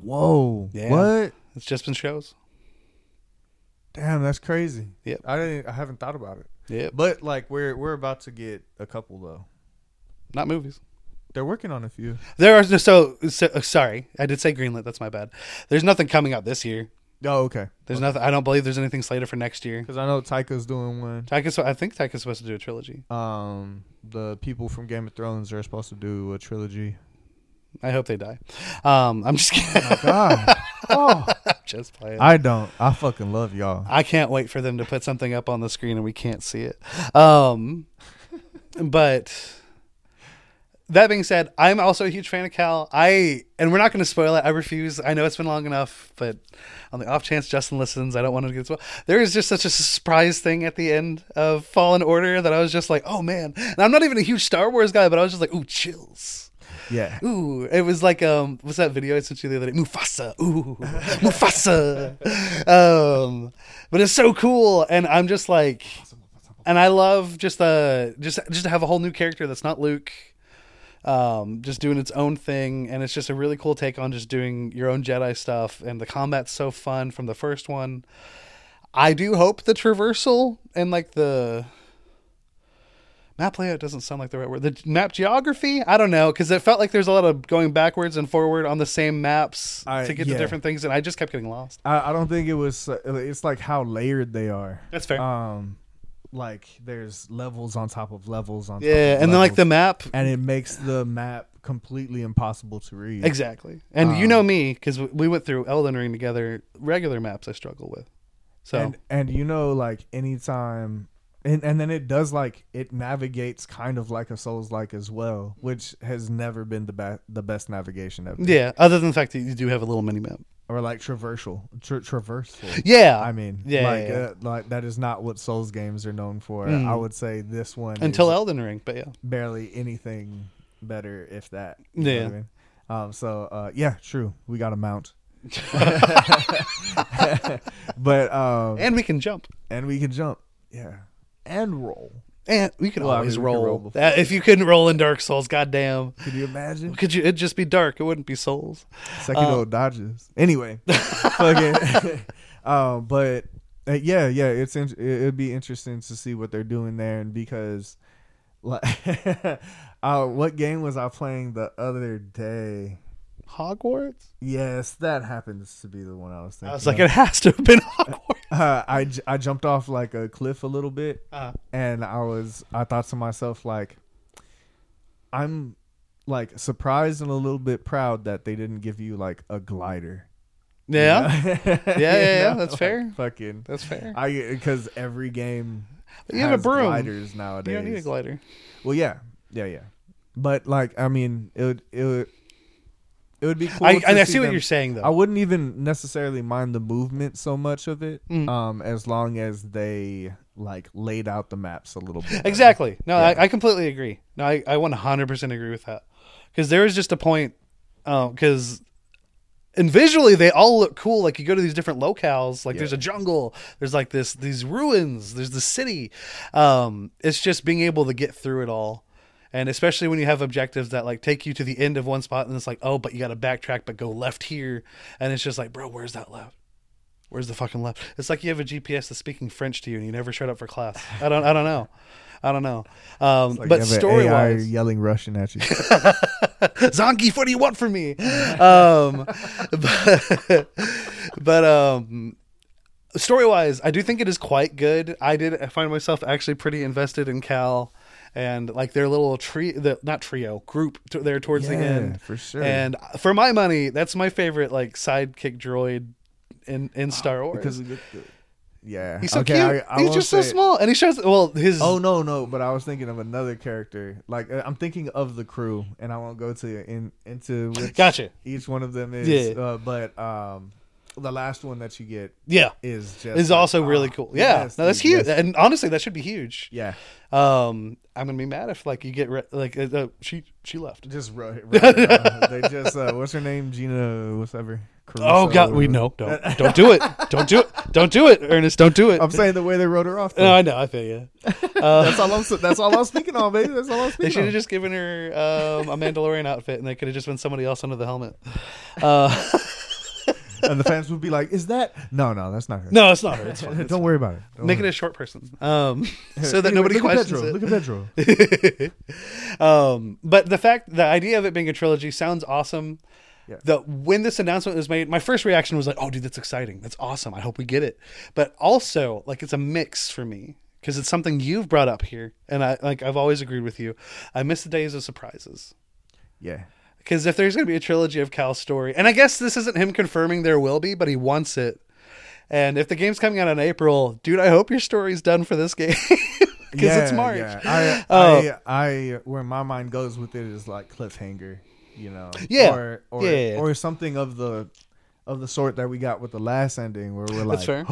Speaker 2: whoa
Speaker 1: Yeah.
Speaker 2: what
Speaker 1: it's just been shows.
Speaker 2: Damn, that's crazy.
Speaker 1: Yep.
Speaker 2: I didn't. I haven't thought about it.
Speaker 1: Yeah, but
Speaker 2: But like, we're we're about to get a couple though.
Speaker 1: not movies.
Speaker 2: They're working on a few.
Speaker 1: There are so, so uh, sorry, I did say greenlit. That's my bad. There's nothing coming out this year.
Speaker 2: Oh, okay.
Speaker 1: There's nothing. I don't believe there's anything slated for next year.
Speaker 2: Because I know Tyka's doing one.
Speaker 1: Tyka's, I think Tyka's supposed to do a trilogy.
Speaker 2: Um, the people from Game of Thrones are supposed to do a trilogy.
Speaker 1: I hope they die. Um, I'm just (laughs) kidding.
Speaker 2: (laughs) God, oh,
Speaker 1: I'm just playing. I,
Speaker 2: I don't. I fucking love y'all.
Speaker 1: can't wait for them to put something up on the screen and we can't see it. Um, but that being said, I'm also a huge fan of Cal. I and we're not going to spoil it. I refuse. I know it's been long enough, but on the off chance Justin listens, I don't want to get spoiled. There is just such a surprise thing at the end of Fallen Order that I was just like, oh man. And I'm not even a huge Star Wars guy, but I was just like, ooh, chills.
Speaker 2: Yeah.
Speaker 1: Ooh, it was like um, what's that video I sent you the other day? Mufasa. Ooh, Mufasa. um, but it's so cool, and I'm just like, and I love just the just just to have a whole new character that's not Luke, um, just doing its own thing, and it's just a really cool take on just doing your own Jedi stuff, and the combat's so fun from the first one. I do hope the traversal and like the map layout doesn't sound like the right word. The map geography, I don't know, because it felt like there's a lot of going backwards and forward on the same maps
Speaker 2: I-
Speaker 1: to get
Speaker 2: yeah.
Speaker 1: to different things, and I just kept getting lost.
Speaker 2: I, I don't think it was. uh, It's like how layered they are.
Speaker 1: That's fair.
Speaker 2: Um, like there's levels on top of levels on. top of
Speaker 1: yeah, and then like
Speaker 2: levels,
Speaker 1: the map
Speaker 2: and it makes the map completely impossible to read.
Speaker 1: Exactly. And you know me because we went through Elden Ring together. Regular maps I struggle with. So
Speaker 2: and and you know like anytime and and then it does like it navigates kind of like a souls like as well which has never been the best the best navigation ever
Speaker 1: yeah, other than the fact that you do have a little mini map.
Speaker 2: or like traversal tra- traversal
Speaker 1: Yeah,
Speaker 2: i mean
Speaker 1: Uh, Yeah,
Speaker 2: like
Speaker 1: yeah, yeah.
Speaker 2: Uh, like that is not what souls games are known for i would say this one
Speaker 1: until
Speaker 2: is
Speaker 1: Elden Ring. But yeah,
Speaker 2: barely anything better if that you know
Speaker 1: Yeah.
Speaker 2: what I mean? um so uh yeah true we got a mount
Speaker 1: (laughs)
Speaker 2: (laughs) but um
Speaker 1: and we can jump
Speaker 2: and we can jump yeah and roll
Speaker 1: and we can
Speaker 2: Well, I
Speaker 1: always
Speaker 2: mean, we can
Speaker 1: roll.
Speaker 2: roll before.
Speaker 1: Uh, if you couldn't roll in Dark Souls, goddamn,
Speaker 2: Could you imagine?
Speaker 1: could you? It'd just be dark. It wouldn't be Souls.
Speaker 2: Second old Dodgers. Anyway, fucking. (laughs) um, but uh, yeah, yeah, it's in, it, it'd be interesting to see what they're doing there, and because Like, (laughs) uh, what game was I playing the other day?
Speaker 1: Hogwarts?
Speaker 2: Yes, that happens to be the one I was thinking.
Speaker 1: I was like,
Speaker 2: of.
Speaker 1: it has to
Speaker 2: (laughs)
Speaker 1: have been Hogwarts.
Speaker 2: Uh, I j- I jumped off like a cliff a little bit,
Speaker 1: Uh,
Speaker 2: and I was I thought to myself like I'm like surprised and a little bit proud that they didn't give you like a glider.
Speaker 1: yeah,
Speaker 2: (laughs) yeah,
Speaker 1: yeah, that's fair.
Speaker 2: Fucking
Speaker 1: that's fair.
Speaker 2: I because every game
Speaker 1: You have a
Speaker 2: has
Speaker 1: broom.
Speaker 2: gliders nowadays.
Speaker 1: You don't need a glider.
Speaker 2: Well, yeah, yeah, yeah. But like, I mean, it would it would, it would be cool.
Speaker 1: I,
Speaker 2: to
Speaker 1: and I see what
Speaker 2: them-
Speaker 1: you're saying
Speaker 2: I
Speaker 1: though.
Speaker 2: wouldn't even necessarily mind the movement so much of it,
Speaker 1: Mm.
Speaker 2: um, as long as they like laid out the maps a little bit.
Speaker 1: (laughs)
Speaker 2: better.
Speaker 1: Exactly. No,
Speaker 2: Yeah.
Speaker 1: I, I completely agree. No, I, I 100% agree with that. Because there was just a point, because. and visually, they all look cool. Like you go to these different locales, like there's a jungle, there's like this these ruins, there's the city. Um, it's just being able to get through it all, and especially when you have objectives that like take you to the end of one spot, and it's like, oh, but you got to backtrack, but go left here, and it's just like, bro, where's that left? Where's the fucking left? It's like you have a GPS that's speaking French to you, and you never showed up for class. I don't, I don't know, I don't know. Um,
Speaker 2: Like, you
Speaker 1: but
Speaker 2: have an
Speaker 1: story
Speaker 2: AI
Speaker 1: wise,
Speaker 2: yelling
Speaker 1: (laughs)
Speaker 2: Russian at you.
Speaker 1: Zangief, what do you want from me? Um, (laughs) but, but um, story wise, I do think it is quite good. I did find myself actually pretty invested in Cal and like their little tree, the, not trio group t- there towards
Speaker 2: Yeah,
Speaker 1: the end.
Speaker 2: for sure.
Speaker 1: And for my money, that's my favorite like sidekick droid in in Star Wars
Speaker 2: because we get the- yeah,
Speaker 1: he's so
Speaker 2: Okay,
Speaker 1: cute.
Speaker 2: I- I
Speaker 1: he's
Speaker 2: won't
Speaker 1: just so
Speaker 2: say it.
Speaker 1: small, and he shows well his
Speaker 2: Oh no, no! But I was thinking of another character. Like uh, I'm thinking of the crew, and I won't go to in into which
Speaker 1: Gotcha.
Speaker 2: each one of them is.
Speaker 1: Yeah.
Speaker 2: Uh, but um, the last one that you get
Speaker 1: yeah.
Speaker 2: is just
Speaker 1: Is
Speaker 2: like,
Speaker 1: also really
Speaker 2: ah,
Speaker 1: cool. Yeah,
Speaker 2: yes,
Speaker 1: no, that's
Speaker 2: dude,
Speaker 1: huge,
Speaker 2: yes.
Speaker 1: and honestly, that should be huge.
Speaker 2: Yeah,
Speaker 1: Um, I'm gonna be mad if like you get re- like uh, uh, she she left.
Speaker 2: just right, right, uh,
Speaker 1: (laughs)
Speaker 2: they just uh, what's her name, Gina, whatever. Caruso,
Speaker 1: Oh God, we
Speaker 2: whatever.
Speaker 1: no, (laughs) don't don't do it, don't do it, don't do it, Ernest, don't do it.
Speaker 2: I'm saying the way they wrote her off.
Speaker 1: no,
Speaker 2: though.
Speaker 1: I know, I feel you.
Speaker 2: (laughs)
Speaker 1: Uh,
Speaker 2: that's all I'm. s- That's all I'm speaking on, baby. That's all I'm
Speaker 1: (laughs) they
Speaker 2: speaking.
Speaker 1: should
Speaker 2: on.
Speaker 1: have just given her um, a Mandalorian outfit, and they could have just been somebody else under the helmet. Uh,
Speaker 2: and the fans would be like, "Is that no, no? That's not her.
Speaker 1: no, it's not her. (laughs) It's fine.
Speaker 2: don't worry about it. Don't
Speaker 1: Make it
Speaker 2: worry.
Speaker 1: a short person,
Speaker 2: (laughs)
Speaker 1: um, so
Speaker 2: Here,
Speaker 1: that
Speaker 2: anyway,
Speaker 1: nobody
Speaker 2: look
Speaker 1: questions
Speaker 2: at Pedro.
Speaker 1: it.
Speaker 2: Look
Speaker 1: (laughs)
Speaker 2: at Pedro.
Speaker 1: um, but the fact, the idea of it being a trilogy sounds awesome.
Speaker 2: Yeah.
Speaker 1: The when this announcement was made, my first reaction was like, "Oh, dude, that's exciting! That's awesome! I hope we get it." But also, like, it's a mix for me because it's something you've brought up here, and I like I've always agreed with you. I miss the days of surprises.
Speaker 2: Yeah.
Speaker 1: Because if there's going to be a trilogy of Cal's story, and I guess this isn't him confirming there will be, but he wants it. And if the game's coming out in April, dude, I hope your story's done for this game (laughs) because it's
Speaker 2: Yeah,
Speaker 1: March.
Speaker 2: yeah. I,
Speaker 1: (laughs) Oh.
Speaker 2: I, I, where my mind goes with it is like cliffhanger, you know.
Speaker 1: Yeah.
Speaker 2: Or, or,
Speaker 1: Yeah, yeah, yeah.
Speaker 2: or something of the, of the sort that we got with the last ending, where we're like,
Speaker 1: That's fair.
Speaker 2: (gasps)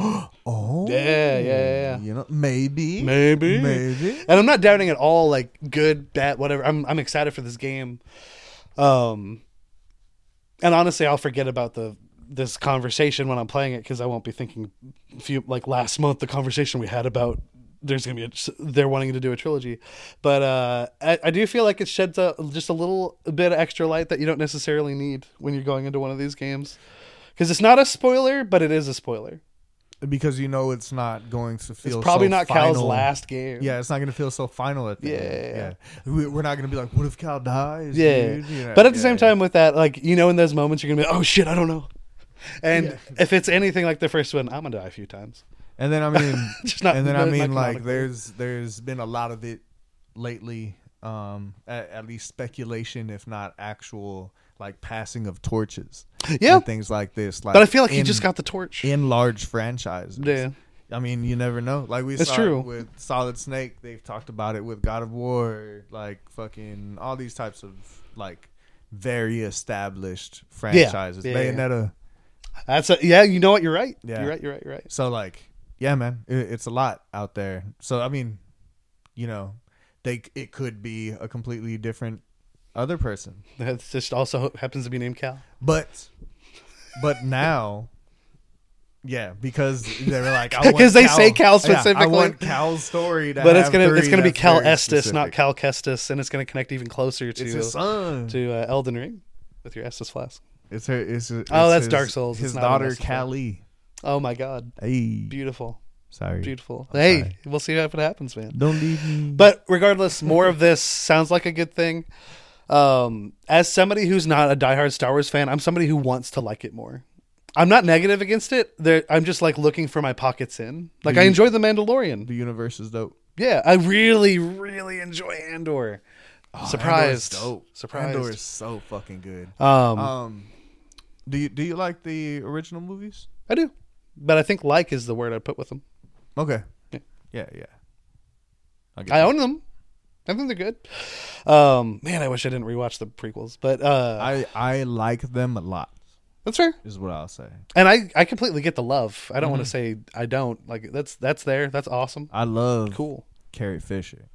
Speaker 2: oh,
Speaker 1: Yeah, yeah, yeah, yeah.
Speaker 2: You know, maybe,
Speaker 1: Maybe.
Speaker 2: maybe.
Speaker 1: And I'm not doubting at all, like good, bad, whatever. I'm I'm excited for this game. Um, and honestly, I'll forget about the this conversation when I'm playing it because I won't be thinking. Few like last month, the conversation we had about there's gonna be a, they're wanting to do a trilogy, but uh, I, I do feel like it sheds a, just a little bit of extra light that you don't necessarily need when you're going into one of these games because it's not a spoiler, but it is a spoiler.
Speaker 2: Because you know it's not going to feel.
Speaker 1: It's probably
Speaker 2: so
Speaker 1: not
Speaker 2: final.
Speaker 1: Cal's last game.
Speaker 2: Yeah, it's not going to feel so final at the end.
Speaker 1: Yeah.
Speaker 2: Yeah, We- we're not going to be like, what if Cal dies?
Speaker 1: Yeah.
Speaker 2: dude? You know,
Speaker 1: but at the
Speaker 2: yeah,
Speaker 1: same
Speaker 2: yeah.
Speaker 1: time, with that, like, you know, in those moments, you're going to be, oh shit, I don't know. And if it's anything like the first one, I'm going to die a few times.
Speaker 2: And then I mean,
Speaker 1: (laughs) Just not-
Speaker 2: and then I
Speaker 1: not
Speaker 2: mean, like
Speaker 1: canonically.
Speaker 2: there's there's been a lot of it lately. Um, at, at least speculation, if not actual, like passing of torches.
Speaker 1: Yeah.
Speaker 2: and things like this. Like,
Speaker 1: But I feel like he
Speaker 2: in-
Speaker 1: just got the torch.
Speaker 2: in large franchises.
Speaker 1: Yeah.
Speaker 2: I mean, you never know. Like we
Speaker 1: It's
Speaker 2: saw
Speaker 1: true.
Speaker 2: It with Solid Snake, they've talked about it with God of War, like fucking all these types of like very established franchises.
Speaker 1: Yeah, yeah, yeah.
Speaker 2: Bayonetta.
Speaker 1: That's a, yeah, you know what? You're right.
Speaker 2: Yeah.
Speaker 1: You're right. You're right. You're right.
Speaker 2: So like, yeah, man, it, it's a lot out there. So I mean, you know, they it could be a completely different other person,
Speaker 1: That's just also happens to be named Cal.
Speaker 2: but but now, yeah, because they were like, I
Speaker 1: (laughs)
Speaker 2: want
Speaker 1: 'Cause they say Cal
Speaker 2: Yeah, I
Speaker 1: specifically.
Speaker 2: want Cal's story, to
Speaker 1: But it's
Speaker 2: have
Speaker 1: gonna
Speaker 2: three
Speaker 1: it's gonna be
Speaker 2: that's
Speaker 1: Cal
Speaker 2: very
Speaker 1: Estes, not
Speaker 2: specific.
Speaker 1: Cal Kestis, and it's gonna connect even closer
Speaker 2: It's his
Speaker 1: to
Speaker 2: son.
Speaker 1: to uh, Elden Ring with your Estes flask.
Speaker 2: It's her. It's, it's
Speaker 1: Oh, that's
Speaker 2: his-
Speaker 1: Dark Souls.
Speaker 2: His
Speaker 1: It's not a
Speaker 2: daughter
Speaker 1: Microsoft.
Speaker 2: Callie.
Speaker 1: Oh my God,
Speaker 2: Hey.
Speaker 1: beautiful,
Speaker 2: Sorry.
Speaker 1: Beautiful.
Speaker 2: I'm
Speaker 1: hey,
Speaker 2: sorry.
Speaker 1: we'll see how it happens, man.
Speaker 2: Don't leave me.
Speaker 1: But regardless, more of this sounds like a good thing. Um, as somebody who's not a diehard Star Wars fan, I'm somebody who wants to like it more. I'm not negative against it. There, I'm just like looking for my pockets in. Like
Speaker 2: Mm.
Speaker 1: I enjoy The Mandalorian.
Speaker 2: the universe is dope.
Speaker 1: Yeah, I really, really enjoy Andor. Surprised.
Speaker 2: Oh, Andor is dope.
Speaker 1: Surprised.
Speaker 2: Andor is so fucking good.
Speaker 1: Um,
Speaker 2: Um, do you do you like the original movies?
Speaker 1: I do, but I think like is the word I put with them.
Speaker 2: Okay.
Speaker 1: Yeah.
Speaker 2: Yeah, yeah.
Speaker 1: I own them. I think they're good. Um, man, I wish I didn't rewatch the prequels, but uh,
Speaker 2: I I like them a lot.
Speaker 1: that's fair.
Speaker 2: Is what I'll say.
Speaker 1: and I, I completely get the love. I don't want to say I don't. Like that's that's there. That's awesome.
Speaker 2: I love
Speaker 1: Cool,
Speaker 2: Carrie Fisher.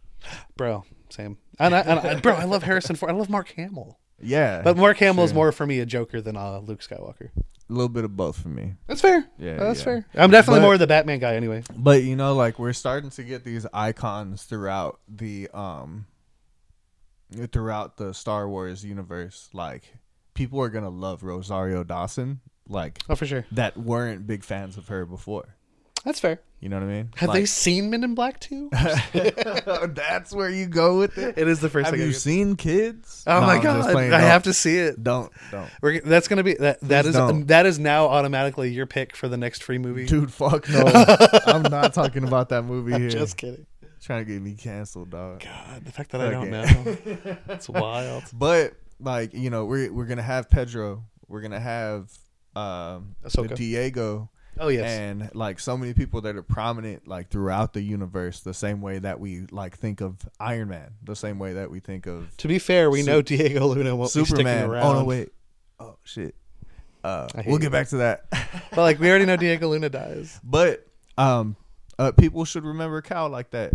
Speaker 1: bro. Sam and I, and I bro, I love Harrison Ford. I love Mark Hamill,
Speaker 2: Yeah,
Speaker 1: but Mark Hamill is
Speaker 2: Sure.
Speaker 1: more for me a Joker than uh, Luke Skywalker.
Speaker 2: a little bit of both for me.
Speaker 1: That's fair.
Speaker 2: Yeah,
Speaker 1: that's
Speaker 2: yeah.
Speaker 1: fair. I'm definitely
Speaker 2: But-
Speaker 1: more of the Batman guy anyway.
Speaker 2: But you know, like we're starting to get these icons throughout the um throughout the Star Wars universe. Like people are gonna love Rosario Dawson, like
Speaker 1: Oh, for sure.
Speaker 2: that weren't big fans of her before.
Speaker 1: That's fair.
Speaker 2: You know what I mean?
Speaker 1: Have they seen Men in Black too?
Speaker 2: they? (laughs) that's where you go with
Speaker 1: (laughs)
Speaker 2: it.
Speaker 1: it is the first
Speaker 2: Have
Speaker 1: thing. I
Speaker 2: you
Speaker 1: get.
Speaker 2: seen kids?
Speaker 1: Oh
Speaker 2: No,
Speaker 1: my
Speaker 2: I'm just
Speaker 1: god!
Speaker 2: playing.
Speaker 1: I
Speaker 2: Don't-
Speaker 1: have to see it.
Speaker 2: Don't don't.
Speaker 1: We're, that's gonna be that. That
Speaker 2: Please
Speaker 1: is
Speaker 2: don't.
Speaker 1: that is now automatically your pick for the next free movie.
Speaker 2: Dude,
Speaker 1: (laughs)
Speaker 2: fuck no. I'm not talking about that movie here.
Speaker 1: Just kidding.
Speaker 2: trying to get me canceled, dog.
Speaker 1: God, the fact that I don't know.
Speaker 2: Okay. (laughs)
Speaker 1: It's wild.
Speaker 2: But like you know, we're we're gonna have Pedro. We're gonna have um,
Speaker 1: Ahsoka.
Speaker 2: Diego,
Speaker 1: Oh yes.
Speaker 2: and like so many people that are prominent like throughout the universe. The same way that we like think of Iron Man. The same way that we think of
Speaker 1: To be fair, we
Speaker 2: Sup-
Speaker 1: know Diego Luna won't be
Speaker 2: Superman.
Speaker 1: sticking around.
Speaker 2: Oh no, wait. Oh shit. Uh,
Speaker 1: I hate
Speaker 2: we'll
Speaker 1: you.
Speaker 2: get back to that. (laughs)
Speaker 1: But like we already know Diego Luna dies.
Speaker 2: but um, uh, people should remember Cal like that.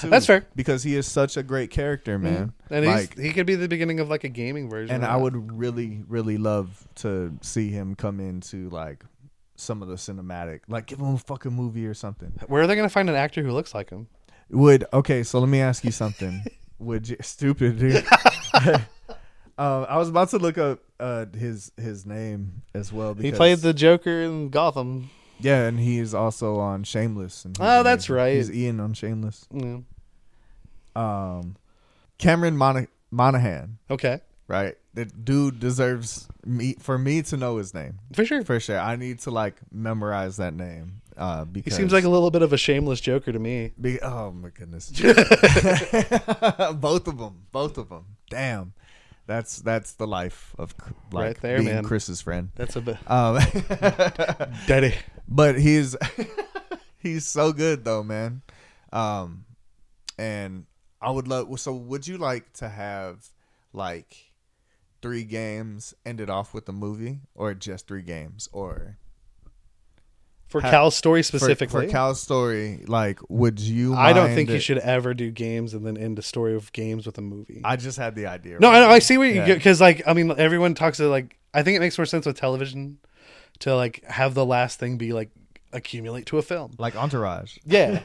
Speaker 2: too,
Speaker 1: That's fair. Mm,
Speaker 2: because he is such a great character, man.
Speaker 1: And he's,
Speaker 2: like,
Speaker 1: he could be the beginning of like a gaming version.
Speaker 2: and
Speaker 1: of
Speaker 2: I
Speaker 1: that.
Speaker 2: would really, really love to see him come into like some of the cinematic, like give him a fucking movie or something.
Speaker 1: Where are they going to find an actor who looks like him?
Speaker 2: Would okay, so let me ask
Speaker 1: (laughs)
Speaker 2: you something. would you stupid dude? (laughs) um, I was about to look up uh, his his name as well. Because,
Speaker 1: He played the Joker in Gotham.
Speaker 2: yeah, and he is also on Shameless. And he's
Speaker 1: Oh, that's
Speaker 2: amazing.
Speaker 1: right.
Speaker 2: He's Ian on Shameless.
Speaker 1: Yeah.
Speaker 2: Um, Cameron Mon- Monahan,
Speaker 1: Okay,
Speaker 2: right? The dude deserves me for me to know his name.
Speaker 1: for sure.
Speaker 2: For sure, I need to like memorize that name uh,
Speaker 1: He
Speaker 2: because
Speaker 1: seems like a little bit of a shameless Joker to me.
Speaker 2: be- oh my
Speaker 1: (laughs)
Speaker 2: goodness, (laughs) both of them, both of them. Damn, that's that's the life of C- like
Speaker 1: Right there,
Speaker 2: being
Speaker 1: man.
Speaker 2: Chris's friend.
Speaker 1: That's a
Speaker 2: (laughs)
Speaker 1: bit. (laughs)
Speaker 2: Um,
Speaker 1: Daddy.
Speaker 2: but he's (laughs) he's so good though, man. Um, and I would love. So, would you like to have like three games ended off with a movie, or just three games, or
Speaker 1: For
Speaker 2: Ha-
Speaker 1: Cal's story
Speaker 2: for-
Speaker 1: specifically.
Speaker 2: for, Cal's story, like, would you?
Speaker 1: I don't
Speaker 2: mind
Speaker 1: think you
Speaker 2: it-
Speaker 1: should ever do games and then end a story of games with a movie.
Speaker 2: I just had the idea.
Speaker 1: No, I, know, I see what you
Speaker 2: Yeah.
Speaker 1: get because, like, I mean, everyone talks to like. I think it makes more sense with television to like have the last thing be like accumulate to a film.
Speaker 2: like Entourage. (laughs)
Speaker 1: Yeah.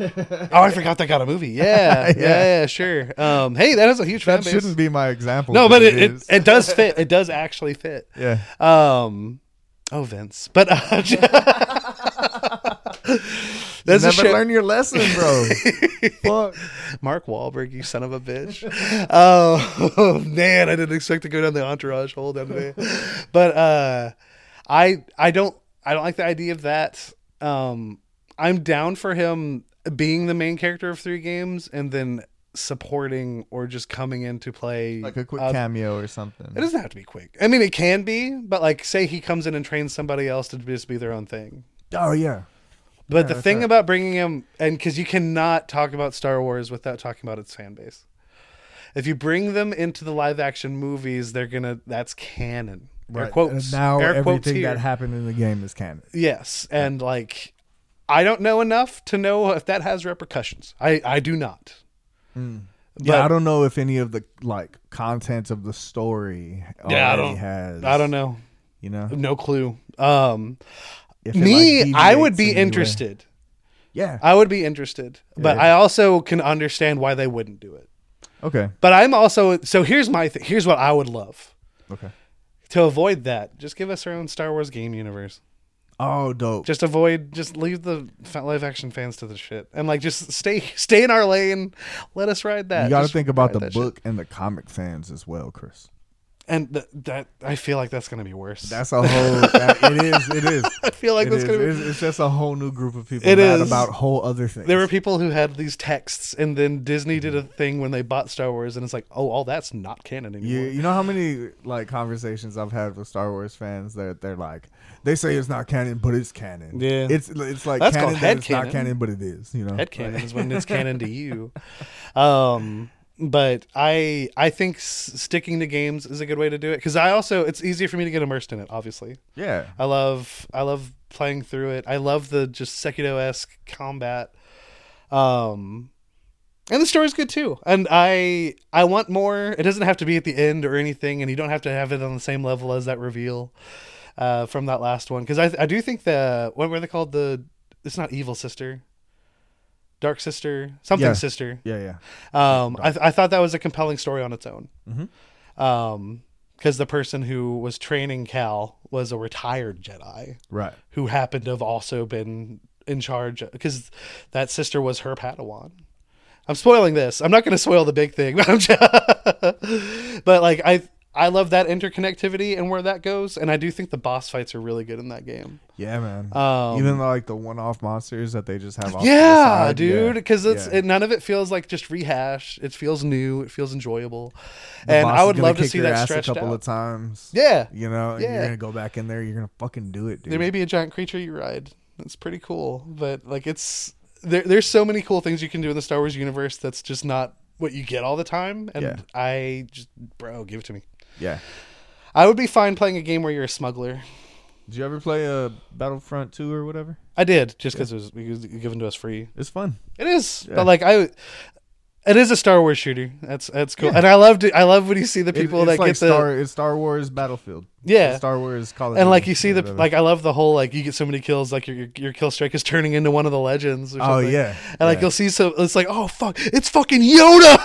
Speaker 1: oh, I forgot that got a movie. Yeah, yeah, yeah, sure. Um, hey, that is a huge fan
Speaker 2: That
Speaker 1: base.
Speaker 2: shouldn't be my example.
Speaker 1: No, but it it,
Speaker 2: is.
Speaker 1: it,
Speaker 2: (laughs)
Speaker 1: does fit. It does actually fit.
Speaker 2: yeah.
Speaker 1: Um, oh, Vince, but uh, (laughs) that's
Speaker 2: Never
Speaker 1: a shit.
Speaker 2: learn your lesson,
Speaker 1: (laughs)
Speaker 2: bro. Fuck.
Speaker 1: Mark Wahlberg, you son of a bitch. (laughs) oh, (laughs) man, I didn't expect to go down the entourage hole down today.
Speaker 2: (laughs)
Speaker 1: But uh, I I don't I don't like the idea of that. Um, I'm down for him being the main character of three games and then supporting or just coming in to play
Speaker 2: Like a quick
Speaker 1: uh,
Speaker 2: cameo or
Speaker 1: It
Speaker 2: something.
Speaker 1: doesn't have to be quick. I mean, it can be, but like, say he comes in and trains somebody else to just be their own thing.
Speaker 2: Oh yeah.
Speaker 1: But the
Speaker 2: that's
Speaker 1: thing
Speaker 2: right.
Speaker 1: about bringing him, and because you cannot talk about Star Wars without talking about its fan base. If you bring them into the live action movies, they're gonna. That's canon. Air quotes.
Speaker 2: now
Speaker 1: air quotes
Speaker 2: everything
Speaker 1: here.
Speaker 2: that happened in the game is canon.
Speaker 1: yes, and like, I don't know enough to know if that has repercussions. I I do not.
Speaker 2: yeah, I don't know if any of the like content of the story already
Speaker 1: Yeah, I don't-
Speaker 2: has.
Speaker 1: I don't know.
Speaker 2: You know,
Speaker 1: No clue. Um,
Speaker 2: If it, like,
Speaker 1: me, I would
Speaker 2: deviates
Speaker 1: be
Speaker 2: in any way.
Speaker 1: interested.
Speaker 2: Yeah.
Speaker 1: I would be interested, but
Speaker 2: Yeah.
Speaker 1: I also can understand why they wouldn't do it.
Speaker 2: Okay.
Speaker 1: But I'm also so here's my th- here's what I would love
Speaker 2: Okay.
Speaker 1: to avoid that. Just give us our own Star Wars game universe.
Speaker 2: Oh, dope.
Speaker 1: Just avoid, just leave the fa- live action fans to the shit, and like just stay, (laughs) stay in our lane. Let us ride that.
Speaker 2: you got to
Speaker 1: Just
Speaker 2: think about
Speaker 1: ride
Speaker 2: the
Speaker 1: that shit.
Speaker 2: book and the comic fans as well, Chris.
Speaker 1: and th- that I feel like that's gonna be worse. (laughs)
Speaker 2: That's a whole. that, it is. It is.
Speaker 1: I feel like
Speaker 2: It
Speaker 1: that's
Speaker 2: is.
Speaker 1: gonna be.
Speaker 2: It's, it's just a whole new group of people.
Speaker 1: It
Speaker 2: mad
Speaker 1: is.
Speaker 2: about whole other things.
Speaker 1: There were people who had these texts, and then Disney did a thing when they bought Star Wars, and it's like, oh, all that's not canon
Speaker 2: You,
Speaker 1: anymore.
Speaker 2: you know how many like conversations I've had with Star Wars fans that they're like they say it's not canon but it's canon.
Speaker 1: Yeah.
Speaker 2: it's it's like
Speaker 1: That's
Speaker 2: canon
Speaker 1: called
Speaker 2: that it's not
Speaker 1: headcanon.
Speaker 2: canon but it is. You know,
Speaker 1: Head canon is when it's canon to you. (laughs) Um, but I I think s- sticking to games is a good way to do it because I also it's easier for me to get immersed in it. Obviously,
Speaker 2: yeah,
Speaker 1: I love I love playing through it. I love the just Sekiro esque combat. Um and the story's good too. And I I want more. It doesn't have to be at the end or anything, and you don't have to have it on the same level as that reveal uh, from that last one. Because I I do think the what were they called? The it's not evil sister. Dark sister, something
Speaker 2: Yeah.
Speaker 1: sister.
Speaker 2: yeah, yeah.
Speaker 1: Um, I, I thought that was a compelling story on its own. Um, because the person who was training Cal was a retired Jedi
Speaker 2: Right.
Speaker 1: who happened to have also been in charge because that sister was her Padawan. I'm spoiling this. I'm not going to spoil the big thing, (laughs) but I'm just, but like I I love that interconnectivity and where that goes, and I do think the boss fights are really good in that game.
Speaker 2: Yeah, man.
Speaker 1: Um,
Speaker 2: Even like the one-off monsters that they just have. Off to the
Speaker 1: yeah,
Speaker 2: side,
Speaker 1: dude,
Speaker 2: yeah.
Speaker 1: because it's
Speaker 2: Yeah.
Speaker 1: it, none of it feels like just rehash. It feels new. It feels enjoyable,
Speaker 2: The
Speaker 1: and
Speaker 2: boss
Speaker 1: I
Speaker 2: is
Speaker 1: would
Speaker 2: gonna
Speaker 1: love to
Speaker 2: kick
Speaker 1: see
Speaker 2: your
Speaker 1: that
Speaker 2: ass
Speaker 1: stretched
Speaker 2: a couple
Speaker 1: out.
Speaker 2: of times.
Speaker 1: yeah,
Speaker 2: You know, and you're
Speaker 1: Yeah.
Speaker 2: gonna go back in there. You're gonna fucking do it, dude.
Speaker 1: there may be a giant creature you ride. That's pretty cool. But like it's there there's so many cool things you can do in the Star Wars universe that's just not what you get all the time. And
Speaker 2: Yeah.
Speaker 1: I just bro, give it to me.
Speaker 2: yeah.
Speaker 1: I would be fine playing a game where you're a smuggler.
Speaker 2: Did you ever play a Battlefront Two or whatever?
Speaker 1: I did just because it, was, it was given to us free.
Speaker 2: It's fun.
Speaker 1: It is,
Speaker 2: Yeah.
Speaker 1: but like I, it is a Star Wars shooter. That's that's cool, and I loved it. I love when you see the
Speaker 2: It-
Speaker 1: people
Speaker 2: it's
Speaker 1: that
Speaker 2: like
Speaker 1: get the
Speaker 2: Star, it's Star Wars Battlefield.
Speaker 1: Yeah.
Speaker 2: It's Star Wars Call of
Speaker 1: and like
Speaker 2: Duty
Speaker 1: you see the
Speaker 2: or (laughs) whatever.
Speaker 1: like I love the whole like you get so many kills like your your, your kill strike is turning into one of the legends. Or
Speaker 2: Oh,
Speaker 1: something.
Speaker 2: yeah.
Speaker 1: and like
Speaker 2: Yeah.
Speaker 1: you'll see so it's like oh fuck it's fucking Yoda.
Speaker 2: (laughs)
Speaker 1: (laughs)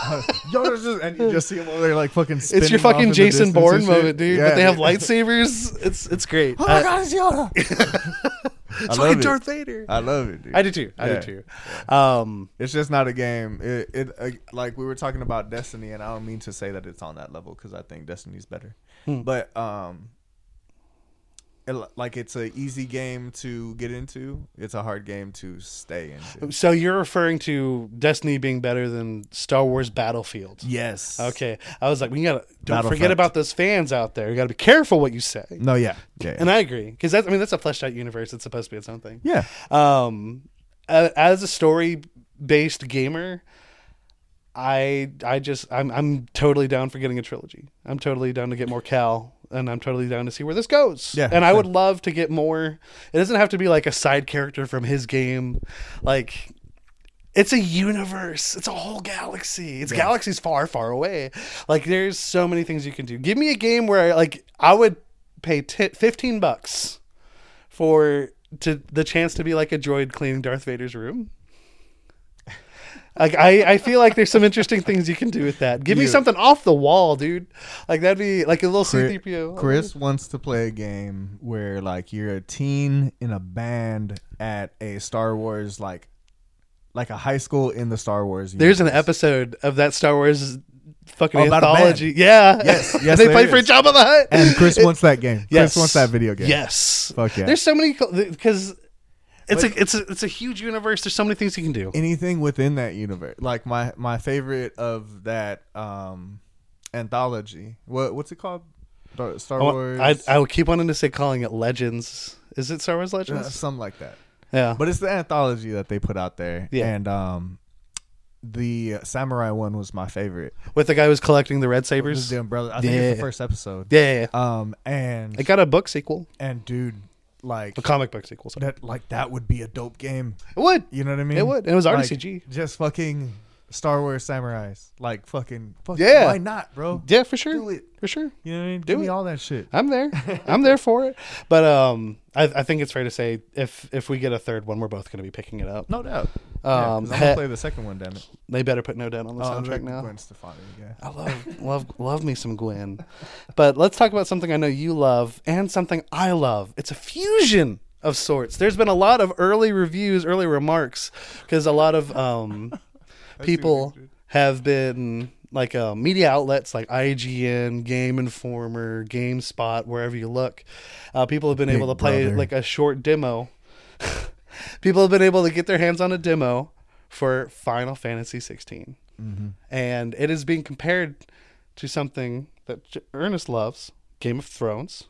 Speaker 2: Yoda's just and you just see him over there like fucking.
Speaker 1: it's your
Speaker 2: spinning off in
Speaker 1: fucking
Speaker 2: the
Speaker 1: Jason
Speaker 2: distance and
Speaker 1: Bourne
Speaker 2: shit.
Speaker 1: moment, dude.
Speaker 2: Yeah.
Speaker 1: But they have lightsabers. (laughs) It's it's great.
Speaker 2: (laughs) Oh my
Speaker 1: Uh,
Speaker 2: god, it's Yoda!
Speaker 1: it's
Speaker 2: I love
Speaker 1: fucking
Speaker 2: it.
Speaker 1: Darth Vader.
Speaker 2: (laughs) I love it, dude.
Speaker 1: I do too. I
Speaker 2: Yeah.
Speaker 1: do too. Um,
Speaker 2: It's just not a game. It, it uh, like we were talking about Destiny, and I don't mean to say that it's on that level because I think Destiny's better,
Speaker 1: Hmm.
Speaker 2: but um, it, like it's an easy game to get into. It's a hard game to stay into.
Speaker 1: so you're referring to Destiny being better than Star Wars Battlefield.
Speaker 2: Yes.
Speaker 1: Okay, I was like, we gotta don't
Speaker 2: Battlefront.
Speaker 1: forget about those fans out there. You gotta be careful what you say.
Speaker 2: No. Yeah. Yeah.
Speaker 1: And I agree because that's I mean that's a fleshed out universe. It's supposed to be its own thing.
Speaker 2: yeah.
Speaker 1: um a- as a story based gamer i i just i'm i'm totally down for getting a trilogy i'm totally down to get more cal and i'm totally down to see where this goes
Speaker 2: Yeah,
Speaker 1: and i
Speaker 2: sure.
Speaker 1: would love to get more it doesn't have to be like a side character from his game like it's a universe. It's a whole galaxy. It's galaxies far, far away. Like there's so many things you can do. Give me a game where like I would pay t- 15 bucks for to the chance to be like a droid cleaning Darth Vader's room. Like I, I feel like there's some interesting things you can do with that. Give me
Speaker 2: Yeah.
Speaker 1: something off the wall, dude. Like that'd be like a little
Speaker 2: Chris-
Speaker 1: C3PO.
Speaker 2: Chris wants to play a game where like you're a teen in a band at a Star Wars like like a high school in the Star Wars.
Speaker 1: There's an
Speaker 2: universe.
Speaker 1: episode of that Star Wars fucking
Speaker 2: Oh, about a band.
Speaker 1: anthology. Yeah. (laughs)
Speaker 2: Yes, yes,
Speaker 1: and they
Speaker 2: there
Speaker 1: play for
Speaker 2: is.
Speaker 1: Jabba the Hutt. (laughs)
Speaker 2: and Chris wants that game.
Speaker 1: Yes.
Speaker 2: Chris wants that video game.
Speaker 1: Yes.
Speaker 2: Fuck yeah.
Speaker 1: There's so many because it's a it's a it's a huge universe. There's so many things you can do.
Speaker 2: Anything within that universe. Like my my favorite of that um anthology. What what's it called? Star, Star
Speaker 1: Oh, I,
Speaker 2: Wars.
Speaker 1: I, I would keep wanting to say calling it Legends. Is it Star Wars
Speaker 2: uh,
Speaker 1: Legends?
Speaker 2: something like that.
Speaker 1: yeah.
Speaker 2: But it's the anthology that they put out there.
Speaker 1: Yeah.
Speaker 2: And um the samurai one was my favorite.
Speaker 1: With the guy who's collecting the red
Speaker 2: This is
Speaker 1: sabers.
Speaker 2: the
Speaker 1: Yeah.
Speaker 2: umbrella. I think it's the
Speaker 1: Yeah.
Speaker 2: first episode.
Speaker 1: yeah, yeah.
Speaker 2: Um and
Speaker 1: It got a book sequel,
Speaker 2: and dude, like
Speaker 1: a comic book sequel. Sorry.
Speaker 2: that like that would be a dope game.
Speaker 1: It would.
Speaker 2: You know what I mean?
Speaker 1: It would. It was already
Speaker 2: Like,
Speaker 1: CG.
Speaker 2: Just fucking Star Wars samurais. Like fucking. Fuck,
Speaker 1: Yeah.
Speaker 2: Why not, bro?
Speaker 1: Yeah, for sure.
Speaker 2: Do it.
Speaker 1: For sure.
Speaker 2: You know what I mean? Do Give me
Speaker 1: it.
Speaker 2: all that shit.
Speaker 1: I'm
Speaker 2: (laughs)
Speaker 1: there. I'm there for it. But um, I, I think it's fair to say if if we get a third one, we're both going to be picking it up.
Speaker 2: No doubt.
Speaker 1: Um,
Speaker 2: 'cause
Speaker 1: (laughs)
Speaker 2: I'm gonna play the second one. Damn it.
Speaker 1: They better put No Doubt on the
Speaker 2: Oh,
Speaker 1: soundtrack
Speaker 2: look,
Speaker 1: now.
Speaker 2: Gwen Stefani. Yeah.
Speaker 1: I
Speaker 2: (laughs)
Speaker 1: love love love me some Gwen. But let's talk about something I know you love and something I love. It's a fusion of sorts. There's been a lot of early reviews, early remarks, because a lot of um, people have been like uh, media outlets like IGN, Game Informer, GameSpot, wherever you look. Uh, people have been able to
Speaker 2: Big
Speaker 1: play
Speaker 2: Brother.
Speaker 1: like a short demo. (laughs) people have been able to get their hands on a demo for Final Fantasy 16,
Speaker 2: Mm-hmm.
Speaker 1: and it is being compared to something that J- Ernest loves, Game of Thrones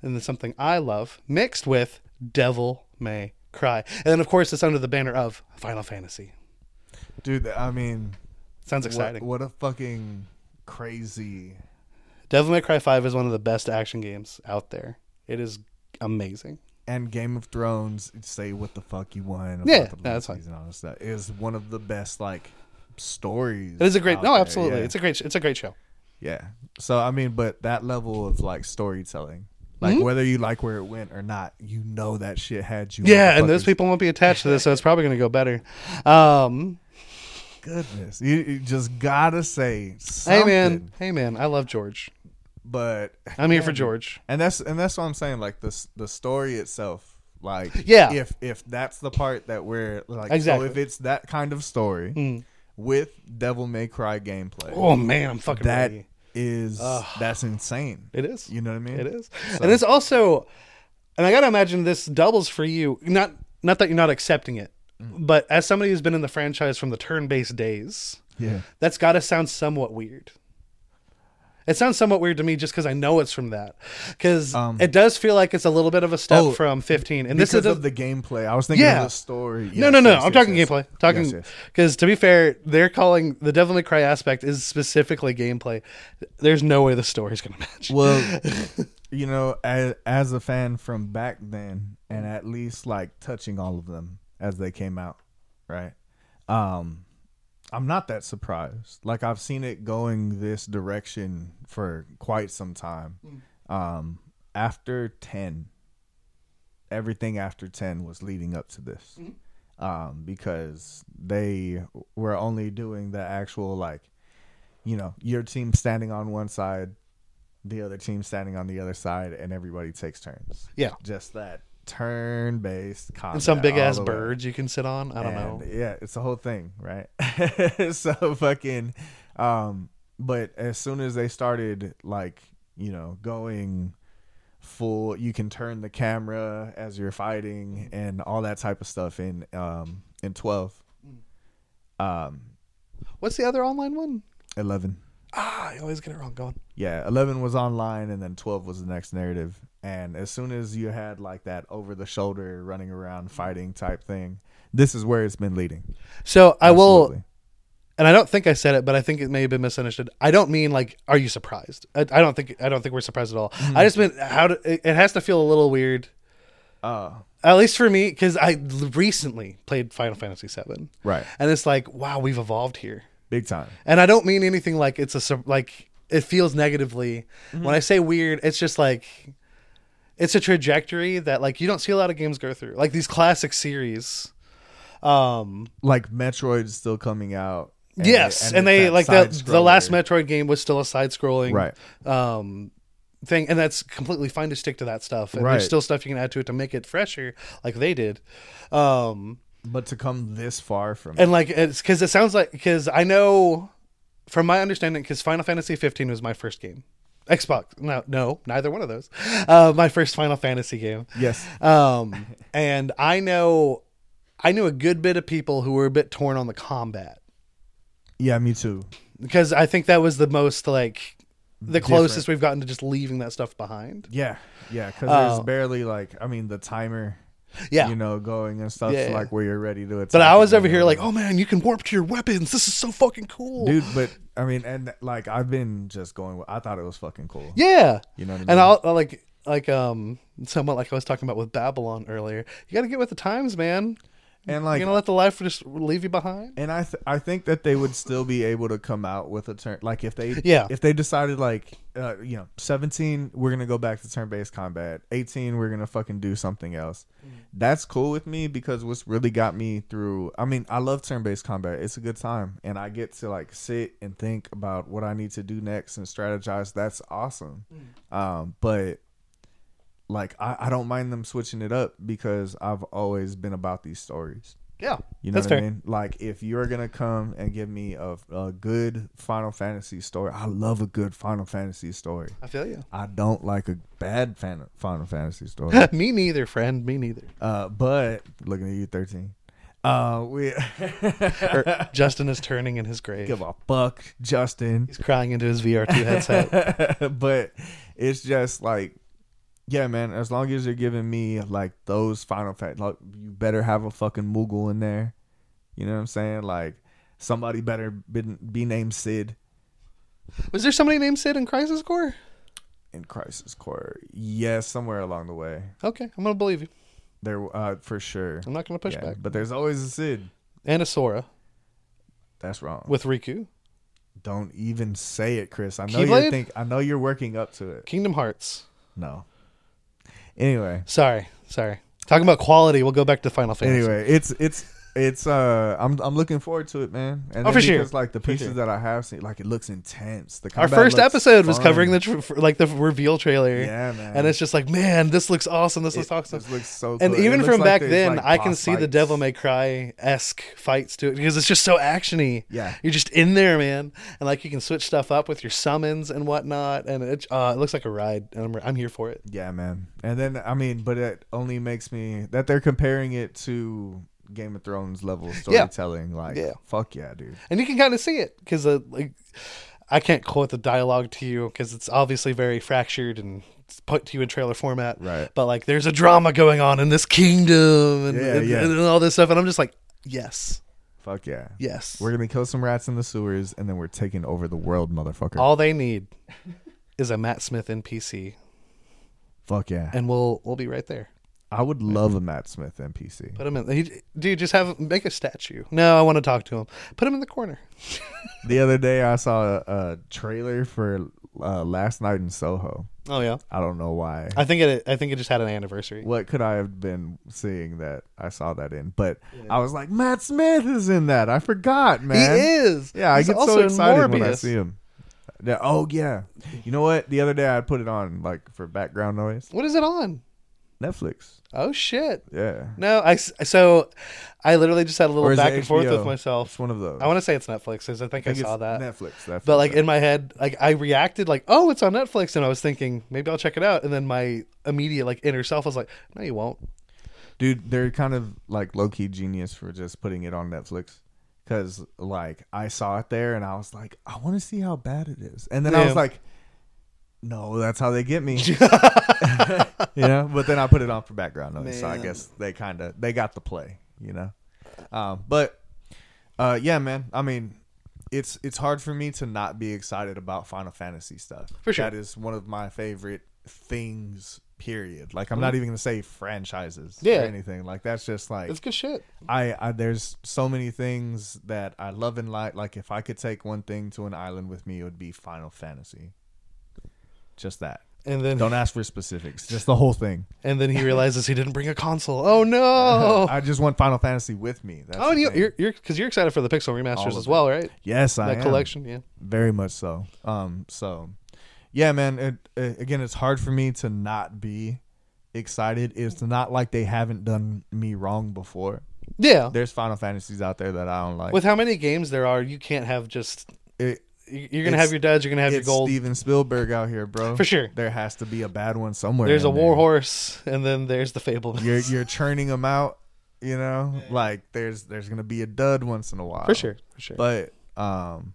Speaker 1: and then something I love, mixed with Devil May Cry. And then, of course, it's under the banner of Final Fantasy.
Speaker 2: Dude, I mean,
Speaker 1: Sounds
Speaker 2: what,
Speaker 1: exciting.
Speaker 2: what a fucking crazy.
Speaker 1: Devil May Cry 5 is one of the best action games out there. It is amazing.
Speaker 2: And Game of Thrones, say what the fuck you want. about
Speaker 1: Yeah,
Speaker 2: the
Speaker 1: no, that's
Speaker 2: Lacey's And all that stuff is one of the best like stories.
Speaker 1: It is a great,
Speaker 2: out
Speaker 1: no,
Speaker 2: there,
Speaker 1: absolutely.
Speaker 2: yeah.
Speaker 1: It's a great, it's a great show.
Speaker 2: Yeah. So I mean, but that level of like storytelling, like
Speaker 1: Mm-hmm.
Speaker 2: whether you like where it went or not, you know that shit had you.
Speaker 1: Yeah, and those
Speaker 2: motherfuckers-
Speaker 1: people won't be attached to this, so it's probably going to go better. Um,
Speaker 2: Goodness, you, you just gotta say something.
Speaker 1: hey man, hey man, I love George.
Speaker 2: But
Speaker 1: I'm here for George.
Speaker 2: and that's and that's what I'm saying. Like the s- the story itself, like
Speaker 1: Yeah.
Speaker 2: if if that's the part that we're like,
Speaker 1: Exactly. Hmm.
Speaker 2: so if it's that kind of story with Devil May Cry gameplay,
Speaker 1: Oh man, I'm fucking
Speaker 2: that
Speaker 1: ready.
Speaker 2: is that's insane.
Speaker 1: It is.
Speaker 2: You know what I mean?
Speaker 1: It is, and it's also, and I gotta imagine this doubles for you. Not not that you're not accepting it,
Speaker 2: Mm.
Speaker 1: but as somebody who's been in the franchise from the turn-based days,
Speaker 2: Yeah.
Speaker 1: that's gotta sound somewhat weird. It sounds somewhat weird to me just because I know it's from that, because
Speaker 2: Um,
Speaker 1: it does feel like it's a little bit of a step
Speaker 2: Oh,
Speaker 1: from 15. And
Speaker 2: This
Speaker 1: this is
Speaker 2: because
Speaker 1: a-
Speaker 2: of the gameplay. I was thinking
Speaker 1: Yeah.
Speaker 2: of the story.
Speaker 1: no,
Speaker 2: Yes,
Speaker 1: no, no.
Speaker 2: yes,
Speaker 1: I'm
Speaker 2: yes,
Speaker 1: talking
Speaker 2: yes.
Speaker 1: gameplay. Talking
Speaker 2: Yes,
Speaker 1: because
Speaker 2: yes.
Speaker 1: to be fair, they're calling the Devil May Cry aspect is specifically gameplay. There's no way the story's gonna match.
Speaker 2: Well, (laughs) you know, as, as a fan from back then, and at least like touching all of them as they came out, right? Um, I'm not that surprised. Like I've seen it going this direction for quite some time. Um, after ten, everything after ten was leading up to this,
Speaker 1: Mm-hmm.
Speaker 2: um, because they were only doing the actual like, you know, your team standing on one side, the other team standing on the other side, and everybody takes turns.
Speaker 1: Yeah.
Speaker 2: just that turn-based combat.
Speaker 1: and some big ass
Speaker 2: all the way.
Speaker 1: birds you can sit on. I don't know.
Speaker 2: And, Yeah, it's the whole thing, right? (laughs) so fucking um but as soon as they started like, you know, going full you can turn the camera as you're fighting and all that type of stuff in um in 12 um
Speaker 1: What's the other online one?
Speaker 2: 11
Speaker 1: Ah, I always get it wrong. Go on.
Speaker 2: yeah 11 was online and then 12 was the next narrative and as soon as you had like that over the shoulder running around fighting type thing this is where it's been leading
Speaker 1: So I will,
Speaker 2: Absolutely.
Speaker 1: and I don't think I said it, but I think it may have been misunderstood. I don't mean like, are you surprised? I, I don't think I don't think we're surprised at all. I just meant how do, it, it has to feel a little weird,
Speaker 2: uh
Speaker 1: at least for me, because I l- recently played Final Fantasy VII,
Speaker 2: Right.
Speaker 1: And it's like, wow, we've evolved here.
Speaker 2: Big time.
Speaker 1: And I don't mean anything like it's a sur- like it feels negatively.
Speaker 2: Mm-hmm.
Speaker 1: When I say weird, it's just like it's a trajectory that like you don't see a lot of games go through. Like these classic series. Um
Speaker 2: Like Metroid's still coming out.
Speaker 1: yes, and,
Speaker 2: it's
Speaker 1: they
Speaker 2: that
Speaker 1: like the the
Speaker 2: side-scroller.
Speaker 1: last Metroid game was still a side scrolling
Speaker 2: Right.
Speaker 1: um thing and that's completely fine to stick to that stuff. And
Speaker 2: Right.
Speaker 1: there's still stuff you can add to it to make it fresher like they did. Um
Speaker 2: But to come this far from it.
Speaker 1: and like it's because it sounds like because I know from my understanding because Final Fantasy 15 was my first game, Xbox. No, no, neither one of those. Uh, my first Final Fantasy game.
Speaker 2: Yes.
Speaker 1: Um, and I know, I knew a good bit of people who were a bit torn on the combat
Speaker 2: Yeah, me too.
Speaker 1: because I think that was the most like the closest we've gotten to just leaving that stuff behind.
Speaker 2: Yeah. Yeah. Because
Speaker 1: Oh.
Speaker 2: there's barely like, I mean, the timer,
Speaker 1: Yeah.
Speaker 2: you know, going and stuff,
Speaker 1: Yeah, yeah.
Speaker 2: like where you're ready to attack.
Speaker 1: but I was
Speaker 2: and
Speaker 1: over here "Oh."
Speaker 2: whatever.
Speaker 1: like, oh man, you can warp to your weapons. This is so fucking cool,
Speaker 2: dude, but I mean, and like, I've been just going, with- I thought it was fucking cool.
Speaker 1: Yeah.
Speaker 2: You know what I
Speaker 1: And
Speaker 2: mean?
Speaker 1: I'll, I'll like like um somewhat like I was talking about with Babylon earlier. You got to get with the times, man.
Speaker 2: And like,
Speaker 1: You're gonna let the life just leave you behind.
Speaker 2: and I th- I think that they would still be able to come out with a turn like if they
Speaker 1: Yeah.
Speaker 2: if they decided like uh, you know 17 we're gonna go back to turn based combat 18 we're gonna fucking do something else that's cool with me because what's really got me through I mean I love turn based combat it's a good time and I get to like sit and think about what I need to do next and strategize that's awesome um but like I, I don't mind them switching it up because I've always been about these stories.
Speaker 1: Yeah,
Speaker 2: You know
Speaker 1: that's fair.
Speaker 2: what I mean? Like if you're gonna come and give me a, a good Final Fantasy story, I love a good Final Fantasy story.
Speaker 1: I feel you. (laughs)
Speaker 2: I don't like a bad fan, Final Fantasy story.
Speaker 1: Me neither, friend. Me neither.
Speaker 2: uh, but looking at you, thirteen. Uh, we (laughs)
Speaker 1: Or Er, Justin is turning in his grave.
Speaker 2: give a fuck, Justin. (laughs)
Speaker 1: He's crying into his VR2 headset.
Speaker 2: but it's just like, yeah, man. As long as you're giving me like those Final Fantasy, like, you better have a fucking Moogle in there. You know what I'm saying? Like somebody better be, be named Sid
Speaker 1: Was there somebody named Sid in Crisis Core?
Speaker 2: in Crisis Core. Yes, somewhere along the way,
Speaker 1: Okay, I'm gonna believe you.
Speaker 2: there uh, for sure.
Speaker 1: I'm not gonna Mm, push
Speaker 2: Yeah,
Speaker 1: back.
Speaker 2: But there's always a Sid.
Speaker 1: And a Sora
Speaker 2: That's wrong.
Speaker 1: with Riku.
Speaker 2: Don't even say it, Chris. I know
Speaker 1: Keyblade?
Speaker 2: you think. I know you're working up to it.
Speaker 1: Kingdom Hearts.
Speaker 2: No. Anyway.
Speaker 1: Sorry, sorry. Talking about quality, we'll go back to Final Fantasy.
Speaker 2: anyway, it's it's it's uh I'm I'm looking forward to it, man. And
Speaker 1: Oh,
Speaker 2: then
Speaker 1: for sure.
Speaker 2: because, like the
Speaker 1: For
Speaker 2: pieces
Speaker 1: sure.
Speaker 2: that I have seen, like it looks intense. The
Speaker 1: Our
Speaker 2: combat
Speaker 1: first
Speaker 2: looks
Speaker 1: episode was
Speaker 2: fun.
Speaker 1: covering the tr- f- like the reveal trailer.
Speaker 2: yeah, man.
Speaker 1: And it's just like, man, this looks awesome. This looks awesome.
Speaker 2: This looks so.
Speaker 1: and
Speaker 2: good. It
Speaker 1: even
Speaker 2: looks
Speaker 1: from
Speaker 2: like
Speaker 1: back
Speaker 2: there's,
Speaker 1: then,
Speaker 2: like,
Speaker 1: I can
Speaker 2: boss
Speaker 1: see the
Speaker 2: fights.
Speaker 1: Devil May Cry esque fights to it because it's just so actiony.
Speaker 2: Yeah.
Speaker 1: you're just in there, man, and like you can switch stuff up with your summons and whatnot, and it uh, it looks like a ride, and I'm I'm here for it.
Speaker 2: Yeah, man. And then I mean, but it only makes me that they're comparing it to Game of Thrones level storytelling. Like,
Speaker 1: Yeah.
Speaker 2: fuck yeah, dude.
Speaker 1: and you can kind of see it because uh, like I can't quote the dialogue to you because it's obviously very fractured and it's put to you in trailer format.
Speaker 2: Right.
Speaker 1: But like, there's a drama going on in this kingdom and,
Speaker 2: Yeah,
Speaker 1: and-
Speaker 2: yeah.
Speaker 1: and all this stuff, and I'm just like, yes,
Speaker 2: Fuck yeah.
Speaker 1: yes.
Speaker 2: We're gonna kill some rats in the sewers, and then we're taking over the world, motherfucker.
Speaker 1: all they need (laughs) is a Matt Smith NPC,
Speaker 2: Fuck yeah.
Speaker 1: and we'll we'll be right there.
Speaker 2: I would love a Matt Smith NPC.
Speaker 1: Put him in. He, dude, just have make a statue. No, I want to talk to him. Put him in the corner.
Speaker 2: The other day, I saw a, a trailer for uh, Last Night in Soho.
Speaker 1: Oh yeah.
Speaker 2: I don't know why.
Speaker 1: I think it. I think it just had an anniversary.
Speaker 2: What could I have been seeing that I saw that in? But I was like, Matt Smith is in that. I forgot, man.
Speaker 1: He is.
Speaker 2: Yeah, I
Speaker 1: He's
Speaker 2: get
Speaker 1: also
Speaker 2: so
Speaker 1: in
Speaker 2: excited when I
Speaker 1: Morbius.
Speaker 2: see him. Yeah, oh yeah. You know what? The other day I put it on like for background noise.
Speaker 1: What is it on?
Speaker 2: Netflix.
Speaker 1: Oh shit.
Speaker 2: Yeah.
Speaker 1: No, I s- so I literally just had a
Speaker 2: Or
Speaker 1: little
Speaker 2: is it
Speaker 1: back and forth
Speaker 2: HBO?
Speaker 1: with myself.
Speaker 2: It's one of those.
Speaker 1: I want to say it's Netflix because I think I,
Speaker 2: think it's
Speaker 1: saw that.
Speaker 2: Netflix. That's
Speaker 1: But like in my head, like I reacted like, "Oh, it's on Netflix," and I was thinking maybe I'll check it out. And then my immediate like inner self was like, "No, you won't."
Speaker 2: dude they're kind of like low-key genius for just putting it on netflix because like i saw it there and i was like i want to see how bad it is and then i
Speaker 1: Yeah.
Speaker 2: was like no that's how they
Speaker 1: (laughs)
Speaker 2: get me (laughs) you know but then i put it on for background noise so i
Speaker 1: Man.
Speaker 2: guess they kind of they got the play you know um, but uh, yeah man i mean it's it's hard for me to not be excited about final fantasy stuff
Speaker 1: For sure.
Speaker 2: that is one of my favorite things period like i'm not even gonna say franchises
Speaker 1: Yeah.
Speaker 2: or anything. Like that's just like
Speaker 1: It's good shit.
Speaker 2: I, I there's so many things that I love and like. Like if I could take one thing to an island with me, it would be Final Fantasy.
Speaker 1: (laughs)
Speaker 2: Just that.
Speaker 1: And then
Speaker 2: Don't ask for specifics. Just the whole thing.
Speaker 1: and
Speaker 2: (laughs)
Speaker 1: then he realizes he didn't bring a console. (laughs) Oh no!
Speaker 2: I just want Final Fantasy with me. That's
Speaker 1: oh,
Speaker 2: (laughs)
Speaker 1: and
Speaker 2: the
Speaker 1: you,
Speaker 2: thing.
Speaker 1: you're you're because you're excited for the Pixel
Speaker 2: All
Speaker 1: remasters
Speaker 2: of
Speaker 1: as well, right?
Speaker 2: yes, I
Speaker 1: That
Speaker 2: am.
Speaker 1: collection, yeah.
Speaker 2: very much so. Um, so yeah, man. It, it, again, it's hard for me to not be excited. It's not like they haven't done me wrong before.
Speaker 1: Yeah.
Speaker 2: There's Final Fantasies out there that I don't like.
Speaker 1: With how many games there are, you can't have just
Speaker 2: It-
Speaker 1: you- you're gonna
Speaker 2: It's-
Speaker 1: have your duds, you're gonna have your
Speaker 2: it's
Speaker 1: gold.
Speaker 2: Steven Spielberg out here, bro.
Speaker 1: For sure.
Speaker 2: There has to be a bad one somewhere.
Speaker 1: There's a
Speaker 2: in there.
Speaker 1: war horse, and then there's the fable.
Speaker 2: You're you're churning them out, you know? Like there's there's gonna be a dud once in a
Speaker 1: (laughs)
Speaker 2: while.
Speaker 1: for sure, for sure.
Speaker 2: But um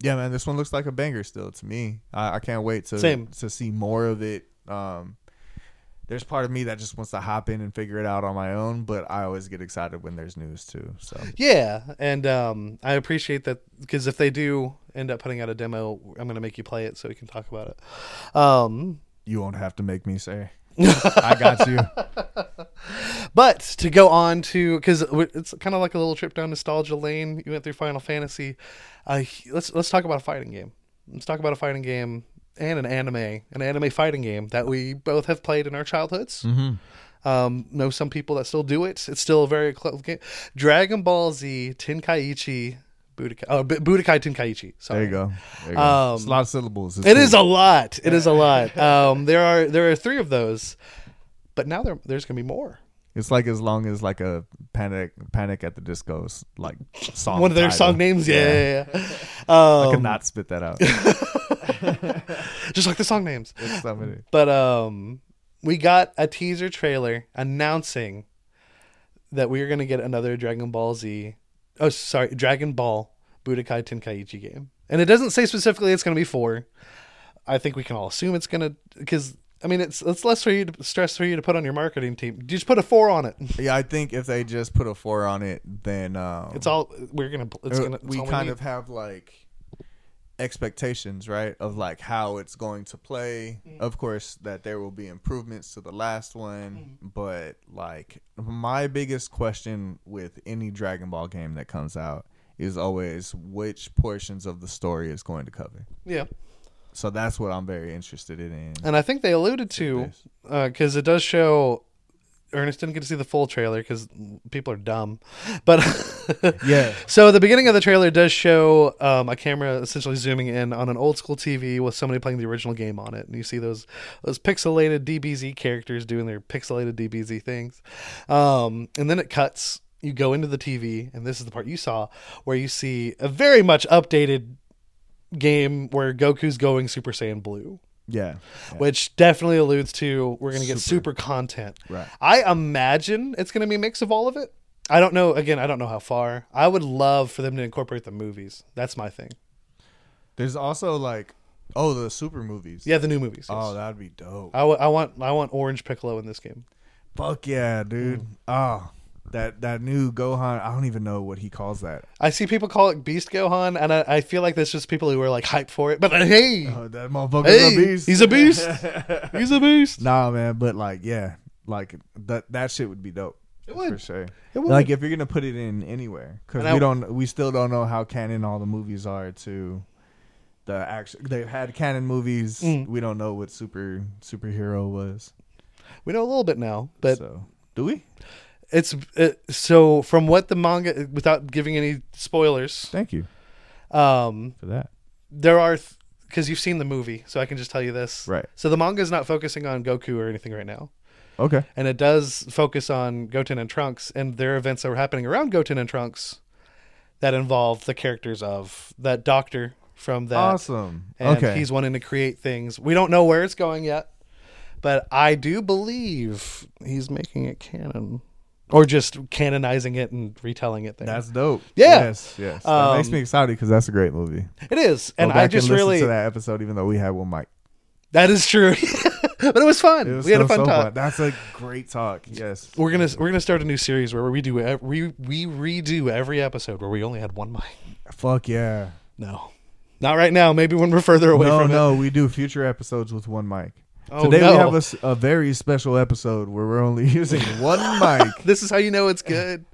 Speaker 2: yeah, man, this one looks like a banger still to me. I, I can't wait to
Speaker 1: Same.
Speaker 2: to see more of it. Um there's part of me that just wants to hop in and figure it out on my own, but I always get excited when there's news too. So
Speaker 1: yeah, and um, I appreciate that because if they do end up putting out a demo, I'm gonna make you play it so we can talk about it. Um,
Speaker 2: you won't have to make me
Speaker 1: (laughs)
Speaker 2: say. I got you.
Speaker 1: but to go on to because it's kind of like a little trip down nostalgia lane. You went through Final Fantasy. Uh, let's let's talk about a fighting game. Let's talk about a fighting game and an anime, an anime fighting game that we both have played in our childhoods.
Speaker 2: Mm-hmm.
Speaker 1: Um, know some people that still do it. It's still a very close game. Dragon Ball Z Tenkaichi Budokai. Oh, Bu- Budokai Tenkaichi. Sorry.
Speaker 2: There you go. There you go.
Speaker 1: Um,
Speaker 2: it's a lot of syllables. It's
Speaker 1: It
Speaker 2: cool.
Speaker 1: is a lot. It is a lot. (laughs) Um, there are there are three of those, but now there there's gonna be more.
Speaker 2: It's like as long as like a panic panic at the disco's like song.
Speaker 1: One of their
Speaker 2: title.
Speaker 1: song names. Yeah, yeah. yeah, yeah.
Speaker 2: I
Speaker 1: Um,
Speaker 2: could not spit that out.
Speaker 1: (laughs) just like the song names.
Speaker 2: It's so many.
Speaker 1: But um, we got a teaser trailer announcing that we are gonna get another Dragon Ball Z. Oh, sorry, Dragon Ball Budokai Tenkaichi game, and it doesn't say specifically it's gonna be four. I think we can all assume it's gonna because. I mean, it's it's less for you to stress for you to put on your marketing team. Just put a four on it.
Speaker 2: (laughs) Yeah, I think if they just put a four on it, then um,
Speaker 1: It's all we're gonna. It's
Speaker 2: Uh,
Speaker 1: gonna. It's
Speaker 2: we
Speaker 1: all
Speaker 2: kind
Speaker 1: need.
Speaker 2: of have like expectations, right? Of like how it's going to play.
Speaker 1: Mm.
Speaker 2: Of course, that there will be improvements to the last one,
Speaker 1: Mm-hmm.
Speaker 2: but like my biggest question with any Dragon Ball game that comes out is always which portions of the story it's going to cover.
Speaker 1: yeah,
Speaker 2: So that's what I'm very interested in.
Speaker 1: and I think they alluded to
Speaker 2: Yes.
Speaker 1: because it does show. Ernest didn't get to see the full trailer because people are dumb, (laughs) but
Speaker 2: Yeah.
Speaker 1: So the beginning of the trailer does show um, a camera essentially zooming in on an old school TV with somebody playing the original game on it, and you see those those pixelated DBZ characters doing their pixelated DBZ things, um, and then it cuts. You go into the TV, and this is the part you saw where you see a very much updated game where Goku's going Super Saiyan Blue,
Speaker 2: Yeah. yeah.
Speaker 1: which definitely alludes to we're going to get super content.
Speaker 2: Right.
Speaker 1: I imagine it's going to be a mix of all of it. I don't know. Again, I don't know how far. I would love for them to incorporate the movies. That's my thing.
Speaker 2: There's also like oh the super movies.
Speaker 1: Yeah, the new movies. Yes.
Speaker 2: Oh, that'd be dope.
Speaker 1: I, w- I want I want Orange Piccolo in this game.
Speaker 2: Fuck yeah,
Speaker 1: Mm.
Speaker 2: dude. Oh, that that new Gohan. I don't even know what he calls that.
Speaker 1: I see people call it Beast Gohan, and I, I feel like that's just people who are like hyped for it. But uh, hey,
Speaker 2: Oh, that motherfucker's
Speaker 1: hey,
Speaker 2: a beast.
Speaker 1: he's a beast.
Speaker 2: Uh-huh.
Speaker 1: he's a beast.
Speaker 2: (laughs) nah, man. But like, yeah, like that that shit would be dope. It
Speaker 1: would.
Speaker 2: for sure.
Speaker 1: It would.
Speaker 2: Like if you're gonna put it in anywhere, because
Speaker 1: And
Speaker 2: we
Speaker 1: I-
Speaker 2: don't, we still don't know how canon all the movies are to the action. They've had canon movies.
Speaker 1: Mm.
Speaker 2: We don't know what super superhero was.
Speaker 1: We know a little bit now, but
Speaker 2: so do we?
Speaker 1: it's it, so from what the manga, without giving any spoilers,
Speaker 2: Thank you
Speaker 1: um,
Speaker 2: for that.
Speaker 1: there are because you've seen the movie, so I can just tell you this.
Speaker 2: Right.
Speaker 1: So the manga is not focusing on Goku or anything right now,
Speaker 2: Okay.
Speaker 1: and it does focus on Goten and Trunks and their events that were happening around Goten and Trunks that involve the characters of that doctor from that.
Speaker 2: Awesome.
Speaker 1: Uh, And
Speaker 2: okay.
Speaker 1: he's wanting to create things. We don't know where it's going yet, but I do believe he's making it canon, or just canonizing it and retelling it. There.
Speaker 2: That's dope.
Speaker 1: Yeah.
Speaker 2: Yes. Yes. that
Speaker 1: Um,
Speaker 2: makes me excited because that's a great movie.
Speaker 1: it is, and
Speaker 2: Go
Speaker 1: I
Speaker 2: back
Speaker 1: just
Speaker 2: listen
Speaker 1: really
Speaker 2: to that episode, even though we had one mic.
Speaker 1: that is true. (laughs) but it was fun.
Speaker 2: It was
Speaker 1: we had a
Speaker 2: still
Speaker 1: fun
Speaker 2: so
Speaker 1: time.
Speaker 2: fun. That's a great talk. Yes.
Speaker 1: We're gonna we're gonna start a new series where we do ev- we we redo every episode where we only had one mic.
Speaker 2: Fuck yeah.
Speaker 1: No, not right now. Maybe when we're further away
Speaker 2: no,
Speaker 1: from
Speaker 2: no, we do future episodes with one mic.
Speaker 1: Oh,
Speaker 2: Today
Speaker 1: no.
Speaker 2: we have a s- a, very special episode where we're only (laughs) using
Speaker 1: (laughs)
Speaker 2: one mic.
Speaker 1: it. This is how you know it's good.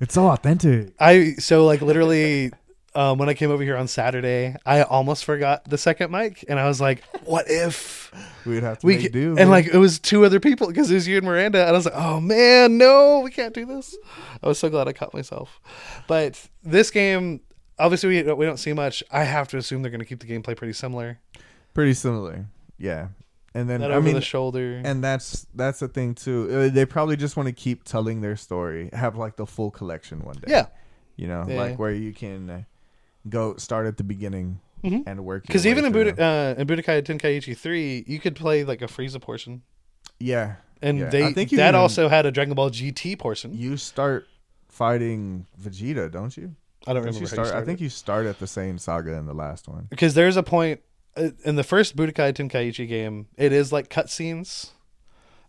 Speaker 2: It's so authentic.
Speaker 1: I so like literally um, when I came over here on Saturday, I almost forgot the second mic, and I was like, "What if
Speaker 2: We'd have to
Speaker 1: we
Speaker 2: make
Speaker 1: ca-
Speaker 2: do.
Speaker 1: And
Speaker 2: man.
Speaker 1: like it was two other people because it was you and Miranda, and I was like, "Oh man, no, we can't do this." I was so glad I caught myself. But this game, obviously, we we don't see much. I have to assume they're gonna keep the gameplay pretty similar.
Speaker 2: pretty similar. Yeah. And then
Speaker 1: That
Speaker 2: I
Speaker 1: over
Speaker 2: mean,
Speaker 1: the shoulder.
Speaker 2: and that's that's the thing too. Uh, They probably just want to keep telling their story, have like the full collection one day.
Speaker 1: Yeah,
Speaker 2: you know,
Speaker 1: Yeah.
Speaker 2: like where you can uh, go start at the beginning
Speaker 1: Mhm.
Speaker 2: and work. your
Speaker 1: because
Speaker 2: way
Speaker 1: even in,
Speaker 2: through.
Speaker 1: Bud- uh, in Budokai Tenkaichi three, you could play like a Frieza portion,
Speaker 2: yeah,
Speaker 1: and
Speaker 2: yeah.
Speaker 1: they
Speaker 2: I think you
Speaker 1: that
Speaker 2: even-
Speaker 1: also had a Dragon Ball GT portion.
Speaker 2: you start fighting Vegeta, don't you?
Speaker 1: I don't
Speaker 2: Don't
Speaker 1: remember.
Speaker 2: you
Speaker 1: how
Speaker 2: start? I
Speaker 1: started.
Speaker 2: think you start at the same saga in the last one.
Speaker 1: because there's a point uh, in the first Budokai Tenkaichi game. It is like cutscenes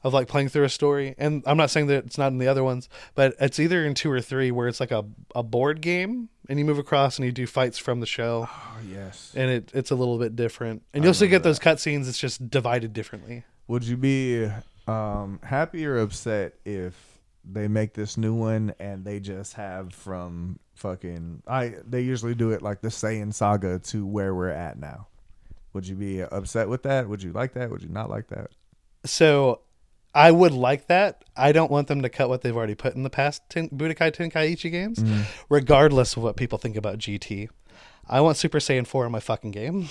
Speaker 1: of like playing through a story, and I'm not saying that it's not in the other ones, but it's either in two or three where it's like a a board game, and you move across and you do fights from the show,
Speaker 2: Oh yes.
Speaker 1: and it it's a little bit different, and you'll still get those cutscenes. It's just divided differently.
Speaker 2: Would you be um, happy or upset if they make this new one and they just have from fucking I? They usually do it like the Saiyan saga to where we're at now. Would you be upset with that? Would you like that? Would you not like that?
Speaker 1: So I would like that. I don't want them to cut what they've already put in the past ten, Budokai Tenkaichi games, regardless of what people think about GT. I want Super Saiyan 4 in my fucking game.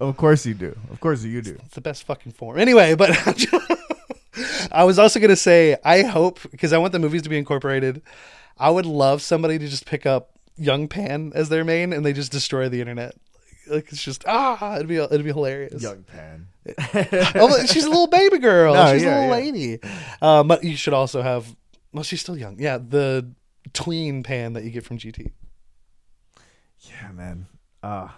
Speaker 2: Of course you do. Of course you do.
Speaker 1: It's the best fucking form. Anyway, but (laughs) I was also going to say, I hope, because I want the movies to be incorporated, I would love somebody to just pick up Young Pan as their main and they just destroy the internet. Like it's just ah, it'd be it'd be hilarious.
Speaker 2: Pan.
Speaker 1: oh, but she's a little baby girl.
Speaker 2: No,
Speaker 1: she's
Speaker 2: yeah,
Speaker 1: a little
Speaker 2: yeah.
Speaker 1: lady. Um, but you should also have. Well, she's still young. Yeah, the tween pan that you get from GT.
Speaker 2: Yeah, man. Uh,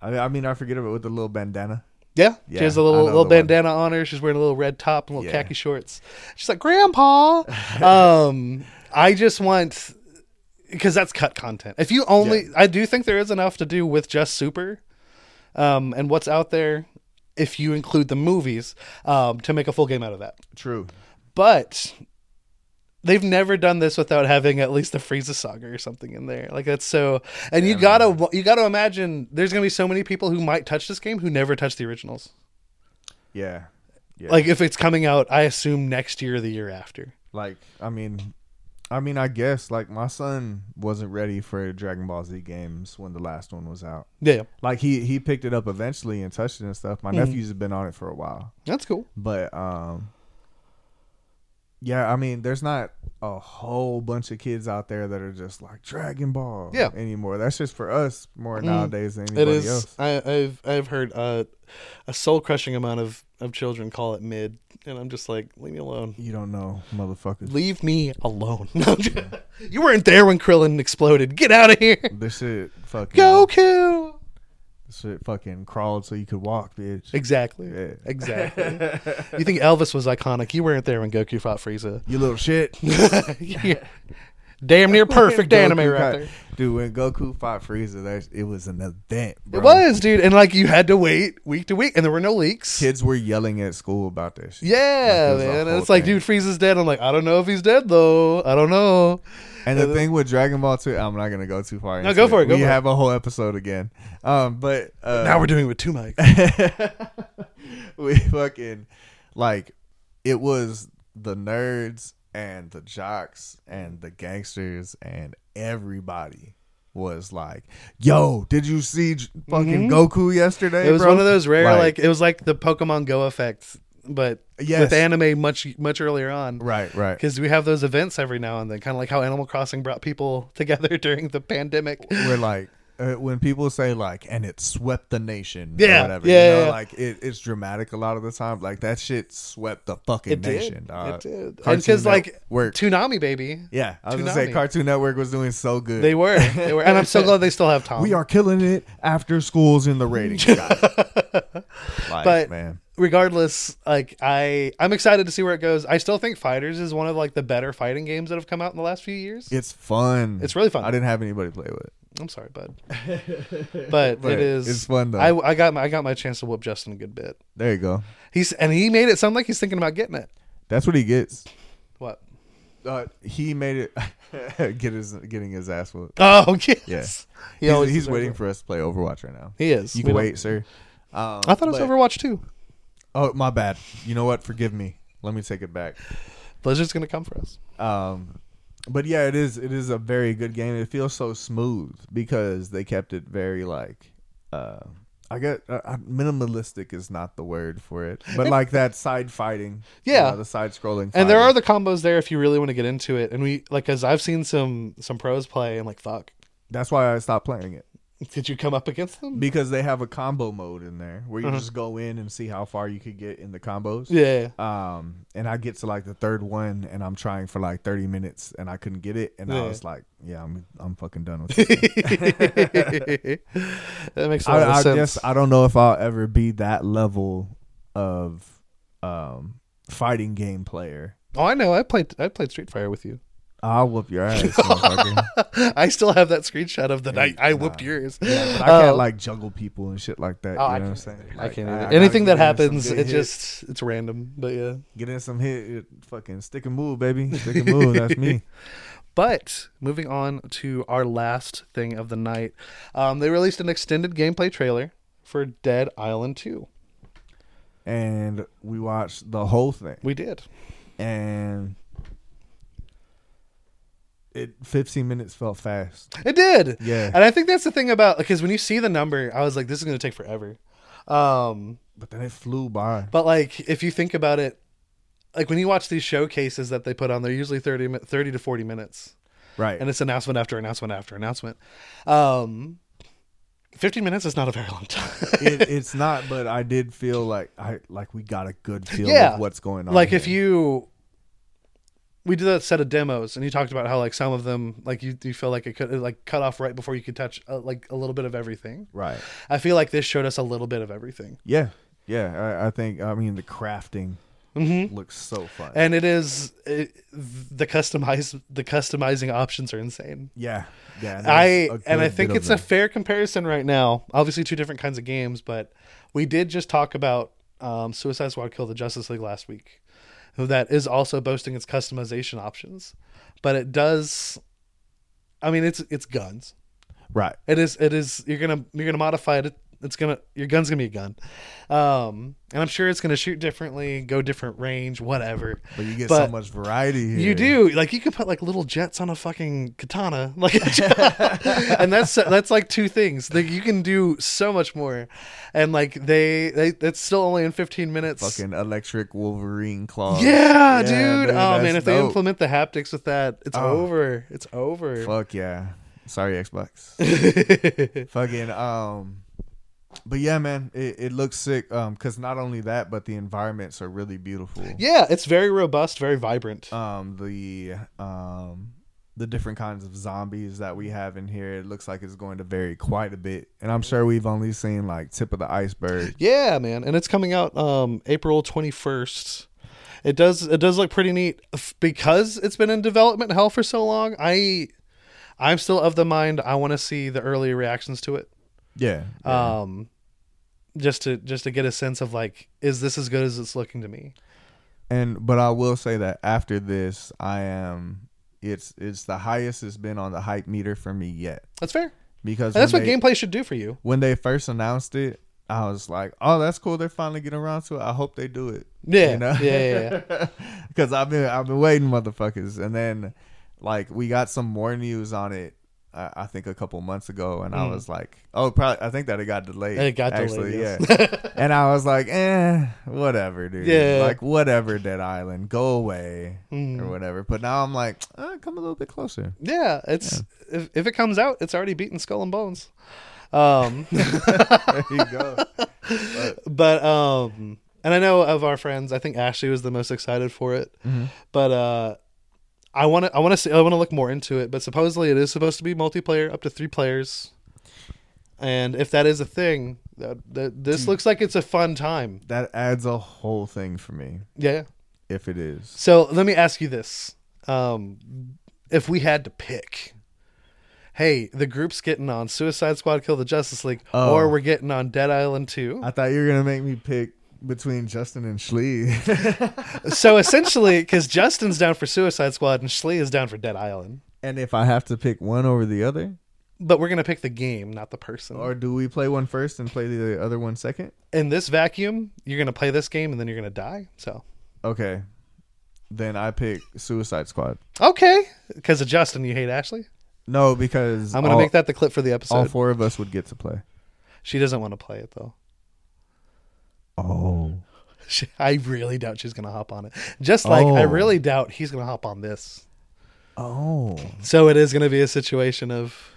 Speaker 2: I, I mean, I forget about with the little bandana.
Speaker 1: Yeah,
Speaker 2: Yeah,
Speaker 1: she has a
Speaker 2: I
Speaker 1: little
Speaker 2: know
Speaker 1: little
Speaker 2: the one.
Speaker 1: bandana on her. She's wearing a little red top and little
Speaker 2: Yeah.
Speaker 1: khaki shorts. She's like,
Speaker 2: (laughs)
Speaker 1: Grandpa. um, I just want because that's cut content. If you only, I do think there is enough to do with just Super, um, and what's out there. If you include the movies, um, to make a full game out of that.
Speaker 2: True.
Speaker 1: but they've never done this without having at least the Frieza saga or something in there. Like that's so. And you gotta you gotta imagine there's gonna be so many people who might touch this game who never touched the originals.
Speaker 2: Yeah. Yeah.
Speaker 1: Like if it's coming out, I assume next year or the year after.
Speaker 2: like I mean, I mean, I guess like my son wasn't ready for Dragon Ball Z games when the last one was out.
Speaker 1: Yeah,
Speaker 2: Like he he picked it up eventually and touched it and stuff.
Speaker 1: Hmm.
Speaker 2: My nephews have been on it for a while,
Speaker 1: that's cool.
Speaker 2: but um, yeah, I mean, there's not a whole bunch of kids out there that are just like Dragon Ball
Speaker 1: Yeah. Hmm.
Speaker 2: anymore. That's just for us more nowadays than
Speaker 1: It
Speaker 2: anybody
Speaker 1: is.
Speaker 2: else.
Speaker 1: I, I've I've heard uh, a soul crushing amount of of children call it mid, and I'm just like, leave me alone.
Speaker 2: You don't know, motherfuckers.
Speaker 1: Leave me alone. (laughs) you weren't there when Krillin exploded. Get out of here.
Speaker 2: This shit fucking
Speaker 1: Goku.
Speaker 2: This shit fucking crawled so you could walk, bitch.
Speaker 1: Exactly.
Speaker 2: Yeah. (laughs)
Speaker 1: Exactly. you think Elvis was iconic? You weren't there when Goku fought
Speaker 2: (laughs)
Speaker 1: Frieza. (laughs)
Speaker 2: You little shit.
Speaker 1: Yeah. Damn near perfect
Speaker 2: Goku
Speaker 1: anime right
Speaker 2: got-
Speaker 1: there.
Speaker 2: Dude, when Goku fought Frieza, that's, it was an event. Bro.
Speaker 1: It was, dude, and like you had to wait week to week, and there were no leaks.
Speaker 2: Kids were yelling at school about this. shit.
Speaker 1: Yeah,
Speaker 2: Like, it was a
Speaker 1: man.
Speaker 2: whole
Speaker 1: It's like,
Speaker 2: thing.
Speaker 1: dude, Frieza's dead. I'm like, I don't know if he's dead though. I don't know.
Speaker 2: And the thing with Dragon Ball 2, I'm not gonna go too far. into
Speaker 1: go for it, go
Speaker 2: we
Speaker 1: for
Speaker 2: have a whole episode again. Um, but uh,
Speaker 1: Now we're doing it with two
Speaker 2: (laughs)
Speaker 1: mics.
Speaker 2: we fucking like it was the nerds and the jocks and the gangsters and everybody was like, "Yo, did you see J- fucking Goku yesterday?"
Speaker 1: Mm-hmm. It was
Speaker 2: bro?"
Speaker 1: one of those rare, like, it was like the Pokemon Go effect, but
Speaker 2: Yes.
Speaker 1: with anime much much earlier on.
Speaker 2: right, right.
Speaker 1: because we have those events every now and then, kind of like how Animal Crossing brought people (laughs) together during the pandemic.
Speaker 2: We're like uh, when people say like and it swept the nation
Speaker 1: Yeah,
Speaker 2: or whatever
Speaker 1: yeah,
Speaker 2: you know
Speaker 1: yeah.
Speaker 2: like it, it's dramatic a lot of the time like that shit swept the fucking
Speaker 1: It did.
Speaker 2: nation dog.
Speaker 1: it did. And
Speaker 2: Cartoon
Speaker 1: 'cause, like
Speaker 2: Network.
Speaker 1: Toonami, baby,
Speaker 2: yeah i was gonna say
Speaker 1: Toonami.
Speaker 2: cartoon network was doing so good Um,
Speaker 1: they were, they were, and I'm
Speaker 2: (laughs)
Speaker 1: so glad they still have Tom.
Speaker 2: we are killing it after school's in the
Speaker 1: (laughs)
Speaker 2: ratings guys. like,
Speaker 1: But-
Speaker 2: man
Speaker 1: Regardless, like I, I'm excited to see where it goes. I still think Fighters is one of like the better fighting games that have come out in the last few years.
Speaker 2: it's fun
Speaker 1: It's really fun.
Speaker 2: i didn't have anybody play with it
Speaker 1: I'm sorry,
Speaker 2: (laughs)
Speaker 1: bud, but,
Speaker 2: But
Speaker 1: it is.
Speaker 2: it's fun, though.
Speaker 1: I, I got my, I got my chance to whoop Justin a good bit.
Speaker 2: there you go
Speaker 1: He's and he made it sound like he's thinking about getting it.
Speaker 2: that's what he gets
Speaker 1: What?
Speaker 2: uh, he made it (laughs) get his getting his ass whooped
Speaker 1: Oh (laughs) yes. He
Speaker 2: he's,
Speaker 1: always
Speaker 2: he's
Speaker 1: deserves
Speaker 2: waiting
Speaker 1: it.
Speaker 2: for us to play overwatch right now
Speaker 1: He is.
Speaker 2: you
Speaker 1: We
Speaker 2: can
Speaker 1: don't-
Speaker 2: wait sir um,
Speaker 1: I thought it was
Speaker 2: but-
Speaker 1: Overwatch too.
Speaker 2: Oh, my bad. You know what? Forgive me. Let me take it back.
Speaker 1: Blizzard's gonna come for us.
Speaker 2: Um, but yeah, it is. It is a very good game. It feels so smooth because they kept it very like. Uh, I get uh, uh, minimalistic is not the word for it, but like that side fighting. you
Speaker 1: Yeah.
Speaker 2: know, the side scrolling.
Speaker 1: And there are the combos there if you really want to get into it. And we like, as I've seen some some pros play, and like, fuck,
Speaker 2: That's why I stopped playing it
Speaker 1: did you come up against
Speaker 2: (laughs)
Speaker 1: them?
Speaker 2: because they have a combo mode in there where
Speaker 1: Mm-hmm.
Speaker 2: you just go in and see how far you could get in the combos.
Speaker 1: Yeah,
Speaker 2: um and i get to like the third one and i'm trying for like 30 minutes and i couldn't get it and i
Speaker 1: Yeah.
Speaker 2: was like yeah i'm i'm fucking
Speaker 1: (laughs)
Speaker 2: done with it
Speaker 1: that makes a lot of
Speaker 2: I, I
Speaker 1: sense.
Speaker 2: guess i don't know if i'll ever be that level of um fighting game player
Speaker 1: oh, I know. I played I played Street Fighter with you. (laughs)
Speaker 2: i'll whoop your ass motherfucker.
Speaker 1: I still have that screenshot of the night I whooped yours.
Speaker 2: but i can't
Speaker 1: Oh.
Speaker 2: like jungle people and shit like that you
Speaker 1: Oh,
Speaker 2: know
Speaker 1: I
Speaker 2: what i'm
Speaker 1: can't
Speaker 2: saying
Speaker 1: I
Speaker 2: Like,
Speaker 1: can't
Speaker 2: I
Speaker 1: either.
Speaker 2: gotta
Speaker 1: Anything that
Speaker 2: get in some
Speaker 1: happens,
Speaker 2: good
Speaker 1: it
Speaker 2: hit,
Speaker 1: just it's random. But yeah.
Speaker 2: get in some hit it- fucking stick and move baby stick and move
Speaker 1: (laughs)
Speaker 2: that's me
Speaker 1: But moving on to our last thing of the night, um, they released an extended gameplay trailer for Dead Island Two.
Speaker 2: and we watched the whole thing.
Speaker 1: We did.
Speaker 2: and it 15 minutes felt fast.
Speaker 1: It did.
Speaker 2: Yeah.
Speaker 1: And I think that's the thing about because when you see the number, I was like, this is gonna take forever. Um,
Speaker 2: But then it flew by.
Speaker 1: but like if you think about it, like when you watch these showcases that they put on, they're usually 30, mi- 30 to forty minutes,
Speaker 2: Right.
Speaker 1: and it's announcement after announcement after announcement. Um, Fifteen minutes is not a very long time. (laughs)
Speaker 2: it, it's not, but I did feel like I like we got a good feel
Speaker 1: Yeah.
Speaker 2: of what's going on.
Speaker 1: like if
Speaker 2: here.
Speaker 1: you we did that set of demos and you talked about how like some of them like you, you feel like it could it, like cut off right before you could touch uh, like a little bit of everything
Speaker 2: right,
Speaker 1: i feel like this showed us a little bit of everything
Speaker 2: yeah, yeah, I, I think I mean the crafting looks so fun.
Speaker 1: Mm-hmm. and it is it, the customize the customizing options are insane
Speaker 2: yeah, yeah.
Speaker 1: i
Speaker 2: there's a
Speaker 1: and i
Speaker 2: good
Speaker 1: think
Speaker 2: bit
Speaker 1: it's
Speaker 2: of
Speaker 1: a
Speaker 2: it.
Speaker 1: fair comparison right now obviously two different kinds of games but we did just talk about um, suicide squad kill the justice league last week that is also boasting its customization options but it does i mean it's it's guns
Speaker 2: right.
Speaker 1: it is it is you're gonna you're gonna modify it it's gonna your gun's gonna be a gun um and i'm sure it's gonna shoot differently go different range whatever
Speaker 2: But you get
Speaker 1: but
Speaker 2: so much variety. Here.
Speaker 1: you do like you can put like little jets on a fucking katana, (laughs) like, and that's that's like two things. Like you can do so much more, and like they they that's still only in fifteen minutes.
Speaker 2: fucking electric Wolverine claws.
Speaker 1: yeah,
Speaker 2: Yeah,
Speaker 1: dude. Oh
Speaker 2: dude,
Speaker 1: man,
Speaker 2: that's
Speaker 1: if they
Speaker 2: dope.
Speaker 1: implement the haptics with that, it's
Speaker 2: Oh.
Speaker 1: over. It's over. (laughs)
Speaker 2: Fuck yeah. Sorry, Xbox.
Speaker 1: yeah,
Speaker 2: fucking um but yeah man it, it looks sick um because not only that but the environments are really beautiful
Speaker 1: it's very robust, very vibrant.
Speaker 2: um the um the different kinds of zombies that we have in here it looks like it's going to vary quite a bit and i'm sure we've only seen like tip of the
Speaker 1: (laughs)
Speaker 2: iceberg
Speaker 1: Yeah, man, and it's coming out um April twenty first. It does it does look pretty neat F- because it's been in development hell for so long. I I'm still of the mind I want to see the early reactions to it.
Speaker 2: yeah
Speaker 1: Um, just to just to get a sense of like, is this as good as it's looking to me?
Speaker 2: and but i will say that after this i am it's it's the highest it's been on the hype meter for me yet
Speaker 1: That's fair.
Speaker 2: because
Speaker 1: And that's
Speaker 2: when
Speaker 1: what
Speaker 2: they-
Speaker 1: gameplay should do for you.
Speaker 2: when they first announced it, I was like, "Oh, that's cool. They're finally getting around to it. I hope they do it."
Speaker 1: Yeah, yeah, yeah,
Speaker 2: (laughs) Because I've been I've been waiting, motherfuckers. And then, like, we got some more news on it. I, I think a couple months ago, and I was like, "Oh, probably." I think that it got (laughs) delayed.
Speaker 1: Mm. It got
Speaker 2: actually,
Speaker 1: delayed,
Speaker 2: Yeah. (laughs) and I was like, "Eh, whatever, dude.
Speaker 1: Yeah.
Speaker 2: Like, whatever, Dead Island, go away
Speaker 1: Mm.
Speaker 2: or whatever." But now I'm like, uh, "Come a little bit closer."
Speaker 1: (laughs)
Speaker 2: (laughs)
Speaker 1: Yeah, it's If, if it comes out, it's already beaten Skull and Bones. Um,
Speaker 2: there you go.
Speaker 1: (laughs) but um, and I know of our friends, I think Ashley was the most excited for it. But uh, I want to I want to see I want to look more into it. But supposedly it is supposed to be multiplayer, up to three players. And if that is a thing, that, that this looks like it's a fun time.
Speaker 2: That adds a whole thing for me
Speaker 1: Yeah.
Speaker 2: if it is.
Speaker 1: So let me ask you this: um, If we had to pick, hey, the group's getting on Suicide Squad, Kill the Justice League,
Speaker 2: Oh.
Speaker 1: or we're getting on Dead Island Two.
Speaker 2: I thought you were gonna make me pick between Justin and Schley. (laughs)
Speaker 1: so essentially, because Justin's down for Suicide Squad and Schley is down for Dead Island,
Speaker 2: and if I have to pick one over the other,
Speaker 1: but we're gonna pick the game, not the person.
Speaker 2: or do we play one first and play the other one second?
Speaker 1: In this vacuum, you're gonna play this game and then you're gonna die. So
Speaker 2: Okay. Then I pick Suicide Squad.
Speaker 1: okay, because of Justin, you hate Ashley.
Speaker 2: No, because
Speaker 1: I'm gonna
Speaker 2: all,
Speaker 1: make that the clip for the
Speaker 2: all
Speaker 1: episode.
Speaker 2: four of us would get to play.
Speaker 1: She doesn't want to play it though. (laughs)
Speaker 2: Oh.
Speaker 1: She, I really doubt she's gonna hop on it. Just like I
Speaker 2: Oh.
Speaker 1: really doubt he's gonna hop on this.
Speaker 2: Oh.
Speaker 1: So it is gonna be a situation of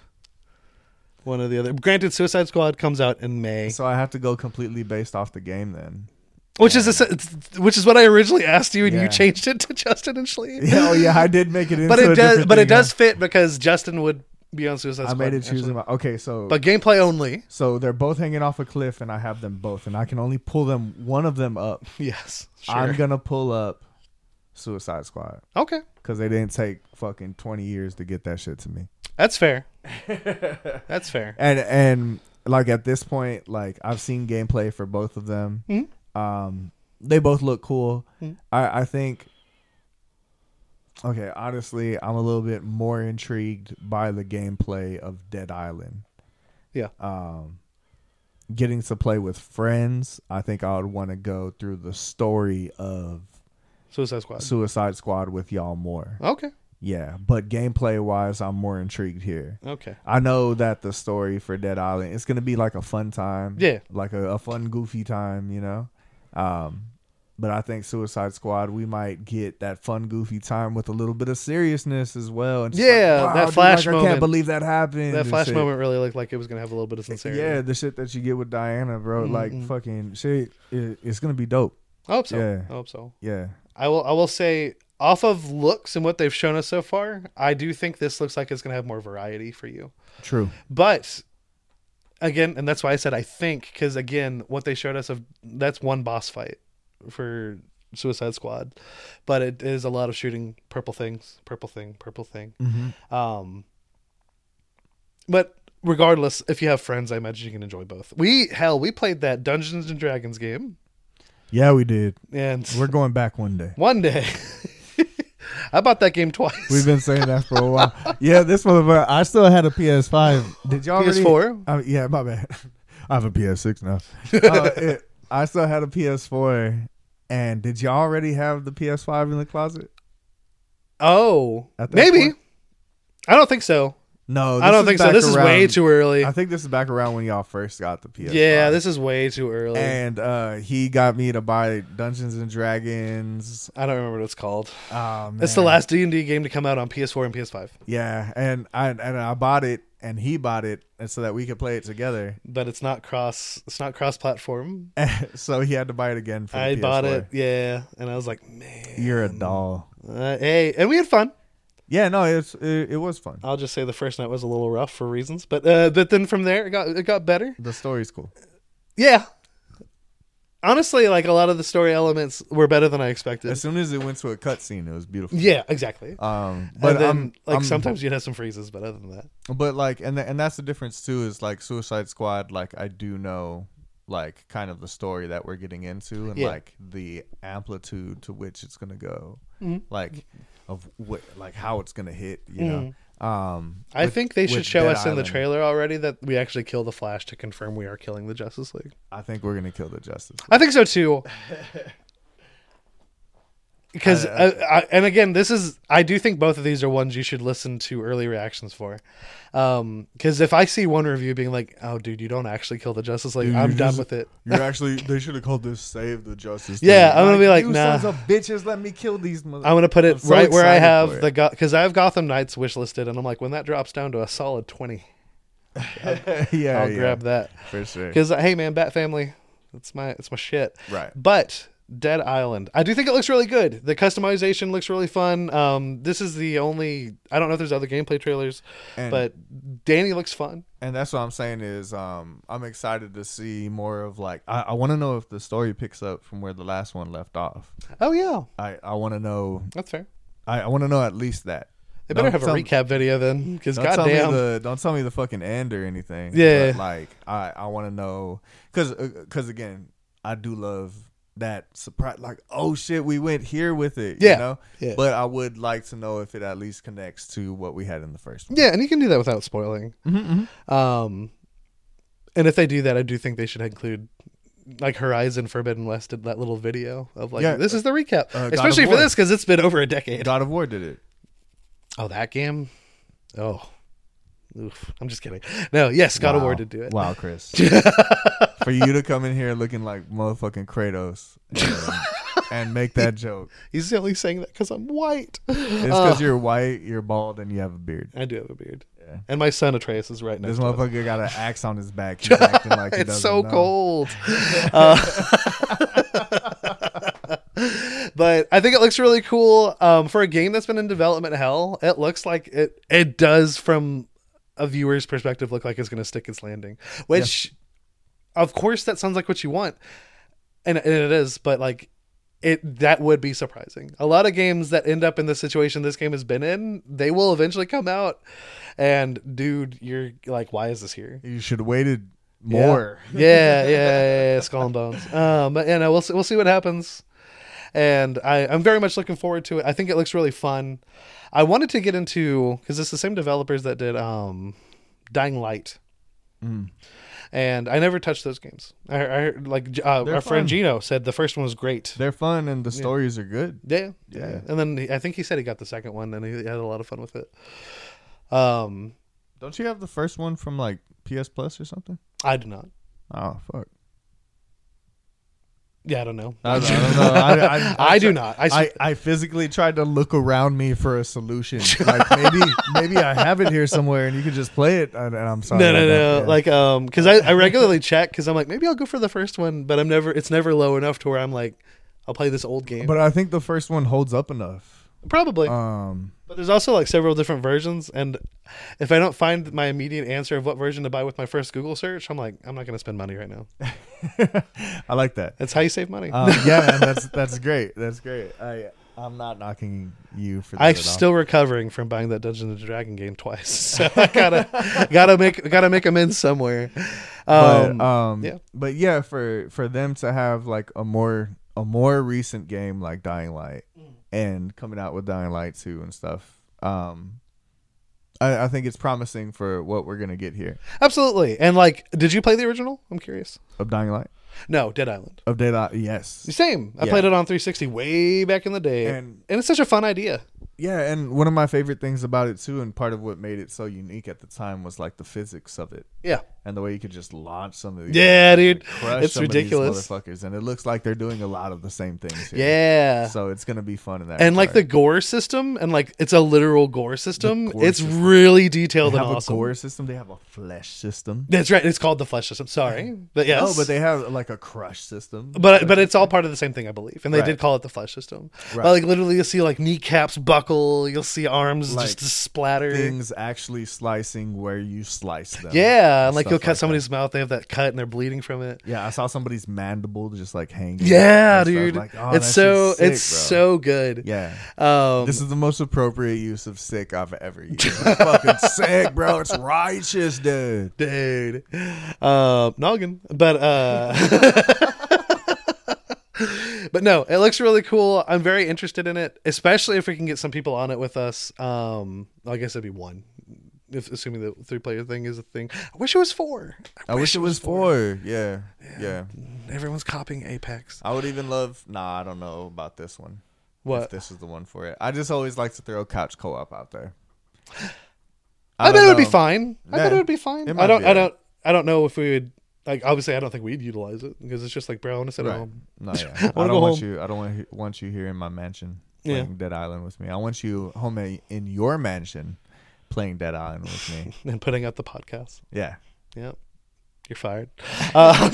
Speaker 1: one or the other. Granted, Suicide Squad comes out in May,
Speaker 2: So I have to go completely based off the
Speaker 1: (laughs)
Speaker 2: game then.
Speaker 1: which is a, it's- which is what I originally asked you, and
Speaker 2: Yeah.
Speaker 1: you changed it to Justin and Schley.
Speaker 2: (laughs) Yeah, oh yeah, I did make it
Speaker 1: (laughs)
Speaker 2: into
Speaker 1: but
Speaker 2: a
Speaker 1: it does,
Speaker 2: different
Speaker 1: but it
Speaker 2: thing.
Speaker 1: does fit because Justin would be on Suicide
Speaker 2: I
Speaker 1: Squad.
Speaker 2: made it choose
Speaker 1: actually.
Speaker 2: my okay, so
Speaker 1: but gameplay
Speaker 2: (laughs)
Speaker 1: only.
Speaker 2: so they're both hanging off a cliff and I have them both and I can only pull them one of them up
Speaker 1: Yes, sure.
Speaker 2: I'm gonna pull up Suicide Squad
Speaker 1: okay,
Speaker 2: because they didn't take fucking twenty years to get that shit to me.
Speaker 1: that's
Speaker 2: (laughs)
Speaker 1: fair. that's fair.
Speaker 2: And and like at this point, like I've seen gameplay for both of them. Um, they both look cool. I I think. Okay, honestly, I'm a little bit more intrigued by the gameplay of Dead Island.
Speaker 1: Yeah.
Speaker 2: Um, getting to play with friends, I think I would want to go through the story of
Speaker 1: Suicide Squad.
Speaker 2: Suicide Squad with y'all more.
Speaker 1: okay.
Speaker 2: Yeah, but gameplay wise, I'm more intrigued here.
Speaker 1: Okay.
Speaker 2: I know that the story for Dead Island, it's gonna be like a fun time.
Speaker 1: Yeah.
Speaker 2: Like a, a fun, goofy time, you know? Um but I think Suicide Squad, we might get that fun, goofy time with a little bit of seriousness as well. And just
Speaker 1: Yeah, that
Speaker 2: dude,
Speaker 1: flash
Speaker 2: like, I
Speaker 1: moment.
Speaker 2: can't believe that happened.
Speaker 1: That
Speaker 2: and
Speaker 1: flash
Speaker 2: shit.
Speaker 1: moment really looked like it was gonna have a little bit of sincerity.
Speaker 2: Yeah, the shit that you get with Diana, bro. Like fucking shit. It, it's gonna be dope.
Speaker 1: I hope so.
Speaker 2: Yeah.
Speaker 1: I hope so.
Speaker 2: Yeah.
Speaker 1: I will. I will say, off of looks and what they've shown us so far, I do think this looks like it's gonna have more variety for you.
Speaker 2: True.
Speaker 1: But again, and that's why I said I think because again, what they showed us of that's one boss fight for Suicide Squad, but it is a lot of shooting purple things, purple thing, purple thing. Um, but regardless, if you have friends, I imagine you can enjoy both. We hell, we played that Dungeons and Dragons game,
Speaker 2: Yeah, we did.
Speaker 1: and
Speaker 2: We're going back one day.
Speaker 1: one day (laughs) I bought that game twice.
Speaker 2: We've been saying that for a while. Yeah, this motherfucker. I still had a PS5. Did y'all already-
Speaker 1: PS4?
Speaker 2: Uh, yeah, my bad. (laughs) I have a PS6 (laughs) now. Uh, it- I still had a PS4. And did y'all already have the PS5 in the closet?
Speaker 1: oh,
Speaker 2: At that
Speaker 1: maybe.
Speaker 2: point?
Speaker 1: I don't think so.
Speaker 2: No,
Speaker 1: I don't think so.
Speaker 2: back
Speaker 1: This is way
Speaker 2: around-
Speaker 1: too early.
Speaker 2: I think this is back around when y'all first got the PS5.
Speaker 1: Yeah, this is way too early.
Speaker 2: And uh, he got me to buy Dungeons and Dragons.
Speaker 1: I don't remember what it's called.
Speaker 2: Oh, man.
Speaker 1: It's the last D and D game to come out on PS4 and PS5.
Speaker 2: Yeah, and I and I bought it, and he bought it, and so that we could play it together.
Speaker 1: But it's not cross. It's not cross platform.
Speaker 2: (laughs) so he had to buy it again for the
Speaker 1: I bought Mm.
Speaker 2: PS4.
Speaker 1: it, yeah, and I was like, man,
Speaker 2: You're a doll.
Speaker 1: uh, hey, and we had fun.
Speaker 2: Yeah, no, it's it, it was fun.
Speaker 1: I'll just say the first night was a little rough for reasons, but uh, but then from there it got it got better.
Speaker 2: The story's cool.
Speaker 1: Yeah, honestly, like a lot of the story elements were better than I expected.
Speaker 2: As soon as it went to a cutscene, it was beautiful.
Speaker 1: yeah, exactly.
Speaker 2: Um,
Speaker 1: but
Speaker 2: but
Speaker 1: then,
Speaker 2: I'm
Speaker 1: like
Speaker 2: I'm-
Speaker 1: sometimes you'd have some freezes, but other than that,
Speaker 2: but like, and the, and that's the difference too. Is like Suicide Squad. Like I do know, like kind of the story that we're getting into, and
Speaker 1: Yeah.
Speaker 2: like the amplitude to which it's gonna go,
Speaker 1: Mm-hmm.
Speaker 2: like of what, like how it's gonna hit. You know.
Speaker 1: Mm.
Speaker 2: Um,
Speaker 1: I think they should
Speaker 2: with
Speaker 1: show
Speaker 2: Dead
Speaker 1: us in the
Speaker 2: Island.
Speaker 1: trailer already that we actually kill the Flash to confirm we are killing the Justice League.
Speaker 2: I think we're gonna kill the Justice.
Speaker 1: I think so
Speaker 2: (laughs)
Speaker 1: too. Because
Speaker 2: I-
Speaker 1: uh, I, and again, this is I do think both of these are ones you should listen to early reactions for. Because if I see one review being like, "Oh, dude, you don't actually kill the Justice League,"
Speaker 2: Dude,
Speaker 1: I'm
Speaker 2: you
Speaker 1: done
Speaker 2: just-
Speaker 1: with it. (laughs)
Speaker 2: You're actually. They should have called this "Save the Justice."
Speaker 1: Yeah, I'm gonna be like,
Speaker 2: you
Speaker 1: nah.
Speaker 2: sons of bitches, let me kill these mother.
Speaker 1: I'm gonna put
Speaker 2: I'm
Speaker 1: it
Speaker 2: so
Speaker 1: right where I
Speaker 2: excited
Speaker 1: have
Speaker 2: for it.
Speaker 1: the because I have Gotham Knights wishlisted, and I'm like, when that drops down to a solid twenty,
Speaker 2: (laughs) yeah,
Speaker 1: I'll
Speaker 2: yeah,
Speaker 1: (laughs) grab that.
Speaker 2: for sure.
Speaker 1: Because hey, man, Bat Family, it's my it's my shit.
Speaker 2: Right.
Speaker 1: But Dead Island, I do think it looks really good. The customization looks really fun. Um, this is the only I don't know if there's other gameplay trailers,
Speaker 2: And-
Speaker 1: but Danny looks fun.
Speaker 2: And that's what I'm saying is, um, I'm excited to see more of like. I, I want to know if the story picks up from where the last one left off.
Speaker 1: Oh yeah,
Speaker 2: I I want to know.
Speaker 1: that's fair.
Speaker 2: I, I want to know at least that.
Speaker 1: They better
Speaker 2: Don't
Speaker 1: have a
Speaker 2: tell-
Speaker 1: recap video then, because
Speaker 2: Don't tell me
Speaker 1: goddamn,
Speaker 2: the don't tell me the fucking end or anything.
Speaker 1: Yeah.
Speaker 2: but, like I I want to know because because again I do love that surprise. Like oh shit, we went here with it.
Speaker 1: Yeah.
Speaker 2: you know?
Speaker 1: Yeah.
Speaker 2: But I would like to know if it at least connects to what we had in the first one.
Speaker 1: yeah, and you can do that without spoiling. Um, and if they do that, I do think they should include. Like Horizon Forbidden West did that little video of like
Speaker 2: Yeah,
Speaker 1: this is the recap,
Speaker 2: uh, God of
Speaker 1: especially for
Speaker 2: War.
Speaker 1: this because it's been over a decade.
Speaker 2: God of War did it.
Speaker 1: Oh, that game? Oh. Oof. I'm just kidding. No, yes, God of War
Speaker 2: Wow.
Speaker 1: did do it.
Speaker 2: Wow, Chris.
Speaker 1: (laughs)
Speaker 2: For you to come in here looking like motherfucking Kratos and, and make that joke.
Speaker 1: He's only saying that because I'm white. (gasps)
Speaker 2: It's because
Speaker 1: Uh.
Speaker 2: you're white, you're bald, and you have a beard.
Speaker 1: I do have a beard.
Speaker 2: Yeah.
Speaker 1: And my son Atreus is right next
Speaker 2: This
Speaker 1: to it.
Speaker 2: motherfucker got an axe on his
Speaker 1: (laughs)
Speaker 2: back. He's acting like he
Speaker 1: It's
Speaker 2: doesn't
Speaker 1: so
Speaker 2: know.
Speaker 1: cold. (laughs) Uh, but I think it looks really cool. Um, for a game that's been in development hell, it looks like it it does from a viewer's perspective look like it's gonna stick its landing. Which of course that sounds like what you want. And, and it is, but like it that would be surprising. A lot of games that end up in the situation this game has been in, they will eventually come out and dude, you're like, why is this here?
Speaker 2: You should have waited more.
Speaker 1: (laughs) yeah, yeah, yeah, yeah, skull and bones. Um, but, you know, we'll see, we'll see what happens. And I, I'm very much looking forward to it. I think it looks really fun. I wanted to get
Speaker 2: Mm.
Speaker 1: into because it's the same developers that did um, Dying Light, and I never touched those games. I, I heard, like uh, our
Speaker 2: They're fun.
Speaker 1: friend Gino said the first one was great.
Speaker 2: They're fun and the stories are good.
Speaker 1: Yeah,
Speaker 2: Yeah.
Speaker 1: yeah. And then he, I think he said he got the second one, and he had a lot of fun with it. Um,
Speaker 2: Don't you have the first one from like PS Plus or something?
Speaker 1: I do not.
Speaker 2: Oh fuck!
Speaker 1: Yeah, I don't know.
Speaker 2: I, don't- I don't
Speaker 1: (laughs)
Speaker 2: know. I, I- I
Speaker 1: I do
Speaker 2: tr-
Speaker 1: not. I,
Speaker 2: I, I physically tried to look around me for
Speaker 1: (laughs)
Speaker 2: a solution. Like maybe maybe I have it here somewhere and you can just play it. And, and I'm sorry.
Speaker 1: no,
Speaker 2: I
Speaker 1: no, no.
Speaker 2: don't- yeah.
Speaker 1: Like, um, because I, I regularly check because I'm like maybe I'll go for the first one, but I'm never. It's never low enough to where I'm like, I'll play this old game.
Speaker 2: but I think the first one holds up enough.
Speaker 1: Probably.
Speaker 2: Um,
Speaker 1: But there's also like several different versions, and if I don't find my immediate answer of what version to buy with my first Google search, I'm like, I'm not going to spend money right now.
Speaker 2: I
Speaker 1: (laughs)
Speaker 2: like that.
Speaker 1: That's how you save money.
Speaker 2: Um, yeah, man, that's that's great. That's great. I I'm not knocking you for that.
Speaker 1: I'm
Speaker 2: at all.
Speaker 1: still recovering from buying that Dungeons and Dragon game twice, (laughs) so I gotta gotta make gotta make amends somewhere.
Speaker 2: but,
Speaker 1: Um,
Speaker 2: um,
Speaker 1: yeah.
Speaker 2: but yeah, for for them to have like a more a more recent game like Dying Light
Speaker 1: Mm.
Speaker 2: and coming out with Dying Light two and stuff, um, I, I think it's promising for what we're gonna get here
Speaker 1: absolutely. And like, did you play the original? I'm curious.
Speaker 2: of Dying Light
Speaker 1: No, Dead Island.
Speaker 2: of Daylight. Yes,
Speaker 1: Same. I
Speaker 2: Yeah.
Speaker 1: played it on 360 way back in the day,
Speaker 2: And-
Speaker 1: and, it's such a fun idea.
Speaker 2: Yeah, and one of my favorite things about it too, and part of what made it so unique at the time was like the physics of it
Speaker 1: Yeah,
Speaker 2: and the way you could just launch some of these.
Speaker 1: Yeah,
Speaker 2: motherfuckers and
Speaker 1: dude.
Speaker 2: Crush
Speaker 1: It's
Speaker 2: some of these
Speaker 1: ridiculous.
Speaker 2: motherfuckers, and it looks like they're doing a lot of the same things. Here.
Speaker 1: yeah.
Speaker 2: So it's gonna be fun in that.
Speaker 1: and like the
Speaker 2: regard.
Speaker 1: gore system, and like it's a literal gore system.
Speaker 2: gore
Speaker 1: it's
Speaker 2: system.
Speaker 1: really detailed
Speaker 2: they
Speaker 1: and
Speaker 2: have
Speaker 1: awesome.
Speaker 2: a gore system. They have a flesh system.
Speaker 1: That's right. It's called the flesh system. Sorry, but yes.
Speaker 2: Oh, but they have like a crush system.
Speaker 1: But but it's all part of the same thing, I believe. And they
Speaker 2: Right.
Speaker 1: did call it the flesh system.
Speaker 2: Right.
Speaker 1: But, like literally, you'll see like kneecaps buckle. You'll see arms
Speaker 2: Like,
Speaker 1: just splatter.
Speaker 2: things actually slicing where you slice them.
Speaker 1: Yeah, and like
Speaker 2: stuff
Speaker 1: you'll cut
Speaker 2: like that.
Speaker 1: somebody's mouth. They have that cut and they're bleeding from it.
Speaker 2: Yeah, I saw somebody's mandible just like hanging.
Speaker 1: Yeah,
Speaker 2: and stuff.
Speaker 1: dude.
Speaker 2: Like, oh,
Speaker 1: it's
Speaker 2: that shit's
Speaker 1: so
Speaker 2: sick,
Speaker 1: it's
Speaker 2: bro.
Speaker 1: so good.
Speaker 2: Yeah.
Speaker 1: Um,
Speaker 2: This is the most appropriate use of sick I've ever
Speaker 1: (laughs)
Speaker 2: used. It's fucking sick, bro. It's righteous, dude.
Speaker 1: dude. Uh, noggin, but uh, (laughs) but no, it looks really cool. I'm very interested in it, especially if we can get some people on it with us. Um, I guess it'd be one, if assuming the three player thing is a thing. I wish it was four.
Speaker 2: I wish it was four. Yeah, yeah.
Speaker 1: Everyone's copying Apex.
Speaker 2: I would even love. Nah, I don't know about this one. If
Speaker 1: What?
Speaker 2: this is the one for it, I just always like to throw couch co-op out there.
Speaker 1: I, bet
Speaker 2: don't
Speaker 1: it would be
Speaker 2: know.
Speaker 1: fine. I bet
Speaker 2: Yeah.
Speaker 1: it would be fine.
Speaker 2: It
Speaker 1: I
Speaker 2: might
Speaker 1: don't.
Speaker 2: be
Speaker 1: I
Speaker 2: alright.
Speaker 1: don't. I don't know if we would. Like obviously, I don't think we'd utilize it because it's just like bro, I want to sit at
Speaker 2: Right.
Speaker 1: home.
Speaker 2: No, yeah. I,
Speaker 1: (laughs) wanna
Speaker 2: don't
Speaker 1: go
Speaker 2: want
Speaker 1: home.
Speaker 2: you. I don't want you- want you here in my mansion
Speaker 1: Yeah.
Speaker 2: playing Dead Island with me. I want you home a- in your mansion playing Dead Island with
Speaker 1: (laughs)
Speaker 2: me.
Speaker 1: and putting out the podcast. (laughs)
Speaker 2: Yeah,
Speaker 1: Yep, you're
Speaker 2: (laughs)
Speaker 1: fired. Uh,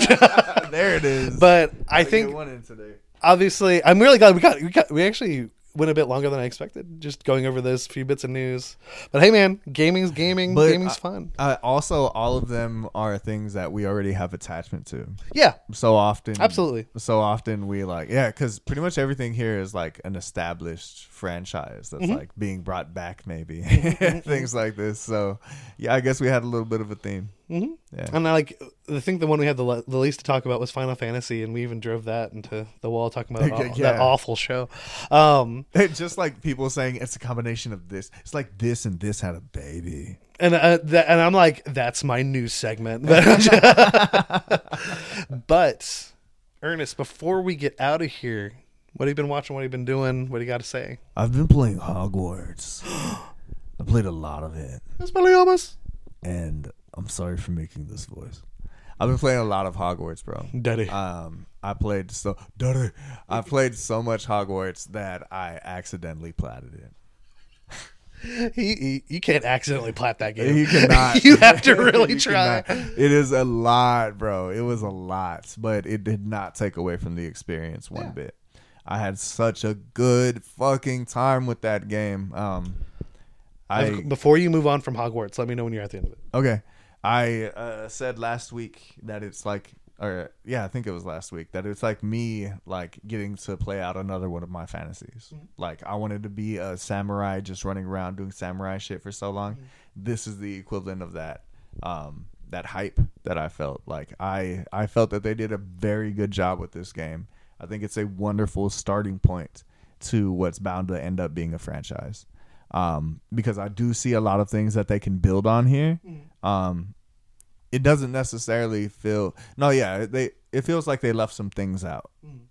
Speaker 2: there it is.
Speaker 1: but I think
Speaker 2: one in today.
Speaker 1: obviously I'm really glad we got we got we actually went a bit longer than I expected, just going over those few bits of news. But hey, man, gaming's gaming.
Speaker 2: But
Speaker 1: gaming's
Speaker 2: I-
Speaker 1: fun.
Speaker 2: Uh, also, all of them are things that we already have attachment to.
Speaker 1: Yeah,
Speaker 2: So often,
Speaker 1: Absolutely.
Speaker 2: So often we like, yeah, because pretty much everything here is like an established franchise that's like being brought back, maybe (laughs) things like this. So, yeah, I guess we had a little bit of a theme.
Speaker 1: Mhm.
Speaker 2: Yeah. (laughs)
Speaker 1: and I like I think the one we had the, le- the least to talk about was Final Fantasy, and we even drove that into the wall talking about
Speaker 2: Okay,
Speaker 1: that,
Speaker 2: (laughs) yeah.
Speaker 1: that awful show. Um,
Speaker 2: Just like people saying it's a combination of this. It's like this and this had a baby.
Speaker 1: and uh, th- and I'm like, that's my news segment. (laughs) but Ernest, before we get out of here, what have you been watching? What have you been doing? What do you got to say?
Speaker 2: I've been playing Hogwarts. (gasps) I played a lot of it.
Speaker 1: That's my almost.
Speaker 2: and I'm sorry for making this voice. I've been playing a lot of Hogwarts, bro.
Speaker 1: Daddy.
Speaker 2: Um, I played so Daddy. I played so much Hogwarts that I accidentally platted it.
Speaker 1: He, he, you can't accidentally plat that game. (laughs)
Speaker 2: You cannot.
Speaker 1: you have to really
Speaker 2: (laughs) You
Speaker 1: try.
Speaker 2: cannot. It is a lot, bro. It was a lot, but it did not take away from the experience one bit. I had such a good fucking time with that game. Um, I
Speaker 1: Before you move on from Hogwarts, let me know when you're at the end of it.
Speaker 2: Okay. I uh, said last week that it's like, or yeah, I think it was last week that it's like me like getting to play out another one of my fantasies. Like I wanted to be a samurai, just running around doing samurai shit for so long. This is the equivalent of that. Um, that hype that I felt. Like I, I felt that they did a very good job with this game. I think it's a wonderful starting point to what's bound to end up being a franchise um, because I do see a lot of things that they can build on here. Um, it doesn't necessarily feel no yeah they it feels like they left some things out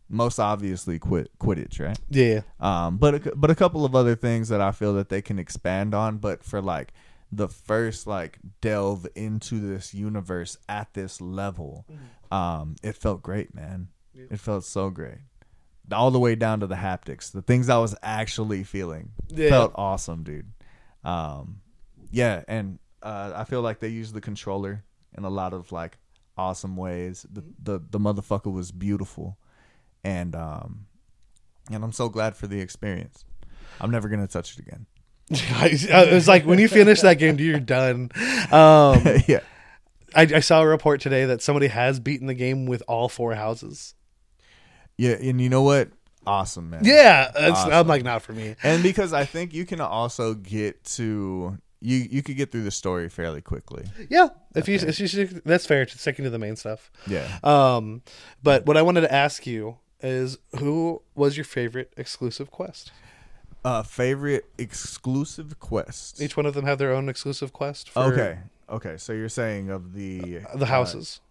Speaker 2: most obviously quit quidditch right
Speaker 1: Yeah.
Speaker 2: um but a, cou- but a couple of other things that i feel that they can expand on but for like the first like delve into this universe at this level um it felt great man it felt so great all the way down to the haptics the things i was actually feeling
Speaker 1: Yeah.
Speaker 2: felt awesome dude um yeah and uh i feel like they used the controller in a lot of like awesome ways the the, the motherfucker was beautiful and um and i'm so glad for the experience i'm never gonna touch it again
Speaker 1: I, (laughs) I was like, when you finish that game, you're done. Um,
Speaker 2: (laughs) yeah
Speaker 1: I, I saw a report today that somebody has beaten the game with all four houses.
Speaker 2: yeah and you know what awesome man
Speaker 1: Yeah, it's, I'm
Speaker 2: Awesome.
Speaker 1: like not for me.
Speaker 2: and because i think you can also get to you you could get through the story fairly quickly
Speaker 1: Yeah, if you, if you stick- that's fair. to Sticking to the main stuff.
Speaker 2: yeah
Speaker 1: Um, but what I wanted to ask you is, who was your favorite exclusive quest?
Speaker 2: uh favorite exclusive quest
Speaker 1: Each one of them have their own exclusive quest. For Uh,
Speaker 2: okay okay so you're saying of the uh,
Speaker 1: The houses.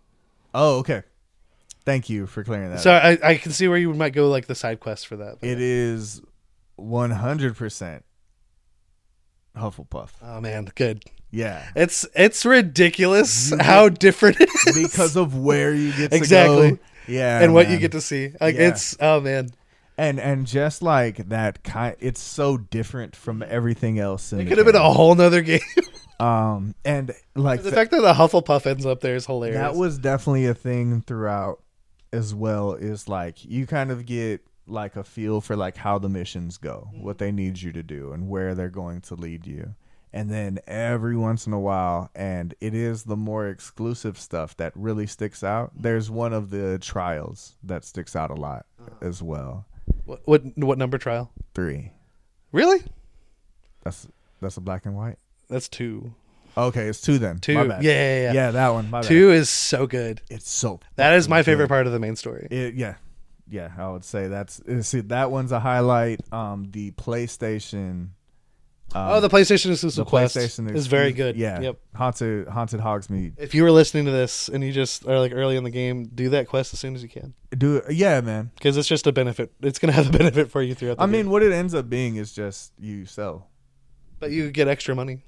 Speaker 2: Oh, okay. Thank you for clearing that.
Speaker 1: so
Speaker 2: up.
Speaker 1: I, I can see where you might go like the side quest for that. but-
Speaker 2: It is 100% Hufflepuff.
Speaker 1: oh man, good.
Speaker 2: Yeah.
Speaker 1: It's it's ridiculous how different it is.
Speaker 2: (laughs) Because of where you get to
Speaker 1: Exactly.
Speaker 2: go. Yeah.
Speaker 1: and what you
Speaker 2: man.
Speaker 1: get to see. Like
Speaker 2: Yeah.
Speaker 1: it's oh man.
Speaker 2: And and just like that kind it's so different from everything else in
Speaker 1: It could have been a whole nother game. (laughs)
Speaker 2: um and like
Speaker 1: the fact that the Hufflepuff ends up there is hilarious.
Speaker 2: That was definitely a thing throughout as well is like you kind of get like a feel for like how the missions go, what they need you to do and where they're going to lead you. And then every once in a while and it is the more exclusive stuff that really sticks out. There's one of the trials that sticks out a lot as well.
Speaker 1: what, what what number trial?
Speaker 2: 3.
Speaker 1: Really?
Speaker 2: That's that's a black and white.
Speaker 1: That's two.
Speaker 2: Okay, it's 2 then.
Speaker 1: Two.
Speaker 2: My
Speaker 1: Yeah,
Speaker 2: bad.
Speaker 1: yeah, yeah.
Speaker 2: Yeah, that one. My bad.
Speaker 1: two is so good.
Speaker 2: It's so
Speaker 1: That is my favorite part of the main story.
Speaker 2: It, yeah, yeah, I would say that's uh, see that one's a highlight. Um, the PlayStation,
Speaker 1: oh, the PlayStation
Speaker 2: the
Speaker 1: exclusive quest
Speaker 2: PlayStation
Speaker 1: is very
Speaker 2: exclusive-
Speaker 1: good.
Speaker 2: Yeah,
Speaker 1: Yep.
Speaker 2: haunted haunted Hogsmeade.
Speaker 1: If you were listening to this and you just are like early in the game, do that quest as soon as you can
Speaker 2: Do yeah, man.
Speaker 1: because it's just a benefit. It's gonna (laughs) have a benefit for you throughout. the
Speaker 2: I
Speaker 1: game.
Speaker 2: mean, what it ends up being is just you sell.
Speaker 1: but you get extra money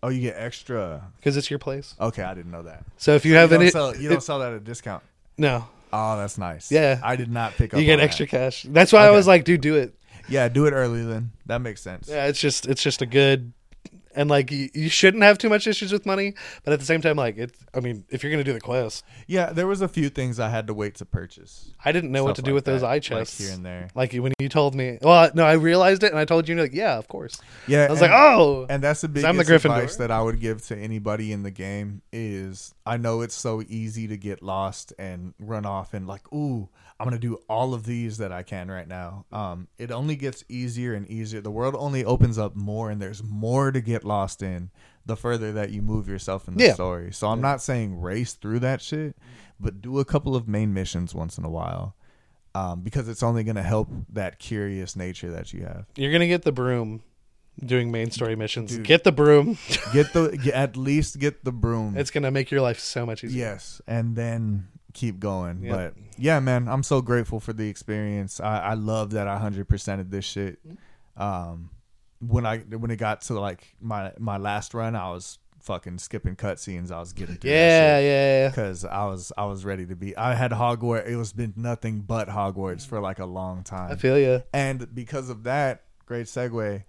Speaker 2: Oh, you get extra.
Speaker 1: because it's your place.
Speaker 2: Okay, I didn't know that.
Speaker 1: So if you
Speaker 2: You
Speaker 1: have
Speaker 2: don't,
Speaker 1: any,
Speaker 2: sell, you don't sell that at a discount.
Speaker 1: no,
Speaker 2: Oh, that's nice.
Speaker 1: Yeah.
Speaker 2: I did not pick up.
Speaker 1: you get
Speaker 2: on that.
Speaker 1: extra cash. That's why I
Speaker 2: Okay.
Speaker 1: was like, dude, do it.
Speaker 2: Yeah, do it early then. That makes sense.
Speaker 1: Yeah, it's just it's just a good and like you, you shouldn't have too much issues with money, but at the same time, like it. I mean, if you're gonna do the quest,
Speaker 2: Yeah, there was a few things I had to wait to purchase.
Speaker 1: I didn't know what to
Speaker 2: Stuff
Speaker 1: do
Speaker 2: like
Speaker 1: with those
Speaker 2: that,
Speaker 1: eye
Speaker 2: like
Speaker 1: chests.
Speaker 2: here and there.
Speaker 1: Like when you told me, well, no, I realized it, and I told you, and you're like, yeah, of course.
Speaker 2: Yeah,
Speaker 1: I was
Speaker 2: and-
Speaker 1: like, oh,
Speaker 2: And that's the
Speaker 1: I'm
Speaker 2: biggest
Speaker 1: the Gryffindor.
Speaker 2: advice that I would give to anybody in the game is I know it's so easy to get lost and run off and like, ooh, I'm gonna do all of these that I can right now. Um, it only gets easier and easier. The world only opens up more and there's more to get lost in the further that you move yourself in the
Speaker 1: Yeah.
Speaker 2: story. So I'm not saying race through that shit, but do a couple of main missions once in a while. Um, because it's only gonna help that curious nature that you have.
Speaker 1: you're gonna get the broom. Doing main story missions, get the broom. (laughs)
Speaker 2: Get the get, at least get the broom.
Speaker 1: it's gonna make your life so much easier.
Speaker 2: Yes, and then keep going.
Speaker 1: Yep.
Speaker 2: But yeah, man, I'm so grateful for the experience. I, I love that I hundred percented this shit.
Speaker 1: Mm-hmm.
Speaker 2: Um, when I when it got to like my my last run, I was fucking skipping cutscenes. I was getting through
Speaker 1: Yeah, yeah, yeah.
Speaker 2: because I was I was ready to be. I had Hogwarts. It was been nothing but
Speaker 1: Mm.
Speaker 2: Hogwarts for like a long
Speaker 1: I
Speaker 2: time.
Speaker 1: feel you.
Speaker 2: And because of that, great segue.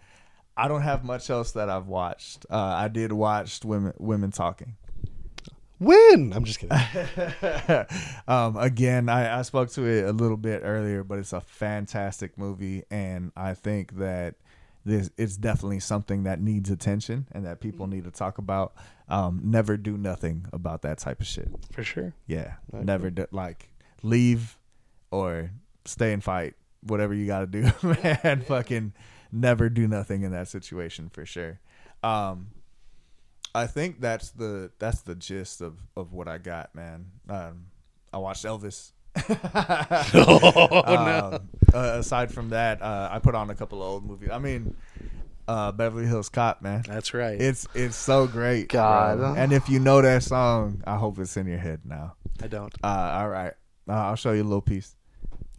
Speaker 2: I don't have much else that I've watched. Uh, I did watch women women talking. (laughs)
Speaker 1: Win. I'm just kidding.
Speaker 2: um, again, I, I spoke to it a little bit earlier, but it's a fantastic movie, and I think that this it's definitely something that needs attention and that people need to talk about. Um, never do nothing about that type of shit.
Speaker 1: (laughs) For sure.
Speaker 2: Yeah, never do, like leave or stay and fight, whatever you got to do, (laughs) man. Fucking never do nothing in that situation for sure. Um, I think that's the that's the gist of of what I got, man. Um, I watched Elvis. (laughs)
Speaker 1: Oh, no.
Speaker 2: Um, uh, aside from that, uh, I put on a couple of old movies. I mean, uh, Beverly Hills Cop, man.
Speaker 1: That's right.
Speaker 2: It's it's so great. bro.
Speaker 1: God.
Speaker 2: And if you know that song, I hope it's in your head now.
Speaker 1: I don't.
Speaker 2: Uh, all right. Uh, I'll show you a little piece.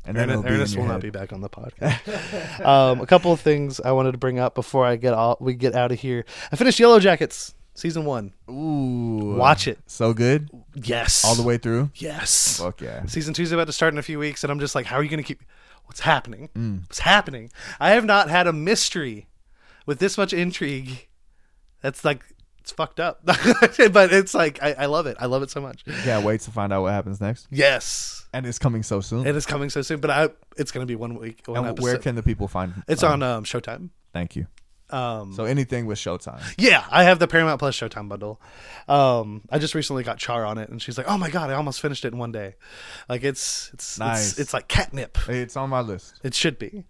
Speaker 2: And
Speaker 1: Ernest,
Speaker 2: then it'll be in
Speaker 1: Ernest
Speaker 2: your
Speaker 1: will
Speaker 2: head.
Speaker 1: not be back (laughs) on the podcast. um, a couple of things I wanted to bring up before I get all we get out of here. I finished Yellow Jackets season one.
Speaker 2: Ooh.
Speaker 1: Watch it.
Speaker 2: So good.
Speaker 1: Yes.
Speaker 2: All the way through.
Speaker 1: Yes.
Speaker 2: Fuck yeah.
Speaker 1: Season two's about to start in a few weeks, and I'm just like, how are you going to keep? What's happening? What's happening? I have not had a mystery with this much intrigue. That's like it's fucked up, (laughs) but it's like I, I love it. I love it so much.
Speaker 2: Can't wait to find out what happens next.
Speaker 1: Yes,
Speaker 2: And it's coming so soon.
Speaker 1: it is coming so soon, but I it's going to be one week. One
Speaker 2: and
Speaker 1: episode.
Speaker 2: where can the people find
Speaker 1: it's
Speaker 2: uh,
Speaker 1: on um, Showtime.
Speaker 2: Thank you.
Speaker 1: Um,
Speaker 2: So anything with Showtime.
Speaker 1: yeah, I have the Paramount Plus Showtime bundle. Um, I just recently got Char on it, and she's like, "Oh my god, I almost finished it in one day." Like it's it's
Speaker 2: Nice.
Speaker 1: it's, it's like catnip.
Speaker 2: It's on my list.
Speaker 1: It should be.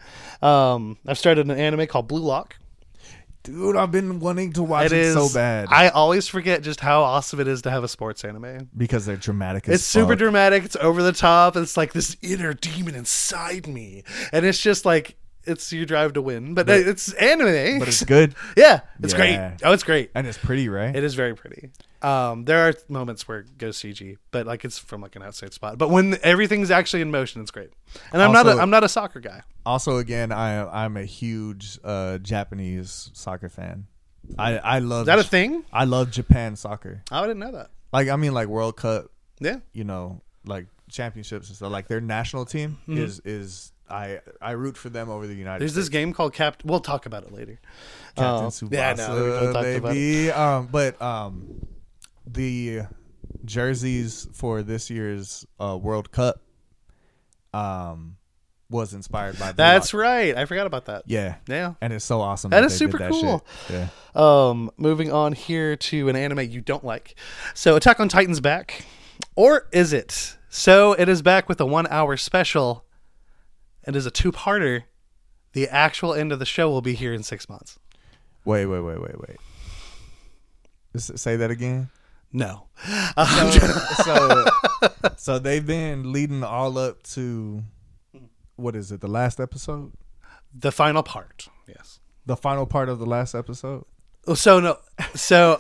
Speaker 1: Um, I've started an anime called Blue Lock.
Speaker 2: Dude, I've been wanting to watch it,
Speaker 1: is
Speaker 2: so bad.
Speaker 1: I always forget just how awesome it is to have a sports anime.
Speaker 2: because they're dramatic as
Speaker 1: It's super
Speaker 2: fuck.
Speaker 1: dramatic. It's over the top. It's like this inner demon inside me, and it's just like it's your drive to win. But, it's anime.
Speaker 2: But it's good.
Speaker 1: yeah, it's
Speaker 2: Yeah.
Speaker 1: great. Oh, it's great.
Speaker 2: And it's
Speaker 1: (laughs)
Speaker 2: pretty, right?
Speaker 1: It is very pretty. Um, there are moments where it goes CG, but like it's from like an outside spot. But when everything's actually in motion, it's great. And I'm not
Speaker 2: Also-
Speaker 1: a, I'm not a soccer guy.
Speaker 2: also again i am i'm a huge uh japanese soccer fan i i love
Speaker 1: Is that a thing? Oh,
Speaker 2: i love japan soccer
Speaker 1: I didn't know that.
Speaker 2: like i mean like world cup
Speaker 1: Yeah.
Speaker 2: you know like championships and stuff like their national team is is i i root for them over the united
Speaker 1: Mm-hmm. There's
Speaker 2: states
Speaker 1: this game called Cap. We'll talk about it later.
Speaker 2: Captain
Speaker 1: Uh,
Speaker 2: Tsubasa,
Speaker 1: yeah, I know. We totally talked about it.
Speaker 2: baby. um but um the jerseys for this year's uh world cup um was inspired by the
Speaker 1: That's right. I forgot about that.
Speaker 2: yeah
Speaker 1: Yeah.
Speaker 2: and it's so awesome
Speaker 1: That
Speaker 2: that
Speaker 1: is
Speaker 2: they did
Speaker 1: super
Speaker 2: that
Speaker 1: cool.
Speaker 2: shit. yeah
Speaker 1: Um, moving on here to an anime you don't like. So Attack on Titan's back, or is it? So it is back with a one-hour special, and is a two-parter. The actual end of the show will be here in six months.
Speaker 2: Wait, wait, wait, wait, wait. S- Say that again.
Speaker 1: No,
Speaker 2: So, (laughs) so, so they've been leading all up to what is it? The last episode,
Speaker 1: the final part. Yes.
Speaker 2: the final part of the last episode.
Speaker 1: Oh, So no, so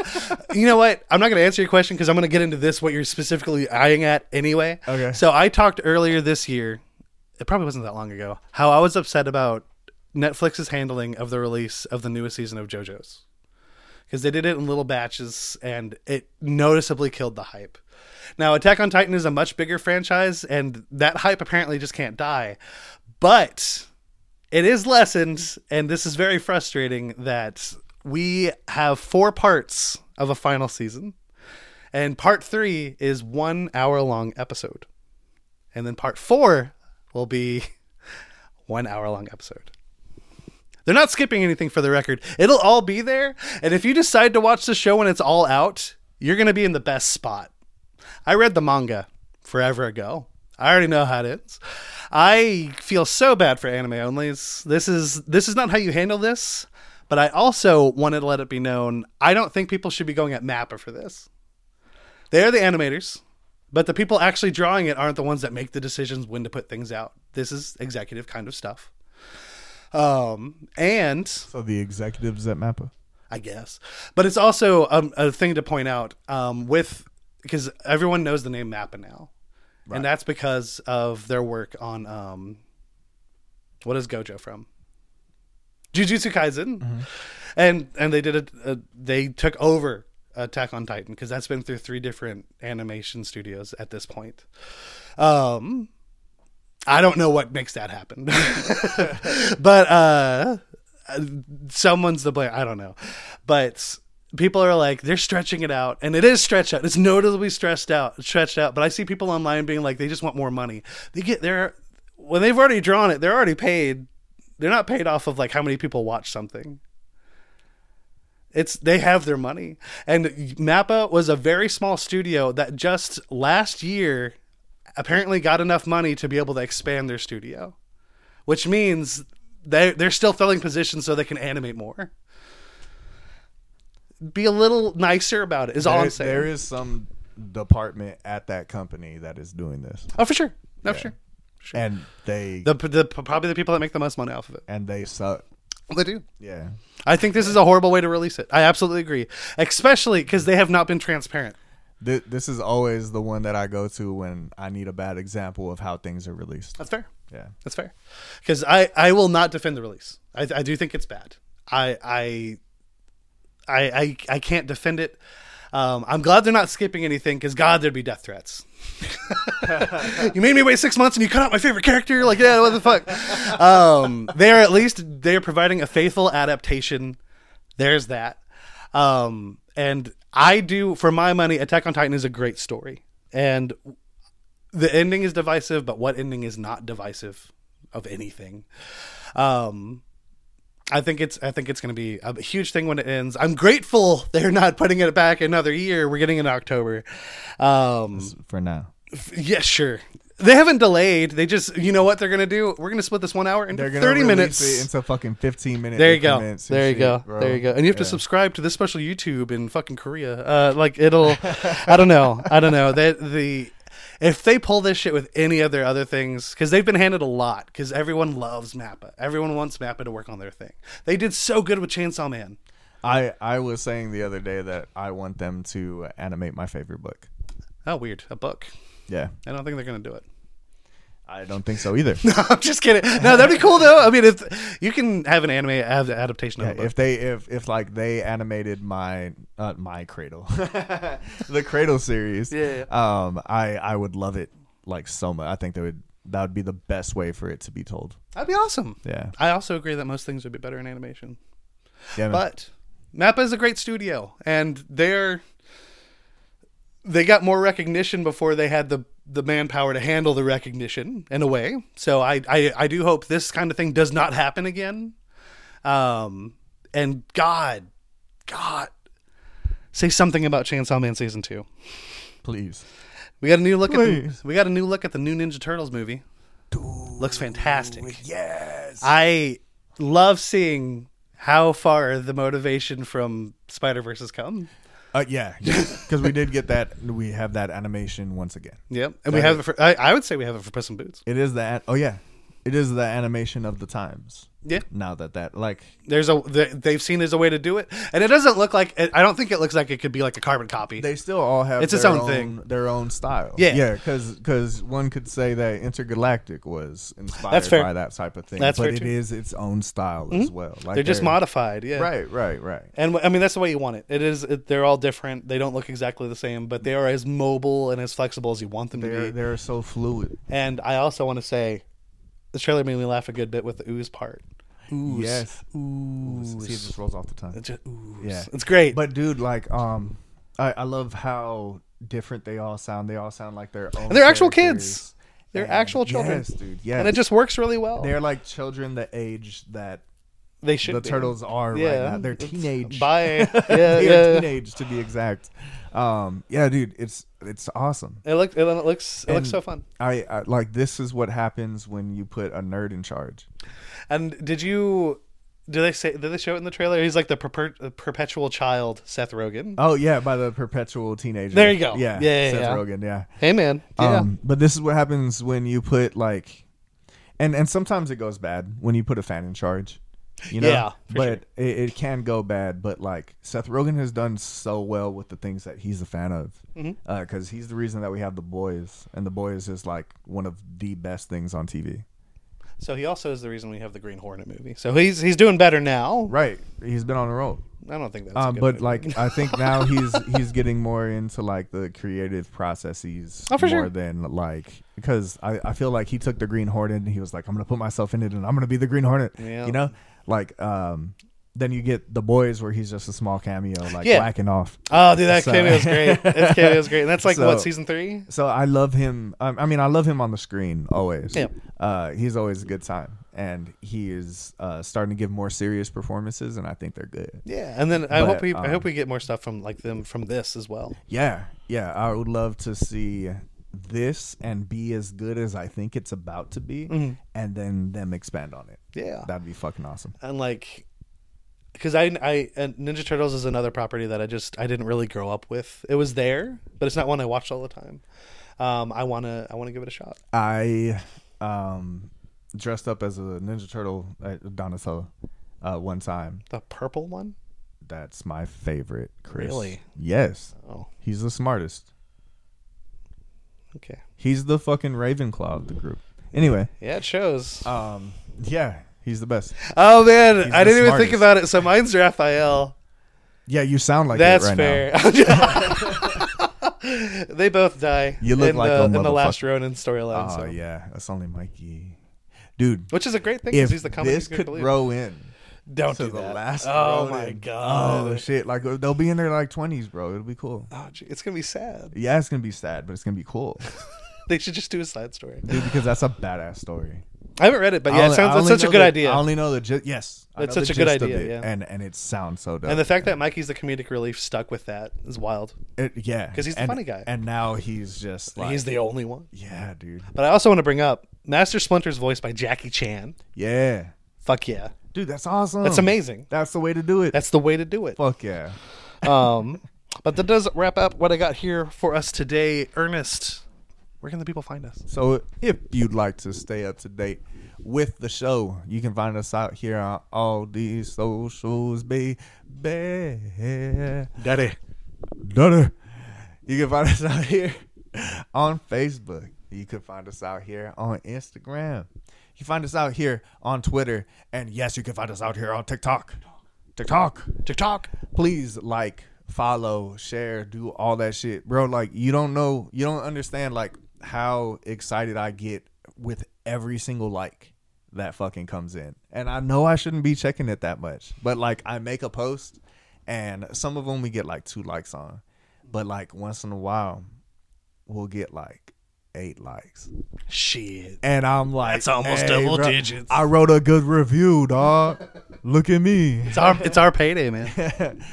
Speaker 1: you know what? I'm not going to answer your question because I'm going to get into this what you're specifically eyeing at anyway.
Speaker 2: Okay.
Speaker 1: So I talked earlier this year. It probably wasn't that long ago. How I was upset about Netflix's handling of the release of the newest season of JoJo's because they did it in little batches and it noticeably killed the hype. Now, Attack on Titan is a much bigger franchise, and that hype apparently just can't die. But it is lessened, and this is very frustrating that we have four parts of a final season, and part three is one hour long episode, and then part four will be (laughs) one hour long episode. They're not skipping anything for the record. It'll all be there, and if you decide to watch the show when it's all out, you're going to be in the best spot. I read the manga forever ago. I already know how it ends. I feel so bad for anime onlys. This is this is not how you handle this, but I also wanted to let it be known I don't think people should be going at Mappa for this. They are the animators, but the people actually drawing it aren't the ones that make the decisions when to put things out. This is executive kind of stuff. Um, and
Speaker 2: So the executives at Mappa.
Speaker 1: I guess. But it's also um, a thing to point out um, with because everyone knows the name Mappa now, and that's because of their work on um, what is Gojo from Jujutsu Kaisen, and and they did a, a they took over Attack on Titan because that's been through three different animation studios at this point. Um, I don't know what makes that happen, (laughs) but uh, someone's to blame. I don't know, but people are like they're stretching it out, and it is stretched out. It's noticeably stressed out, stretched out. But I see people online being like they just want more money. They get their when they've already drawn it, they're already paid. They're not paid off of like how many people watch something. It's they have their money, and Mappa was a very small studio that just last year apparently got enough money to be able to expand their studio, which means they they're still filling positions so they can animate more. Be a little nicer about it is all
Speaker 2: There-
Speaker 1: I'm saying.
Speaker 2: there is some department at that company that is doing this,
Speaker 1: oh, for sure, no, for sure.
Speaker 2: and they
Speaker 1: The, the probably the people that make the most money off of it.
Speaker 2: and they suck.
Speaker 1: They do.
Speaker 2: Yeah.
Speaker 1: I think this is a horrible way to release it. I absolutely agree, especially because they have not been transparent.
Speaker 2: Th- this is always the one that I go to when I need a bad example of how things are released.
Speaker 1: That's fair.
Speaker 2: Yeah.
Speaker 1: That's fair. Because I, I will not defend the release. I, I do think it's bad. I I I I, I can't defend it. Um, I'm glad they're not skipping anything because God, there'd be death (laughs) threats. you made me wait six months and you cut out my favorite character. Like, yeah, what the fuck? Um, they are at least they are providing a faithful adaptation. There's that. Um, and I do, for my money, Attack on Titan is a great story. And the ending is divisive, but what ending is not divisive of anything? Um, I think it's I think it's going to be a huge thing when it ends. I'm grateful they're not putting it back another year. We're getting it in October. Um,
Speaker 2: For now.
Speaker 1: f- yeah, sure. They haven't delayed. They just you know what they're going to do. We're going to split this one hour into
Speaker 2: They're gonna
Speaker 1: 30
Speaker 2: release
Speaker 1: minutes.
Speaker 2: it into fucking 15 minutes.
Speaker 1: there you go. There you go. There you go. And you have to subscribe to this special YouTube in fucking Korea. Uh, like it'll, I don't know. I don't know that the. If they pull this shit with any of their other things, because they've been handed a lot, because everyone loves Mappa, everyone wants Mappa to work on their thing. They did so good with Chainsaw Man.
Speaker 2: I I was saying the other day that I want them to animate my favorite book.
Speaker 1: Oh, weird, a book.
Speaker 2: Yeah.
Speaker 1: I don't think they're gonna do it. (laughs)
Speaker 2: I don't think so either. (laughs)
Speaker 1: No, I'm just kidding. No, that'd be cool though. I mean, if you can have an anime have the adaptation of a book,
Speaker 2: if they if if like they animated my uh, my cradle (laughs) the cradle series
Speaker 1: Yeah.
Speaker 2: um i i would love it like so much i think that would that would be the best way for it to be told
Speaker 1: that'd be awesome.
Speaker 2: yeah
Speaker 1: I also agree that most things would be better in animation.
Speaker 2: yeah man.
Speaker 1: But Mappa is a great studio, and they're they got more recognition before they had the the manpower to handle the recognition in a way. So I I, I do hope this kind of thing does not happen again. Um, and God, God, say something about Chainsaw Man season two.
Speaker 2: please
Speaker 1: We got a new look at
Speaker 2: Please.
Speaker 1: the, we got a new look at the new Ninja Turtles movie. Looks fantastic.
Speaker 2: yes
Speaker 1: I love seeing how far the motivation from Spider Verse has come.
Speaker 2: uh,
Speaker 1: (laughs)
Speaker 2: yeah because we did get that we have that animation once again
Speaker 1: Yep, and we have it for. I, I would say we have it for Puss in Boots.
Speaker 2: it is that oh yeah it is the animation of the times
Speaker 1: Yeah,
Speaker 2: now that that like
Speaker 1: there's a th- they've seen there's a way to do it, and it doesn't look like. I don't think it looks like it could be like a carbon copy.
Speaker 2: they still all have
Speaker 1: It's its
Speaker 2: their
Speaker 1: own thing.
Speaker 2: their own style.
Speaker 1: Yeah.
Speaker 2: yeah, because one could say that Intergalactic was inspired
Speaker 1: That's fair.
Speaker 2: by that type of thing.
Speaker 1: That's
Speaker 2: but
Speaker 1: fair,
Speaker 2: it
Speaker 1: too. Mm-hmm.
Speaker 2: is its own style as well. Like
Speaker 1: they're just modified. Yeah,
Speaker 2: right, right, right.
Speaker 1: And I mean that's the way you want it. It is. It, they're all different. They don't look exactly the same, but they are as mobile and as flexible as you want them to
Speaker 2: They're
Speaker 1: be.
Speaker 2: they're so fluid.
Speaker 1: And I also want to say, the trailer made me laugh a good bit with the ooze part. Ooze.
Speaker 2: Yes,
Speaker 1: Ooze.
Speaker 2: see if this rolls off the tongue.
Speaker 1: It's just ooze.
Speaker 2: Yeah.
Speaker 1: It's great.
Speaker 2: But dude, like, um, I, I love how different they all sound. They all sound like their own.
Speaker 1: they're actual kids.
Speaker 2: characters.
Speaker 1: They're
Speaker 2: And-
Speaker 1: actual children.
Speaker 2: Yes, dude. Yes.
Speaker 1: and it just works really well.
Speaker 2: they're like children the age that
Speaker 1: They should
Speaker 2: the
Speaker 1: be.
Speaker 2: turtles are
Speaker 1: Yeah.
Speaker 2: right now. They're
Speaker 1: It's- (laughs)
Speaker 2: teenage.
Speaker 1: Bye. Yeah,
Speaker 2: (laughs) they
Speaker 1: yeah,
Speaker 2: are
Speaker 1: yeah.
Speaker 2: teenage to be exact. Um, yeah, dude, it's it's awesome.
Speaker 1: It looks. It looks. It
Speaker 2: And
Speaker 1: looks so fun.
Speaker 2: I, I like this is what happens when you put a nerd in charge.
Speaker 1: And did you? Do they say? Did they show it in the trailer? He's like the perper- uh, perpetual child, Seth Rogen.
Speaker 2: Oh yeah, by the perpetual teenager.
Speaker 1: There you go.
Speaker 2: Yeah,
Speaker 1: Yeah, yeah,
Speaker 2: Seth
Speaker 1: yeah.
Speaker 2: Rogen. Yeah.
Speaker 1: hey man. Yeah.
Speaker 2: Um, but this is what happens when you put like, and and sometimes it goes bad when you put a fan in charge. You know,
Speaker 1: Yeah, for
Speaker 2: but it, it can go bad. But like Seth Rogen has done so well with the things that he's a fan of,
Speaker 1: Mm-hmm.
Speaker 2: because he's the reason that we have the boys, and the boys is like one of the best things on TV.
Speaker 1: so he also is the reason we have the Green Hornet movie. So he's he's doing better now.
Speaker 2: Right, he's been on a roll.
Speaker 1: I don't think that's. a
Speaker 2: Um,
Speaker 1: good
Speaker 2: but
Speaker 1: movie.
Speaker 2: like I
Speaker 1: (laughs)
Speaker 2: think now he's he's getting more into like the creative processes
Speaker 1: Oh, for
Speaker 2: more
Speaker 1: sure.
Speaker 2: than like because I, I feel like he took the Green Hornet and he was like I'm gonna put myself in it and I'm gonna be the Green Hornet
Speaker 1: Yeah.
Speaker 2: you know like um then you get the boys where he's just a small cameo like
Speaker 1: Yeah.
Speaker 2: whacking off
Speaker 1: oh, dude, that
Speaker 2: so-
Speaker 1: cameo is great.
Speaker 2: (laughs)
Speaker 1: That cameo is great. And that's like
Speaker 2: So-
Speaker 1: what season three.
Speaker 2: so I love him um, I mean I love him on the screen always
Speaker 1: Yeah.
Speaker 2: uh he's always a good time and he is uh starting to give more serious performances and I think they're good
Speaker 1: Yeah, and then I
Speaker 2: But,
Speaker 1: hope we I
Speaker 2: um,
Speaker 1: hope we get more stuff from like them from this as well.
Speaker 2: Yeah, yeah. I would love to see this and be as good as I think it's about to be, and then them expand on it.
Speaker 1: Mm-hmm. Yeah,
Speaker 2: That'd be fucking awesome.
Speaker 1: and like because I, I and ninja turtles is another property that i just i didn't really grow up with it was there but it's not one i watched all the time um, i want to i want to give it a shot
Speaker 2: I um dressed up as a Ninja Turtle uh, Donatello uh, one time.
Speaker 1: The purple one?
Speaker 2: That's my favorite, Chris.
Speaker 1: Really?
Speaker 2: Yes.
Speaker 1: Oh,
Speaker 2: He's the smartest.
Speaker 1: okay.
Speaker 2: He's the fucking Ravenclaw of the group. Anyway,
Speaker 1: Yeah, it shows.
Speaker 2: um, yeah, he's the best.
Speaker 1: Oh man,
Speaker 2: He's
Speaker 1: I
Speaker 2: the
Speaker 1: didn't even think
Speaker 2: smartest.
Speaker 1: about it. So mine's Raphael.
Speaker 2: Yeah, you sound like
Speaker 1: That's
Speaker 2: it right
Speaker 1: fair.
Speaker 2: now.
Speaker 1: (laughs)
Speaker 2: (laughs)
Speaker 1: they both die.
Speaker 2: You look
Speaker 1: in
Speaker 2: like
Speaker 1: the,
Speaker 2: a
Speaker 1: in the last
Speaker 2: motherfucker.
Speaker 1: Ronin storyline.
Speaker 2: Oh
Speaker 1: so.
Speaker 2: yeah, that's only Mikey, dude.
Speaker 1: Which is a great thing
Speaker 2: If
Speaker 1: because he's the comic
Speaker 2: this
Speaker 1: book
Speaker 2: could
Speaker 1: relief.
Speaker 2: grow in
Speaker 1: Don't
Speaker 2: to
Speaker 1: do
Speaker 2: the
Speaker 1: that.
Speaker 2: last,
Speaker 1: oh
Speaker 2: Ronin.
Speaker 1: my god.
Speaker 2: oh shit, like they'll be in their like twenties, bro. It'll be cool.
Speaker 1: Oh, gee, it's gonna be sad.
Speaker 2: Yeah, it's gonna be sad, but it's gonna be cool,
Speaker 1: (laughs) They should just do a side story.
Speaker 2: dude, because that's a badass story.
Speaker 1: I haven't read it, but (laughs) yeah,
Speaker 2: I
Speaker 1: it
Speaker 2: only- I
Speaker 1: sounds that's
Speaker 2: only
Speaker 1: such a
Speaker 2: know
Speaker 1: good
Speaker 2: the-
Speaker 1: idea.
Speaker 2: I only know the gist. Yes, I
Speaker 1: That's
Speaker 2: know the
Speaker 1: such a good
Speaker 2: gist of
Speaker 1: idea,
Speaker 2: it,
Speaker 1: yeah.
Speaker 2: and and it sounds so dope.
Speaker 1: and the fact that Mikey's the comedic relief stuck with that is wild.
Speaker 2: It- yeah,
Speaker 1: 'Cause he's the
Speaker 2: and,
Speaker 1: funny guy.
Speaker 2: and now he's just like
Speaker 1: He's the only one.
Speaker 2: yeah, dude,
Speaker 1: But I also want to bring up Master Splinter's voice by Jackie Chan.
Speaker 2: yeah,
Speaker 1: Fuck yeah,
Speaker 2: dude, that's awesome.
Speaker 1: that's amazing.
Speaker 2: That's the way to do it.
Speaker 1: That's the way to do it.
Speaker 2: (laughs) Fuck yeah.
Speaker 1: Um, but that does wrap up what I got here for us today. Ernest, where can the people find us?
Speaker 2: So if you'd like to stay up to date with the show, you can find us out here on all these socials, baby. Daddy.
Speaker 1: Daddy.
Speaker 2: Daddy. You can find us (laughs) out here on Facebook. You can find us out here on Instagram. You can find us out here on Twitter. And yes, you can find us out here on TikTok. TikTok.
Speaker 1: TikTok.
Speaker 2: Please like, follow, share, do all that shit. Bro, like you don't know, you don't understand like how excited I get with every single like that fucking comes in. And I know I shouldn't be checking it that much, but like I make a post and some of them we get like two likes on. But like once in a while, we'll get like eight likes.
Speaker 1: Shit.
Speaker 2: And I'm like,
Speaker 1: That's almost
Speaker 2: "Hey,
Speaker 1: double
Speaker 2: bro,
Speaker 1: digits."
Speaker 2: I wrote a good review, dog. Look at me.
Speaker 1: It's our it's our payday, man.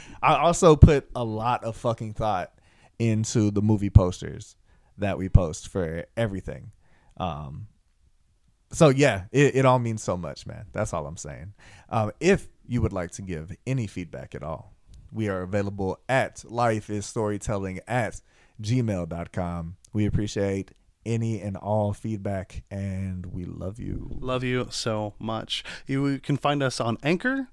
Speaker 2: (laughs) I also put a lot of fucking thought into the movie posters that we post for everything. Um, so yeah, it, it all means so much, man. That's all I'm saying. Um, if you would like to give any feedback at all, we are available at lifeisstorytelling at gmail.com. We appreciate any and all feedback and we love you.
Speaker 1: Love you so much. You can find us on Anchor,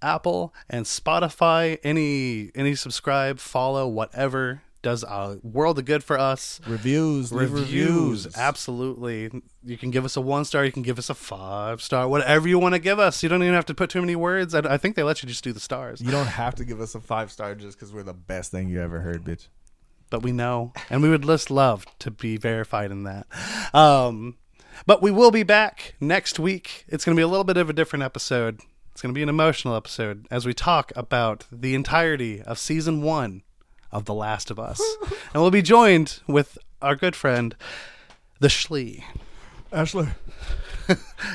Speaker 1: Apple, and Spotify. Any any subscribe, follow, whatever does a world of good for us.
Speaker 2: Reviews, leave
Speaker 1: Reviews,
Speaker 2: reviews.
Speaker 1: absolutely. You can give us a one star. You can give us a five star. Whatever you want to give us. You don't even have to put too many words. I, I think they let you just do the stars.
Speaker 2: You don't have to give us a five star just because we're the best thing you ever heard, bitch.
Speaker 1: but we know, and we would just love to be verified in that. Um, but we will be back next week. It's going to be a little bit of a different episode. It's going to be an emotional episode as we talk about the entirety of season one of The Last of Us, and we'll be joined with our good friend, the Schlee.
Speaker 2: (laughs) Ashley,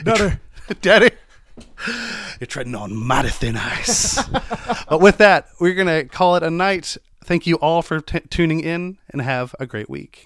Speaker 2: daughter,
Speaker 1: (laughs) Daddy, you're treading on mighty thin ice. but with that, we're going to call it a night. Thank you all for t- tuning in, and have a great week.